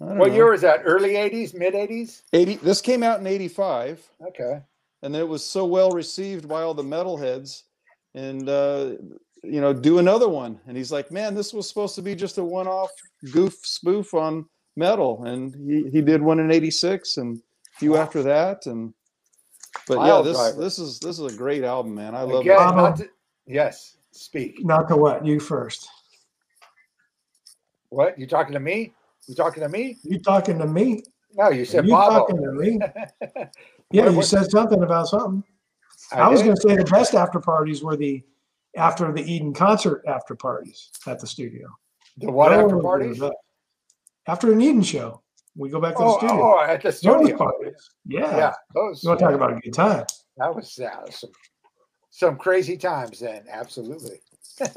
S6: I don't
S3: What
S6: know.
S3: year was that? Early '80s, mid '80s.
S6: 80, this came out in 85.
S3: Okay.
S6: and it was so well received by all the metalheads and uh you know do another one and he's like man this was supposed to be just a one-off goof spoof on metal and he, he did one in 86 and a few after that and but yeah
S3: Pile
S6: this
S3: driver.
S6: this is this is a great album man i love
S3: Again,
S6: it
S4: Bob.
S3: not to- yes. Speak.
S4: Not to what? You first.
S3: What? You talking to me? You talking to me?
S4: You talking to me?
S3: No, you said
S4: you
S3: Bobo.
S4: talking to me? Yeah,
S3: What-
S4: you
S3: what-
S4: said something about something. I, was
S3: did.
S4: going to say the best after parties were the after the Eden concert after parties at the studio.
S3: the what
S4: Those
S3: after
S4: were
S3: parties?
S4: the best. After an Eden show, we go back to the
S3: Oh,
S4: studio.
S3: oh, at the
S4: Those
S3: studio.
S4: parties. Yeah.
S3: Yeah, those.
S4: You want to talk about a good time?
S3: That was that was some, some crazy times then. Absolutely.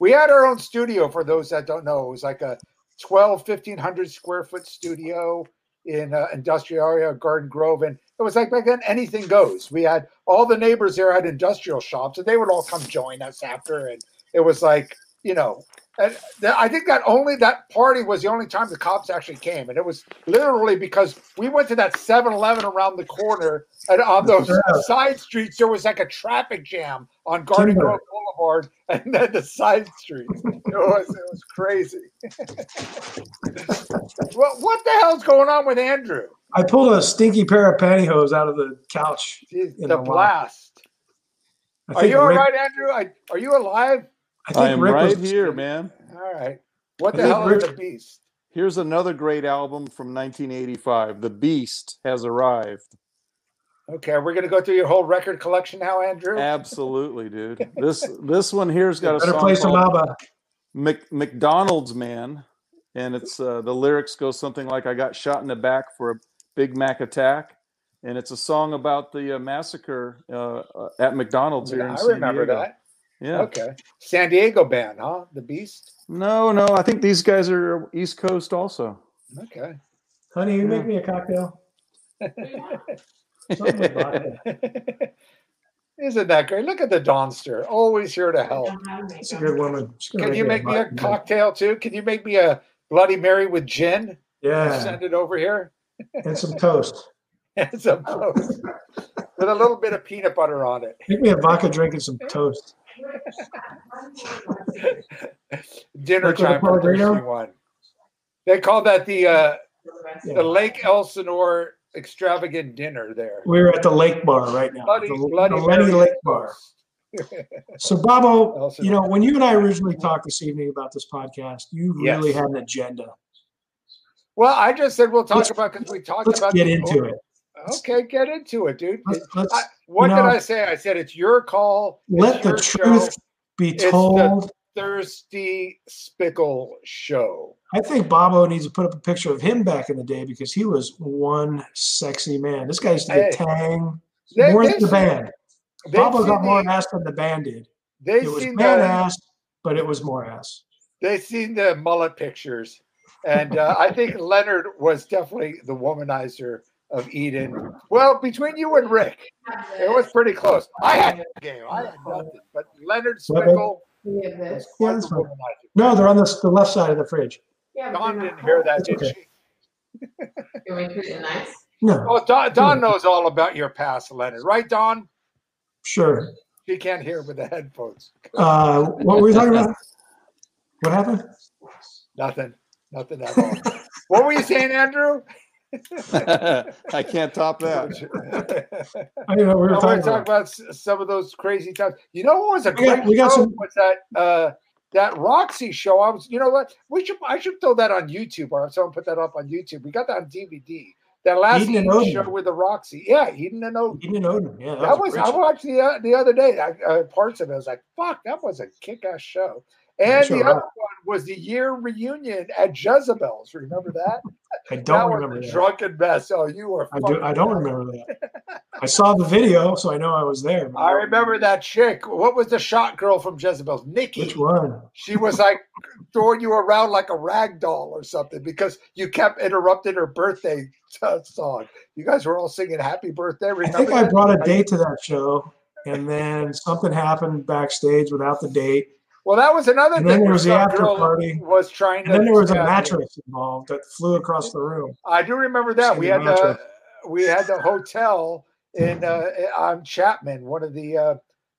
S3: we had our own studio for those that don't know. It was like a 12, 1500 square foot studio in uh, industrial area, of Garden Grove. And it was like back then, anything goes. We had all the neighbors there had industrial shops and they would all come join us after. And it was like, you know, and th- I think that only that party was the only time the cops actually came. And it was literally because we went to that 7 Eleven around the corner and on those
S4: Yeah.
S3: side streets, there was like a traffic jam on Garden
S4: Timber.
S3: Grove Boulevard and then the side streets. It was, it was crazy. well, what the hell's going on with Andrew?
S4: I pulled a stinky pair of pantyhose out of the couch.
S3: Jeez,
S4: In
S3: the
S4: a while.
S3: blast.
S4: I
S3: Are you all
S4: Rick,
S3: right, Andrew? I, are you alive?
S4: I think
S6: I am
S4: Rick
S6: right
S4: was,
S6: here, man.
S3: All right. What
S4: I
S3: the
S4: think
S3: hell is
S4: Rick-
S3: the beast?
S6: Here's another great album from 1985. The Beast has arrived.
S3: Okay, we're gonna go through your whole record collection now, Andrew.
S6: Absolutely, dude. This this one here's got a
S4: Better
S6: song
S4: place to
S6: called
S4: Mama.
S6: Mc, McDonald's man, and it's uh, the lyrics go something like "I got shot in the back for a Big Mac attack," and it's a song about the uh, massacre uh, uh, at McDonald's here in
S3: I
S6: San
S3: remember
S6: Diego.
S3: that.
S6: Yeah.
S3: Okay. San Diego band, huh? The Beast.
S6: No, no, I think these guys are East Coast also.
S3: Okay.
S4: Honey, you make
S6: Yeah.
S4: me a cocktail. Something about
S6: yeah,
S4: it.
S3: Isn't that great? Look at the Donster, always here to help.
S4: It's a good woman. She's gonna
S3: Can you make me a
S4: cocktail?
S3: cocktail too? Can you make me a Bloody Mary with gin?
S4: Yeah,
S3: Send it over here.
S4: and some toast.
S3: And some
S4: Oh.
S3: toast with a little bit of peanut butter on it.
S4: Make me a vodka drink and some toast.
S3: Dinner
S4: Like with a
S3: time producer
S4: Pellegrino?
S3: one. They call that the uh,
S4: Yeah.
S3: the Lake Elsinore extravagant dinner there.
S4: We're at the Lake Bar right now.
S3: Bloody,
S4: the,
S3: Bloody
S4: the Lenny
S3: Mary
S4: Lake
S3: with
S4: Bar.
S3: toast.
S4: So, Bobo,
S3: Elsinore.
S4: you know, when you and I originally talked this evening about this podcast, you
S3: Yes.
S4: really had an agenda.
S3: Well, I just said we'll talk
S4: Let's-
S3: about because we talked
S4: Let's
S3: about
S4: get
S3: the-
S4: into it.
S3: Okay, get into it, dude.
S4: Let's,
S3: I,
S4: let's
S3: what
S4: you
S3: did
S4: know,
S3: I say? I said it's your call. It's
S4: let the
S3: your
S4: truth
S3: show,
S4: be
S3: the-
S4: told.
S3: thirsty spickle show.
S4: I think Bobo needs to put up a picture of him back in the day because he was one sexy man. This guy used to get
S3: Hey.
S4: tang
S3: They-
S4: more
S3: they've
S4: than the
S3: seen-
S4: band.
S3: they've
S4: Bobo got
S3: seen
S4: more
S3: the-
S4: ass than the band did.
S3: They've
S4: It was
S3: seen
S4: man
S3: the,
S4: ass, but it was more ass.
S3: they've seen the mullet pictures, and uh, I think Leonard was definitely the womanizer of Eden. Well, between you and Rick, it was pretty close. I had the game. I had nothing, but Leonard
S4: What, babe?
S3: Spickle was
S4: Yeah,
S3: quite
S4: uh, that's
S3: the
S4: fine.
S3: womanizer.
S4: No, they're on the, the left side of the fridge.
S3: Don didn't hear that,
S4: It's
S3: did
S4: okay.
S3: she?
S7: Can we treat it nice?
S4: No,
S3: Oh, Don, Don knows all about your past, Leonard, right, Don?
S4: sure.
S3: She can't hear with the headphones.
S4: Uh, what were you talking about? What happened?
S3: Nothing. Nothing at all. what were you saying, Andrew?
S6: I can't top
S3: I
S6: that.
S4: I don't know. what We were
S3: want
S4: talking
S3: to talk
S4: about.
S3: about s- some of those crazy times. You know what was a
S4: We got-
S3: great
S4: we got
S3: show
S4: some-
S3: was that uh, that Roxy show. I was, you know what? We should I should throw that on YouTube or someone put that up on YouTube. We got that on DVD. That last
S4: Eden and
S3: Eden
S4: Odin.
S3: show with the Roxy. Yeah, Eden and Odin.
S4: Eden and Odin. Yeah, that,
S3: That was
S4: a
S3: I
S4: great
S3: watched the uh, the other day. I, uh, parts of it. I was like, "Fuck, that was a kick-ass show." And
S4: sure
S3: the
S4: was.
S3: other one was the year reunion at Jezebel's. Remember that?
S4: show. I
S3: That
S4: don't
S3: was
S4: remember
S3: a
S4: that.
S3: Drunken mess. Oh, you were.
S4: I do.
S3: fucking-
S4: I don't remember that. I saw the video, so I know I was there. but
S3: I
S4: don't
S3: remember that chick. What was the shot girl from Jezebel's? Nikki.
S4: Which one?
S3: She was like throwing you around like a rag doll or something because you kept interrupting her birthday song. You guys were all singing "Happy Birthday."
S4: I
S3: Remember
S4: think I
S3: that?
S4: brought a date to that show, and then something happened backstage without the date,
S3: Well, that was another
S4: and
S3: thing.
S4: then there
S3: where
S4: was the
S3: some
S4: after
S3: girl
S4: party,
S3: Was trying to.
S4: and then there was a
S3: Yeah.
S4: mattress involved that flew across the room.
S3: I do remember that
S4: Seen
S3: we
S4: the
S3: had the
S4: mattress.
S3: we had the hotel in uh, on Chapman, one of the uh,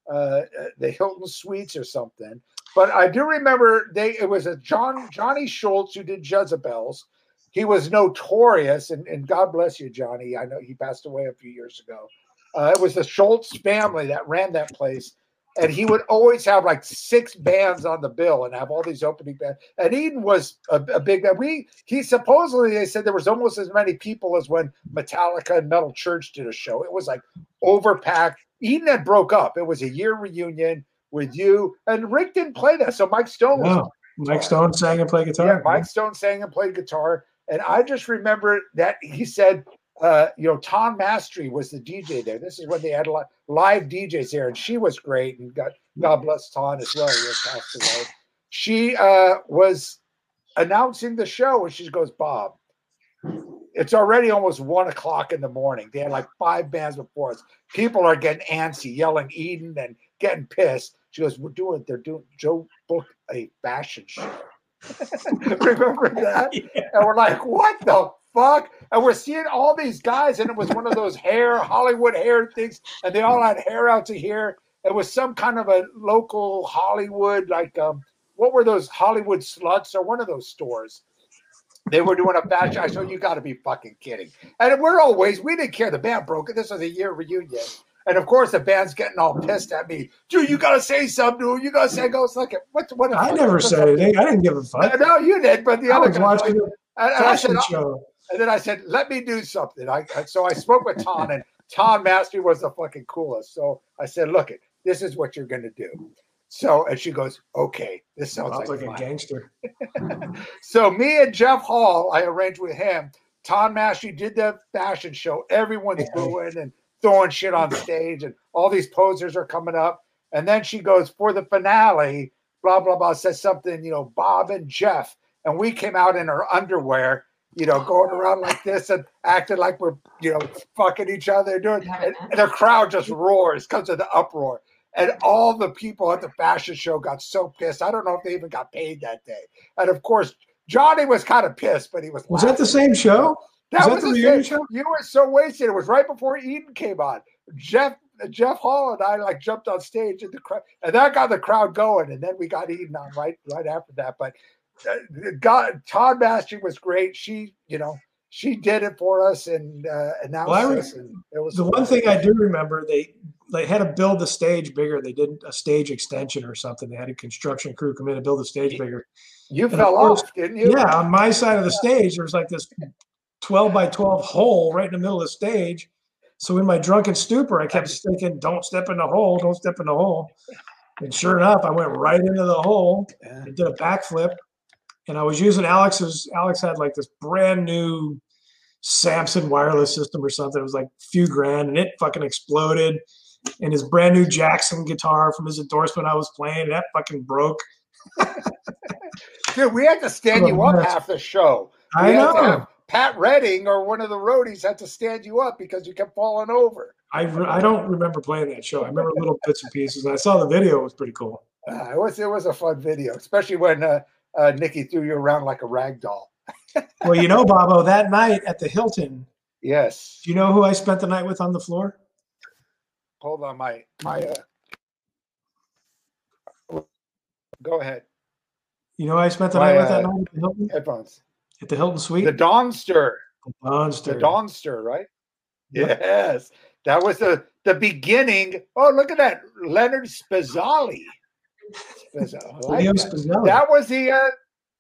S3: uh, uh, the Hilton Suites or something. But I do remember they it was a John Johnny Schultz who did Jezebel's. He was notorious, and, and God bless you, Johnny. I know he passed away a few years ago. Uh, it was the Schultz family that ran that place, and he would always have like six bands on the bill and have all these opening bands. And Eden was a, a big band. We he supposedly they said there was almost as many people as when Metallica and Metal Church did a show. It was like overpacked. Eden had broke up. It was a year reunion with you and Rick didn't play that. So Mike Stone was
S4: No, Mike Stone sang and played guitar.
S3: yeah, Mike Stone sang and played guitar. And I just remember that he said, uh, you know, Tom Mastery was the DJ there. This is when they had li- live DJs there, and she was great. And God, God bless Tom as well. He had passed away. She uh, was announcing the show, and she goes, Bob, it's already almost one o'clock in the morning. They had like five bands before us. People are getting antsy, yelling Eden and getting pissed. She goes, We're doing, they're doing, Joe booked a fashion show. Remember that? And we're like, What the fuck? And we're seeing all these guys, and it was one of those hair, Hollywood hair things, and they all had hair out to here. It was some kind of a local Hollywood, like, um, what were those Hollywood sluts or one of those stores? They were doing a fashion. I said, "You got to be fucking kidding!" And we're always we didn't care. The band broke. This was a year reunion, and of course the band's getting all pissed at me. Dude, you got to say something. Dude, you got to say. I go, look at what? What?
S4: I never said anything. I didn't give a fuck.
S3: No, you did. But the
S4: I
S3: other
S4: was
S3: guy,
S4: watching the
S3: and, and I said, oh."
S4: fashion show.
S3: and then I said, let me do something. I, I- so I spoke with Ton, and Ton Mastery was the fucking coolest. So I said, look it, this is what you're gonna do. So and she goes, okay, this sounds
S4: Sounds
S3: like
S4: like a
S3: fun."
S4: gangster.
S3: So me and Jeff Hall, I arranged with him. Tom Massey did the fashion show. Everyone's
S4: Yeah.
S3: booing and throwing shit on stage, and all these posers are coming up. And then she goes for the finale. Blah blah blah. Says something, you know, Bob and Jeff, and we came out in our underwear, you know, going around like this and acting like we're, you know, fucking each other, doing. And, and the crowd just roars, comes to the uproar, and all the people at the fashion show got so pissed. I don't know if they even got paid that day. And of course, Johnny was kind of pissed, but he was.
S4: Was that
S3: laughing.
S4: the same show?
S3: That was,
S4: was that the
S3: the
S4: reunion
S3: thing.
S4: show?
S3: You were so wasted. It was right before Eden came on. Jeff Jeff Hall and I like jumped on stage and the crowd, and that got the crowd going. And then we got Eden on right right after that. But uh, God, Todd Mastery was great. She, you know, she did it for us and uh, announced
S4: I re-
S3: us. And it was
S4: The one thing I do remember, they they had to build the stage bigger. They did a stage extension or something. They had a construction crew come in and build the stage bigger.
S3: you
S4: and of
S3: fell
S4: course-
S3: off, didn't you?
S4: Yeah, on my side of the stage, there was like this twelve by twelve hole right in the middle of the stage. So in my drunken stupor, I kept thinking, "Don't step in the hole! Don't step in the hole!" And sure enough, I went right into the hole.
S3: Yeah.
S4: I did a backflip, and I was using Alex's. Alex had like this brand new Samson wireless system or something. It was like few grand, and it fucking exploded. And his brand new Jackson guitar from his endorsement I was playing, and that fucking broke.
S3: Dude, we had to stand
S4: Oh,
S3: you up
S4: yes.
S3: half the show.
S4: I
S3: We had
S4: know.
S3: to have Pat Redding or one of the roadies had to stand you up because you kept falling over.
S4: I, re- I don't remember playing that show. I remember little bits and pieces. And I saw the video; it was pretty cool.
S3: Uh, it was it was a fun video, especially when uh, uh, Nikki threw you around like a rag doll.
S4: Well, you know, Bobo, that night at the Hilton,
S3: Yes.
S4: do you know who I spent the night with on the floor?
S3: Hold on, my my. Uh... Go ahead,
S4: You know, who I spent the
S3: Why,
S4: night with that
S3: uh,
S4: night at the Hilton,
S3: headphones.
S4: at the Hilton Suite.
S3: The Dawnster, the
S4: Monster.
S3: Dawnster, right?
S4: Yep.
S3: Yes, that was the the beginning. Oh, look at that, Leonard Spazzali. Spazza- I like
S4: Leo
S3: that.
S4: Spinelli.
S3: That was the uh,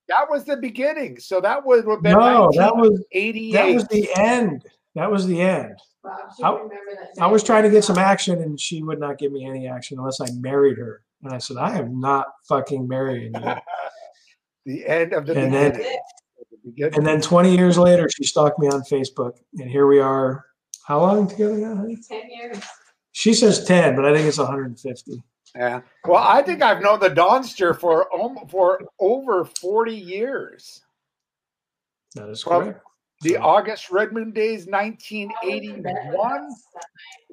S3: that was the beginning. So that was would have been
S4: no, that was that
S3: 1988.
S4: was the end. That was the end.
S7: Bob should
S4: I-
S7: remember that
S4: I was
S7: night.
S4: trying to get some action, and she would not give me any action unless I married her. And I said, I am not fucking marrying you.
S3: the end of the
S4: And then-
S3: beginning. The beginning.
S4: And then 20 years later, she stalked me on Facebook, and here we are. How long together now, honey?
S7: Ten years.
S4: She says 10, but I think it's 150.
S3: Yeah. Well, I think I've known the Donster for om- for over 40 years.
S4: That is
S3: Well,
S4: correct.
S3: The August Redmond Days,
S7: Oh,
S3: 1981.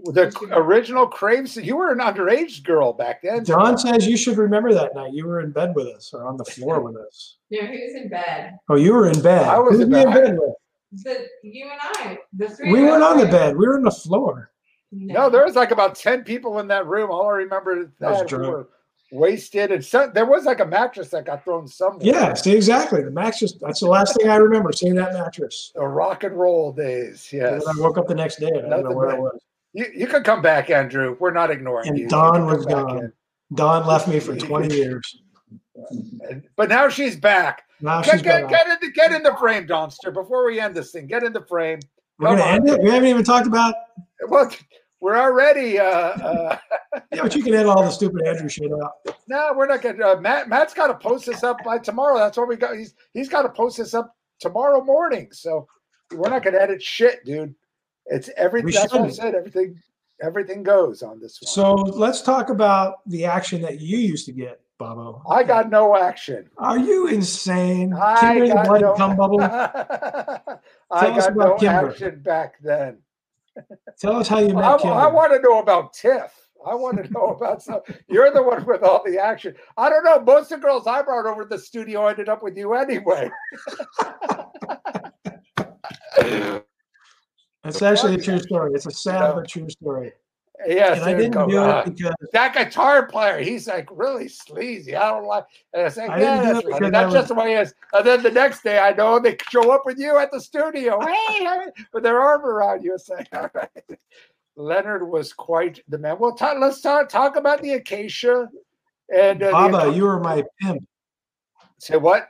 S3: The original Craves. You were an underage girl back then.
S4: Don says you should remember that night. You were in bed with us or on the floor with us.
S7: No, he was in bed.
S4: Oh, you were in bed.
S3: I was
S4: Who
S3: in
S4: were you
S3: bed.
S4: with?
S7: The, you and I, the three.
S4: We
S7: of
S4: weren't
S7: us,
S4: on the
S7: right?
S4: bed. We were on the floor.
S3: No, there was like about 10 people in that room. All I remember is
S4: I was
S3: that we
S4: drunk.
S3: were wasted. And so, there was like a mattress that got thrown somewhere.
S4: Yeah, see, exactly. The mattress. That's the last thing I remember seeing that mattress.
S3: The rock and roll days.
S4: And
S3: Yes.
S4: then I woke up the next day. and I don't know
S3: Nothing
S4: where I
S3: bad.
S4: was.
S3: You, you can come back, Andrew. We're not ignoring
S4: And
S3: you. You
S4: Don
S3: can come
S4: was
S3: back
S4: gone.
S3: in.
S4: Dawn left me for 20 years.
S3: But now she's back.
S4: Now she's
S3: Get,
S4: back.
S3: get, get, in the, get in the frame, Donster, before we end this thing. Get in the frame.
S4: We're gonna end it. We haven't even talked about.
S3: Well, we're already. Uh, uh,
S4: Yeah, but you can edit all the stupid Andrew shit out.
S3: no, we're not going to. Uh, Matt, Matt's got to post this up by tomorrow. That's what we got. He's He's got to post this up tomorrow morning. So we're not going to edit shit, dude. It's
S4: We
S3: everything. That's what I
S4: shouldn't.
S3: said. Everything Everything goes on this one.
S4: So let's talk about the action that you used to get, Bobo.
S3: I got no action.
S4: Are you insane?
S3: I
S4: Kimber the
S3: got
S4: blood
S3: no-
S4: cum bubble.
S3: I
S4: Tell us
S3: got no
S4: about Kimber.
S3: action back then.
S4: Tell us how you
S3: I,
S4: met Kimber.
S3: want to know about Tiff. I want to know about some. You're the one with all the action. I don't know. Most of the girls I brought over to the studio ended up with you anyway.
S4: it's actually a true story. It's a sad but true story.
S3: Yes,
S4: And I
S3: there you
S4: didn't
S3: go.
S4: do
S3: Uh,
S4: it because
S3: that guitar player, he's like really sleazy. I don't like. And I was like,
S4: I
S3: yeah,
S4: didn't do
S3: that's, right.
S4: it because
S3: that's
S4: I
S3: just the way it is. And then the next day, I know they show up with you at the studio, hey, hey, with their arm around you. It's like, all right. Leonard was quite the man. Well, ta- let's talk talk about the acacia and uh, the-
S4: Baba, you were my pimp.
S3: say what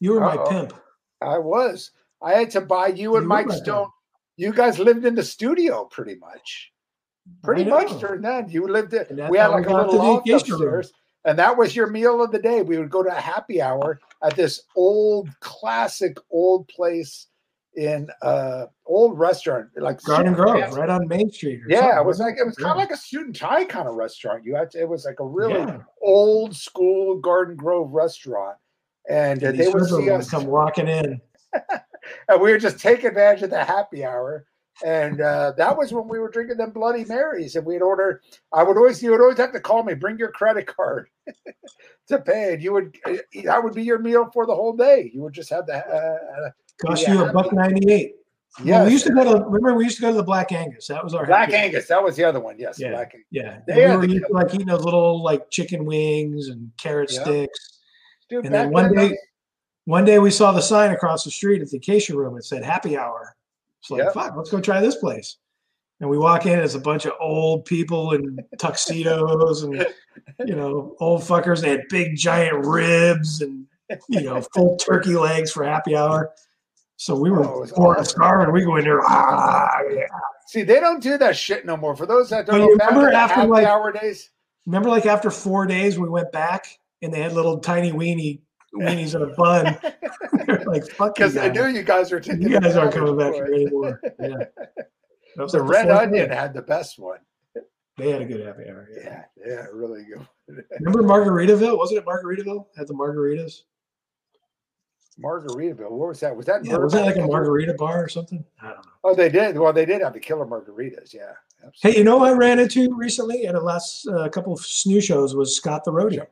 S4: You were my
S3: Uh-oh.
S4: pimp.
S3: I was. I had to buy you and
S4: You were
S3: Mike
S4: my pimp.
S3: Stone. You guys lived in the studio pretty much. pretty
S4: I
S3: much
S4: know.
S3: during then. You lived it.
S4: And that's
S3: We had
S4: how we
S3: like a
S4: got
S3: little
S4: to the
S3: loft
S4: acacia room.
S3: upstairs, and that was your meal of the day. We would go to a happy hour at this old, classic, old place in uh old restaurant, like
S4: Garden
S3: super
S4: Grove,
S3: fancy.
S4: right on Main Street. or
S3: Yeah,
S4: something,
S3: it was
S4: wasn't
S3: like it was kind of
S4: Yeah.
S3: like a student Thai kind of restaurant. You had to, it was like a really
S4: Yeah.
S3: old school Garden Grove restaurant, and, uh,
S4: And
S3: they
S4: these
S3: would
S4: hoods
S3: see
S4: would
S3: us
S4: come walking in.
S3: and we would just take advantage of the happy hour. And uh, that was when we were drinking them Bloody Marys, and we'd order. I would always, you would always have to call me, bring your credit card to pay, and you would. eh, That would be your meal for the whole day. You would just have the. Uh,
S4: Cost
S3: Yeah.
S4: you a buck ninety eight. Yeah,
S3: yes,
S4: we used to go to. Remember, we used to go to the Black Angus. That was our
S3: Black
S4: happy-
S3: Angus. That was the other one. Yes,
S4: Yeah.
S3: Black Angus.
S4: Yeah,
S3: They
S4: and we
S3: had
S4: were
S3: the-
S4: used to, like eating those little like chicken wings and carrot
S3: Yeah.
S4: sticks.
S3: Dude,
S4: And
S3: back
S4: then one
S3: those-
S4: day, one day we saw the sign across the street at the acacia room. It said happy hour. It's like
S3: Yep.
S4: fuck, let's go try this place. And we walk in, it's a bunch of old people in tuxedos and you know old fuckers. They had big giant ribs and you know full turkey legs for happy hour. So we were
S3: Oh, it was
S4: pouring a
S3: awesome.
S4: star, and we go in there. Ah, yeah.
S3: see, they don't do that shit no more. For those that don't
S4: Oh,
S3: know,
S4: you
S3: back
S4: remember
S3: in the
S4: after,
S3: happy
S4: like-
S3: hour days.
S4: Remember, like after four days, we went back and they had little tiny weenie weenies in a bun. We were like, fuck you
S3: Because I
S4: guys.
S3: knew you guys were taking.
S4: you guys aren't
S3: advantage
S4: coming back
S3: of
S4: here
S3: it.
S4: anymore. Yeah. That was
S3: The
S4: like the
S3: Red
S4: fourth
S3: Onion
S4: day.
S3: had the best one.
S4: They had a good happy hour. Yeah.
S3: Yeah, yeah, really good.
S4: Remember Margaritaville? Wasn't it Margaritaville? Had the margaritas?
S3: Margaritaville. What was that? Was that?
S4: Yeah. Was that like a
S3: Burbank?
S4: margarita bar or something? I don't know.
S3: Oh, they did. Well, they did have the killer margaritas. Yeah.
S4: Hey, you know, who I ran into recently at a last uh, couple of snoo shows was Scott the Roadie.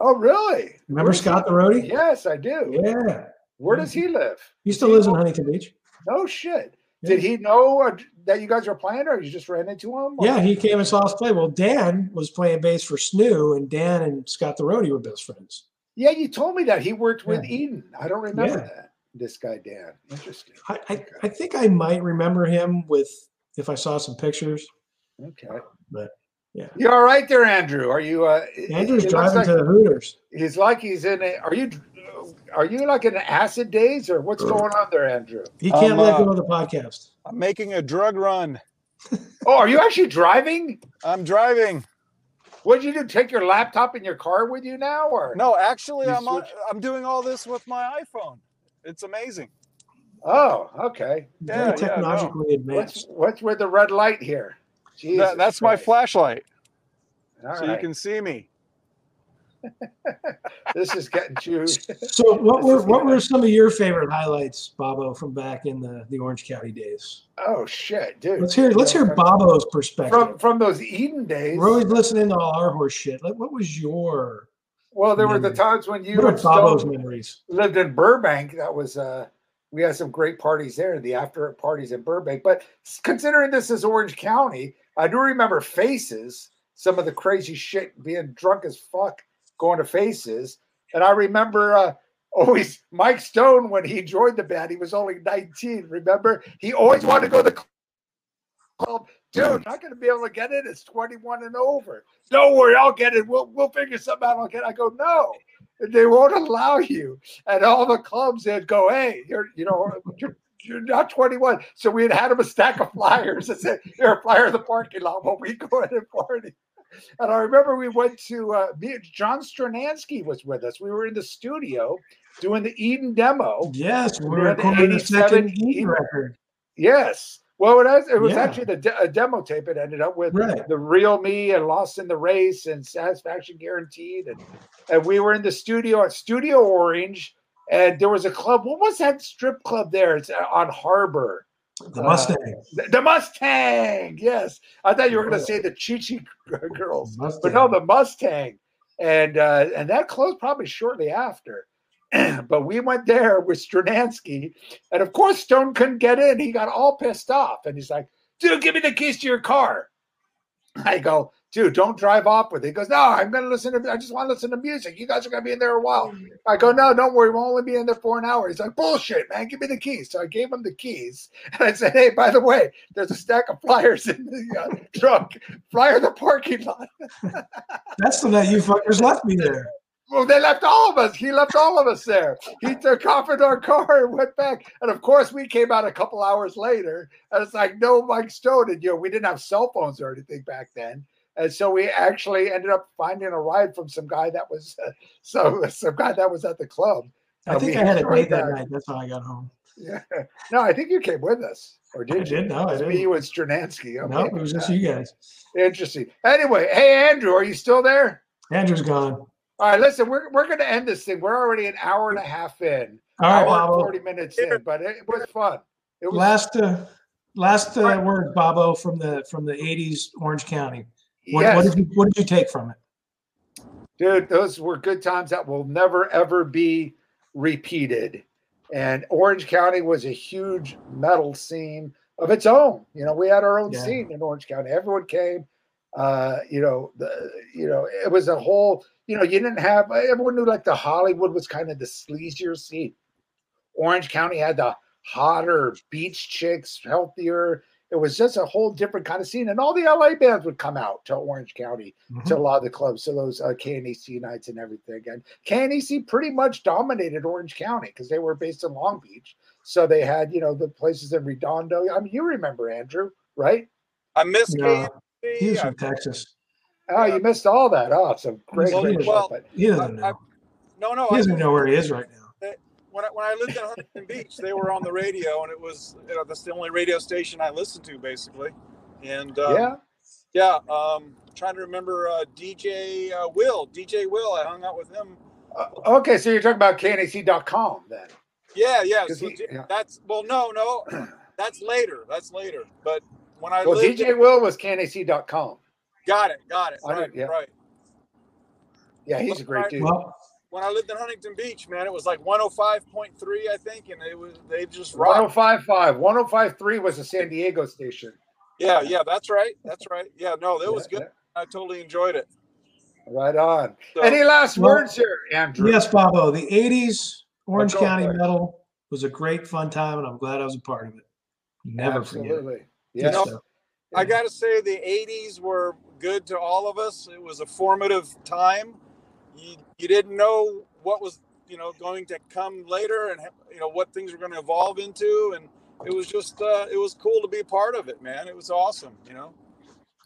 S3: Oh, really?
S4: Remember Scott the Roadie?
S3: Yes, I do.
S4: Yeah.
S3: Where does he live?
S4: He still lives in Huntington Beach.
S3: No shit.
S4: Yeah.
S3: Did he know uh, that you guys were playing, or you just ran into him? or-
S4: Yeah, he came and saw us play. Well, Dan was playing bass for Snoo, and Dan and Scott the Roadie were best friends.
S3: Yeah, you told me that he worked with
S4: Yeah.
S3: Eden. I don't remember
S4: Yeah.
S3: that. This guy Dan. Interesting.
S4: I, I, I think I might remember him with if I saw some pictures.
S3: Okay.
S4: But, yeah.
S3: You all right there, Andrew? Are you? Uh, it-
S4: Andrew's
S3: it looks
S4: driving
S3: like-
S4: to the Hooters.
S3: He's like he's in a. Are you? Are you like in acid days or what's going on there, Andrew?
S4: He can't
S6: I'm,
S4: let
S6: uh,
S4: go of the podcast.
S6: I'm making a drug run.
S3: Oh, are you actually driving?
S6: I'm driving.
S3: What'd you do? Take your laptop in your car with you now, or
S6: No, actually,
S3: You
S6: I'm on,
S3: switch-
S6: I'm doing all this with my iPhone. It's amazing.
S3: Oh, okay.
S4: He's
S6: Yeah, yeah, no.
S4: very technologically
S3: What's
S4: advanced.
S3: what's with the red light here? Jesus
S6: That, that's my
S3: Christ.
S6: flashlight,
S3: All
S6: so
S3: right.
S6: you can see me.
S3: This is getting too.
S4: So, what
S3: This
S4: were
S3: is
S4: what
S3: gonna-
S4: were some of your favorite highlights, Bobo, from back in the, the Orange County days?
S3: Oh shit, dude.
S4: Let's hear let's hear Bobo's perspective.
S3: from from those Eden days.
S4: We're always listening to all our horse shit. Like, What was your
S3: Well, there were the
S4: memories.
S3: times when you
S4: what are
S3: and
S4: Bobo's
S3: Stone
S4: memories?
S3: lived in Burbank. That was uh we had some great parties there, the after parties in Burbank. But s- considering this is Orange County, I do remember faces, some of the crazy shit being drunk as fuck going to faces. And I remember uh always Mike Stone when he joined the band, he was only 19. Remember, he always wanted to go to the club dude, not going to be able to get it. It's 21 and over. Don't worry, I'll get it. We'll we'll figure something out. I'll get. It. I go no. They won't allow you. And all the clubs that go, hey, you're you know you're, you're not 21. So we had had him a stack of flyers and said, you're a flyer in the parking lot when we go in and party. And I remember we went to uh, me, John Stranansky was with us. We were in the studio doing the Eden demo.
S4: Yes, we
S3: We
S4: we're
S3: had the
S4: recording the
S3: 87
S4: second Heat record.
S3: Yes. Well, it was, it was
S4: Yeah.
S3: actually the de- a demo tape. It ended up with
S4: Right.
S3: the real me and Lost in the Race and Satisfaction Guaranteed, and and we were in the studio at Studio Orange, and there was a club. What was that strip club there? It's uh, on Harbor.
S4: The
S3: Uh,
S4: Mustang.
S3: The, the Mustang. Yes, I thought you were going
S4: Yeah.
S3: to say the Chichi Girls,
S4: Mustang.
S3: but no, the Mustang, and uh, and that closed probably shortly after. but we went there with Stranansky, and of course Stone couldn't get in. He got all pissed off, and he's like, "Dude, give me the keys to your car." I go, "Dude, don't drive off with it." He goes, "No, I'm going to listen to. I just want to listen to music. You guys are going to be in there a while."
S7: Mm.
S3: I go, "No, don't worry. We'll only be in there for an hour." He's like, "Bullshit, man. Give me the keys." So I gave him the keys, and I said, "Hey, by the way, there's a stack of flyers in the uh, truck. Flyer in the parking lot."
S4: That's the night you fuckers left me there.
S3: Well, they left all of us. He left all of us there. He took off in our car and went back. And of course, we came out a couple hours later. And it's like, no, Mike Stone. And, you know, we didn't have cell phones or anything back then. And so we actually ended up finding a ride from some guy that was, uh, so some guy that was at the club.
S4: I
S3: And
S4: think
S3: we
S4: I had a
S3: right
S4: date that
S3: back.
S4: night. That's how I got home.
S3: Yeah. No, I think you came with us, or
S4: I
S3: did you?
S4: did. No, I
S3: It was
S4: didn't.
S3: Me with Stranansky.
S4: No, it was just you guys.
S3: Interesting. Anyway, hey Andrew, are you still there?
S4: Andrew's gone.
S3: All right, listen, we're we're going to end this thing. We're already an hour and a half in.
S4: All
S3: hour
S4: right,
S3: and
S4: Bobo.
S3: 40 minutes in, but it was fun. It was,
S4: Last uh, last uh,
S3: Right.
S4: word, Bobo, from the from the '80s Orange County. What,
S3: yes,
S4: what did you What did you take from it?
S3: dude, those were good times that will never ever be repeated. And Orange County was a huge metal scene of its own. You know, we had our own
S4: Yeah.
S3: scene in Orange County. Everyone came. Uh, you know, the you know, it was a whole. You know, you didn't have everyone knew like the Hollywood was kind of the sleazier scene. Orange County had the hotter beach chicks, healthier. It was just a whole different kind of scene, and all the LA bands would come out to Orange County
S4: Mm-hmm.
S3: to
S6: Mm-hmm.
S3: a lot of the clubs, to those uh, KNEC nights and everything. And KNEC pretty much dominated Orange County because they were based in Long Beach, so they had you know the places in Redondo. I mean, you remember Andrew, right?
S6: I miss
S4: No,
S6: KNC.
S4: he was
S6: I-
S4: from Texas.
S3: Oh, you missed all that. Oh, it's a great,
S4: Well,
S3: great
S6: well,
S3: show. But
S4: He doesn't
S6: I- I-
S4: know.
S6: no, no,
S4: He
S6: I
S4: doesn't know where he is right now.
S6: when I, when I lived in Huntington Beach, they were on the radio, and it was you know, that's the only radio station I listened to basically. And um,
S3: yeah,
S6: yeah, um, trying to remember uh, DJ uh, Will, DJ Will. I hung out with him.
S3: Uh, okay, so you're talking about E KNEC.com then.
S6: Yeah, yeah.
S3: 'Cause
S6: so
S3: he-
S6: D-
S3: yeah.
S6: That's well, no, no, that's later. That's later. But when I
S3: Well,
S6: lived,
S3: DJ Will was E KNEC.com.
S6: got it, got it.
S3: I know,
S6: Right,
S3: yeah.
S6: right.
S3: Yeah, he's a great
S6: Right.
S3: dude.
S4: Well,
S6: When I lived in Huntington Beach, man, it was like 105.3, I think, and it was they just rocked
S3: 1055, 1053 was a San Diego station.
S6: Yeah, yeah, that's right. That's right. Yeah, no, that was
S3: Yeah,
S6: good. I totally enjoyed it.
S3: yeah, Right on.
S6: So,
S3: Any last
S4: Well,
S3: words here, Andrew?
S4: yes, Bobo. The '80s Orange
S3: Let's go,
S4: County
S3: right.
S4: metal was a great fun time, and I'm glad I was a part of it. Never forget. it.
S3: Absolutely.
S4: Good
S3: Yes.
S6: No.
S4: stuff.
S6: I got to say, the 80s were good to all of us. It was a formative time. You, you didn't know what was, you know, going to come later and, you know, what things were going to evolve into. And it was just, uh, it was cool to be a part of it, man. It was awesome, you know.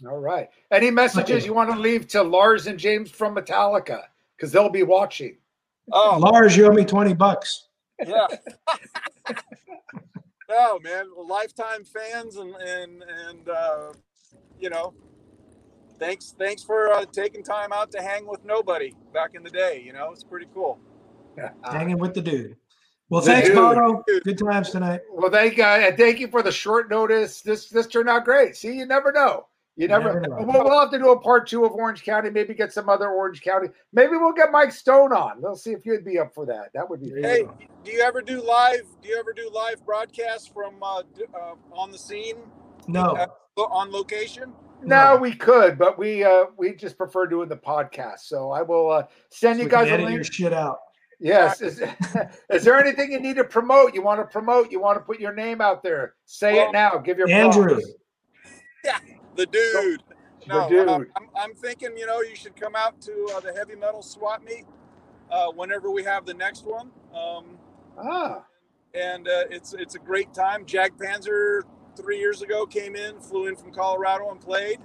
S3: All right. Any messages you want to leave to Lars and James from Metallica? Because they'll be watching.
S6: Oh,
S4: uh, Lars, you owe me 20 bucks.
S6: yeah. no, man, lifetime fans and and and uh, you know, thanks thanks for uh, taking time out to hang with nobody back in the day. You know, it's pretty cool.
S4: Hanging with the dude. Well,
S3: Ah. The
S4: thanks,
S3: dude.
S4: Bobo. Good times tonight.
S3: Well, thank you. And thank you for the short notice. This this turned out great. See, you never know. You never,
S4: never know.
S3: We'll, we'll have to do a part two of Orange County, maybe get some other Orange County. Maybe we'll get Mike Stone on. We'll see if you'd be up for that. That would be
S4: There
S6: Hey, do you ever do live? Do you ever do live broadcasts from uh, d- uh, on the scene
S4: No,
S6: lo- on location?
S3: No,
S4: No.
S3: we could, but we uh we just prefer doing the podcast. So I will uh send
S4: we
S3: you
S4: can
S3: guys a
S4: edit your
S3: link.
S4: shit out.
S3: Yes. Is, is there anything you need to promote? You want to promote? You want to put your name out there? Say
S6: Well,
S3: it now. Give your
S4: Andrew,
S3: props.
S6: the dude. No,
S3: dude.
S6: um, I'm, I'm thinking, you know, you should come out to uh, the heavy metal swap meet uh, whenever we have the next one. Um,
S3: Ah,
S6: and uh, it's it's a great time. Jack Panzer three years ago came in, flew in from Colorado and played.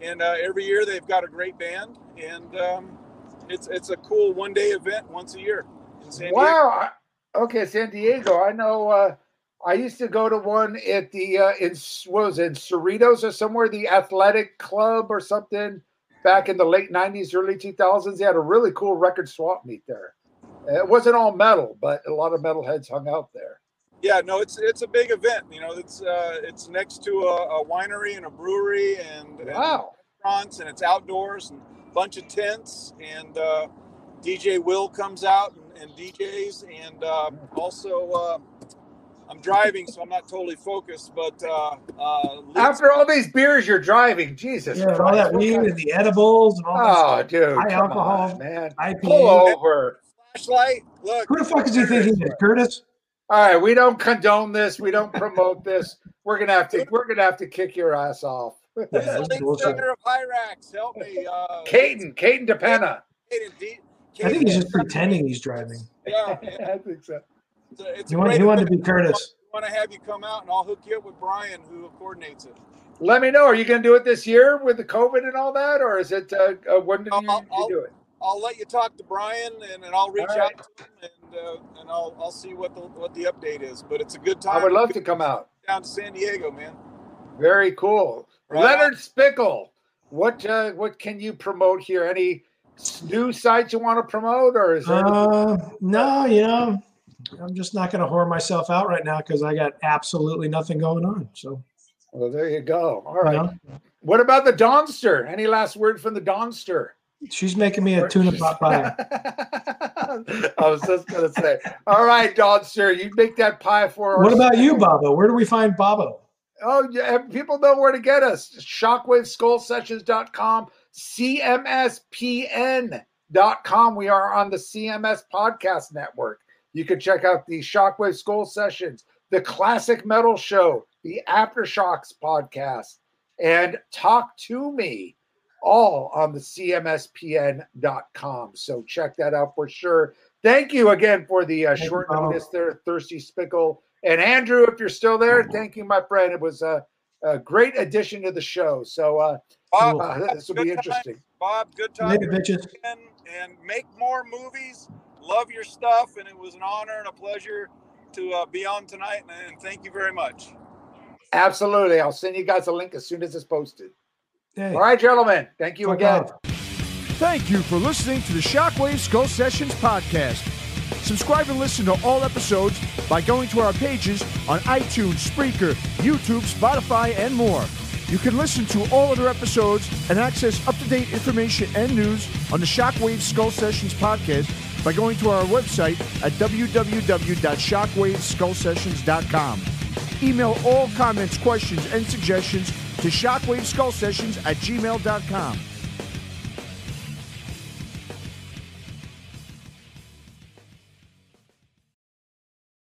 S6: And uh, every year they've got a great band, and um, it's it's a cool one day event once a year. in San Diego.
S3: wow. I- Okay, San Diego. I know. Uh, I used to go to one at the uh, in what was it, in Cerritos or somewhere, the Athletic Club or something. Back in the late '90s, early 2000s, they had a really cool record swap meet there. And It wasn't all metal, but a lot of metalheads hung out there.
S6: Yeah, no, it's it's a big event. You know, it's uh, it's next to a, a winery and a brewery and, and
S3: Wow.
S6: restaurants, and it's outdoors and a bunch of tents. And uh, DJ Will comes out and, and DJs, and uh, also uh, I'm driving, so I'm not totally focused. But uh, uh, Leeds-
S3: After all these beers, you're driving. Jesus
S4: Yeah, and all
S3: Christ.
S4: that
S3: what
S4: weed
S3: kind-
S4: and the edibles and all that
S3: Oh,
S4: stuff.
S3: dude.
S4: High
S3: come
S4: alcohol.
S3: on, man.
S4: IPA.
S3: Pull over.
S6: flashlight. Look,
S4: Who the fuck is he thinking? that, Curtis?
S3: All right, we don't condone this. We don't promote this. We're gonna have to. We're gonna have to kick your ass off.
S6: who's
S4: Yeah,
S6: the
S4: that's
S6: lead
S4: bullshit.
S6: singer of Hyrax? Help me, uh,
S3: Caden, Caden DePenna.
S6: Caden D-
S4: I think he's
S6: Caden-
S4: just pretending he's driving.
S6: Yeah,
S3: I think so.
S6: it's a, it's a
S4: He wanted,
S6: great
S4: he wanted to be
S6: event.
S4: Curtis.
S6: We want to have you come out, and I'll hook you up with Brian, who coordinates it.
S3: Let me know. Are you gonna do it this year with the COVID and all that, or is it? Uh, uh, when did you,
S6: I'll-
S3: you
S6: I'll-
S3: do it?
S6: I'll let you talk to Brian, and, and I'll reach
S3: All right.
S6: out to him, and uh, and I'll I'll see what the what the update is. But it's a good time.
S3: I would love to come out.
S6: down to San Diego, man.
S3: Very cool.
S6: Right
S3: Leonard Spickle. What uh, what can you promote here? Any s- new sites you want to promote, or is there?
S4: Uh, no, you know, I'm just not going to whore myself out right now because I got absolutely nothing going on. So,
S3: well, there you go. All
S4: you
S3: right.
S4: know,
S3: What about the Donster? Any last word from the Donster?
S4: she's making me a tuna pot pie.
S3: I was just gonna say. All right, Donster, you make that pie for us.
S4: What about you, Babo? Where do we find Babo?
S3: Oh, yeah, and people know where to get us. ShockwaveSkullSessions.com, CMSPN.com. We are on the CMS Podcast Network. You can check out the Shockwave Skull Sessions, the Classic Metal Show, the Aftershocks Podcast, and Talk to Me, all on the CMSPN.com. So check that out for sure. Thank you again for the uh,
S4: Thank you,
S3: short
S4: Bob.
S3: notice there, Thirsty Spickle. And Andrew, if you're still there, thank you, my friend. It was a, a great addition to the show. So uh,
S6: Bob,
S4: Cool.
S3: uh, this will
S6: good
S3: be
S6: time.
S3: interesting.
S6: Bob, good talking
S4: Later, bitches.
S6: again, and make more movies. Love your stuff, and it was an honor and a pleasure to uh, be on tonight. And, and thank you very much.
S3: Absolutely. I'll send you guys a link as soon as it's posted.
S4: Hey,
S3: All right, gentlemen. Thank you
S4: fuck
S3: again.
S4: off.
S1: Thank you for listening to the Shockwave Skull Sessions podcast. Subscribe and listen to all episodes by going to our pages on iTunes, Spreaker, YouTube, Spotify, and more. You can listen to all other episodes and access up to date information and news on the Shockwave Skull Sessions podcast by going to our website at www.shockwaveskullsessions.com. Email all comments, questions, and suggestions to shockwaveskullsessions at gmail.com.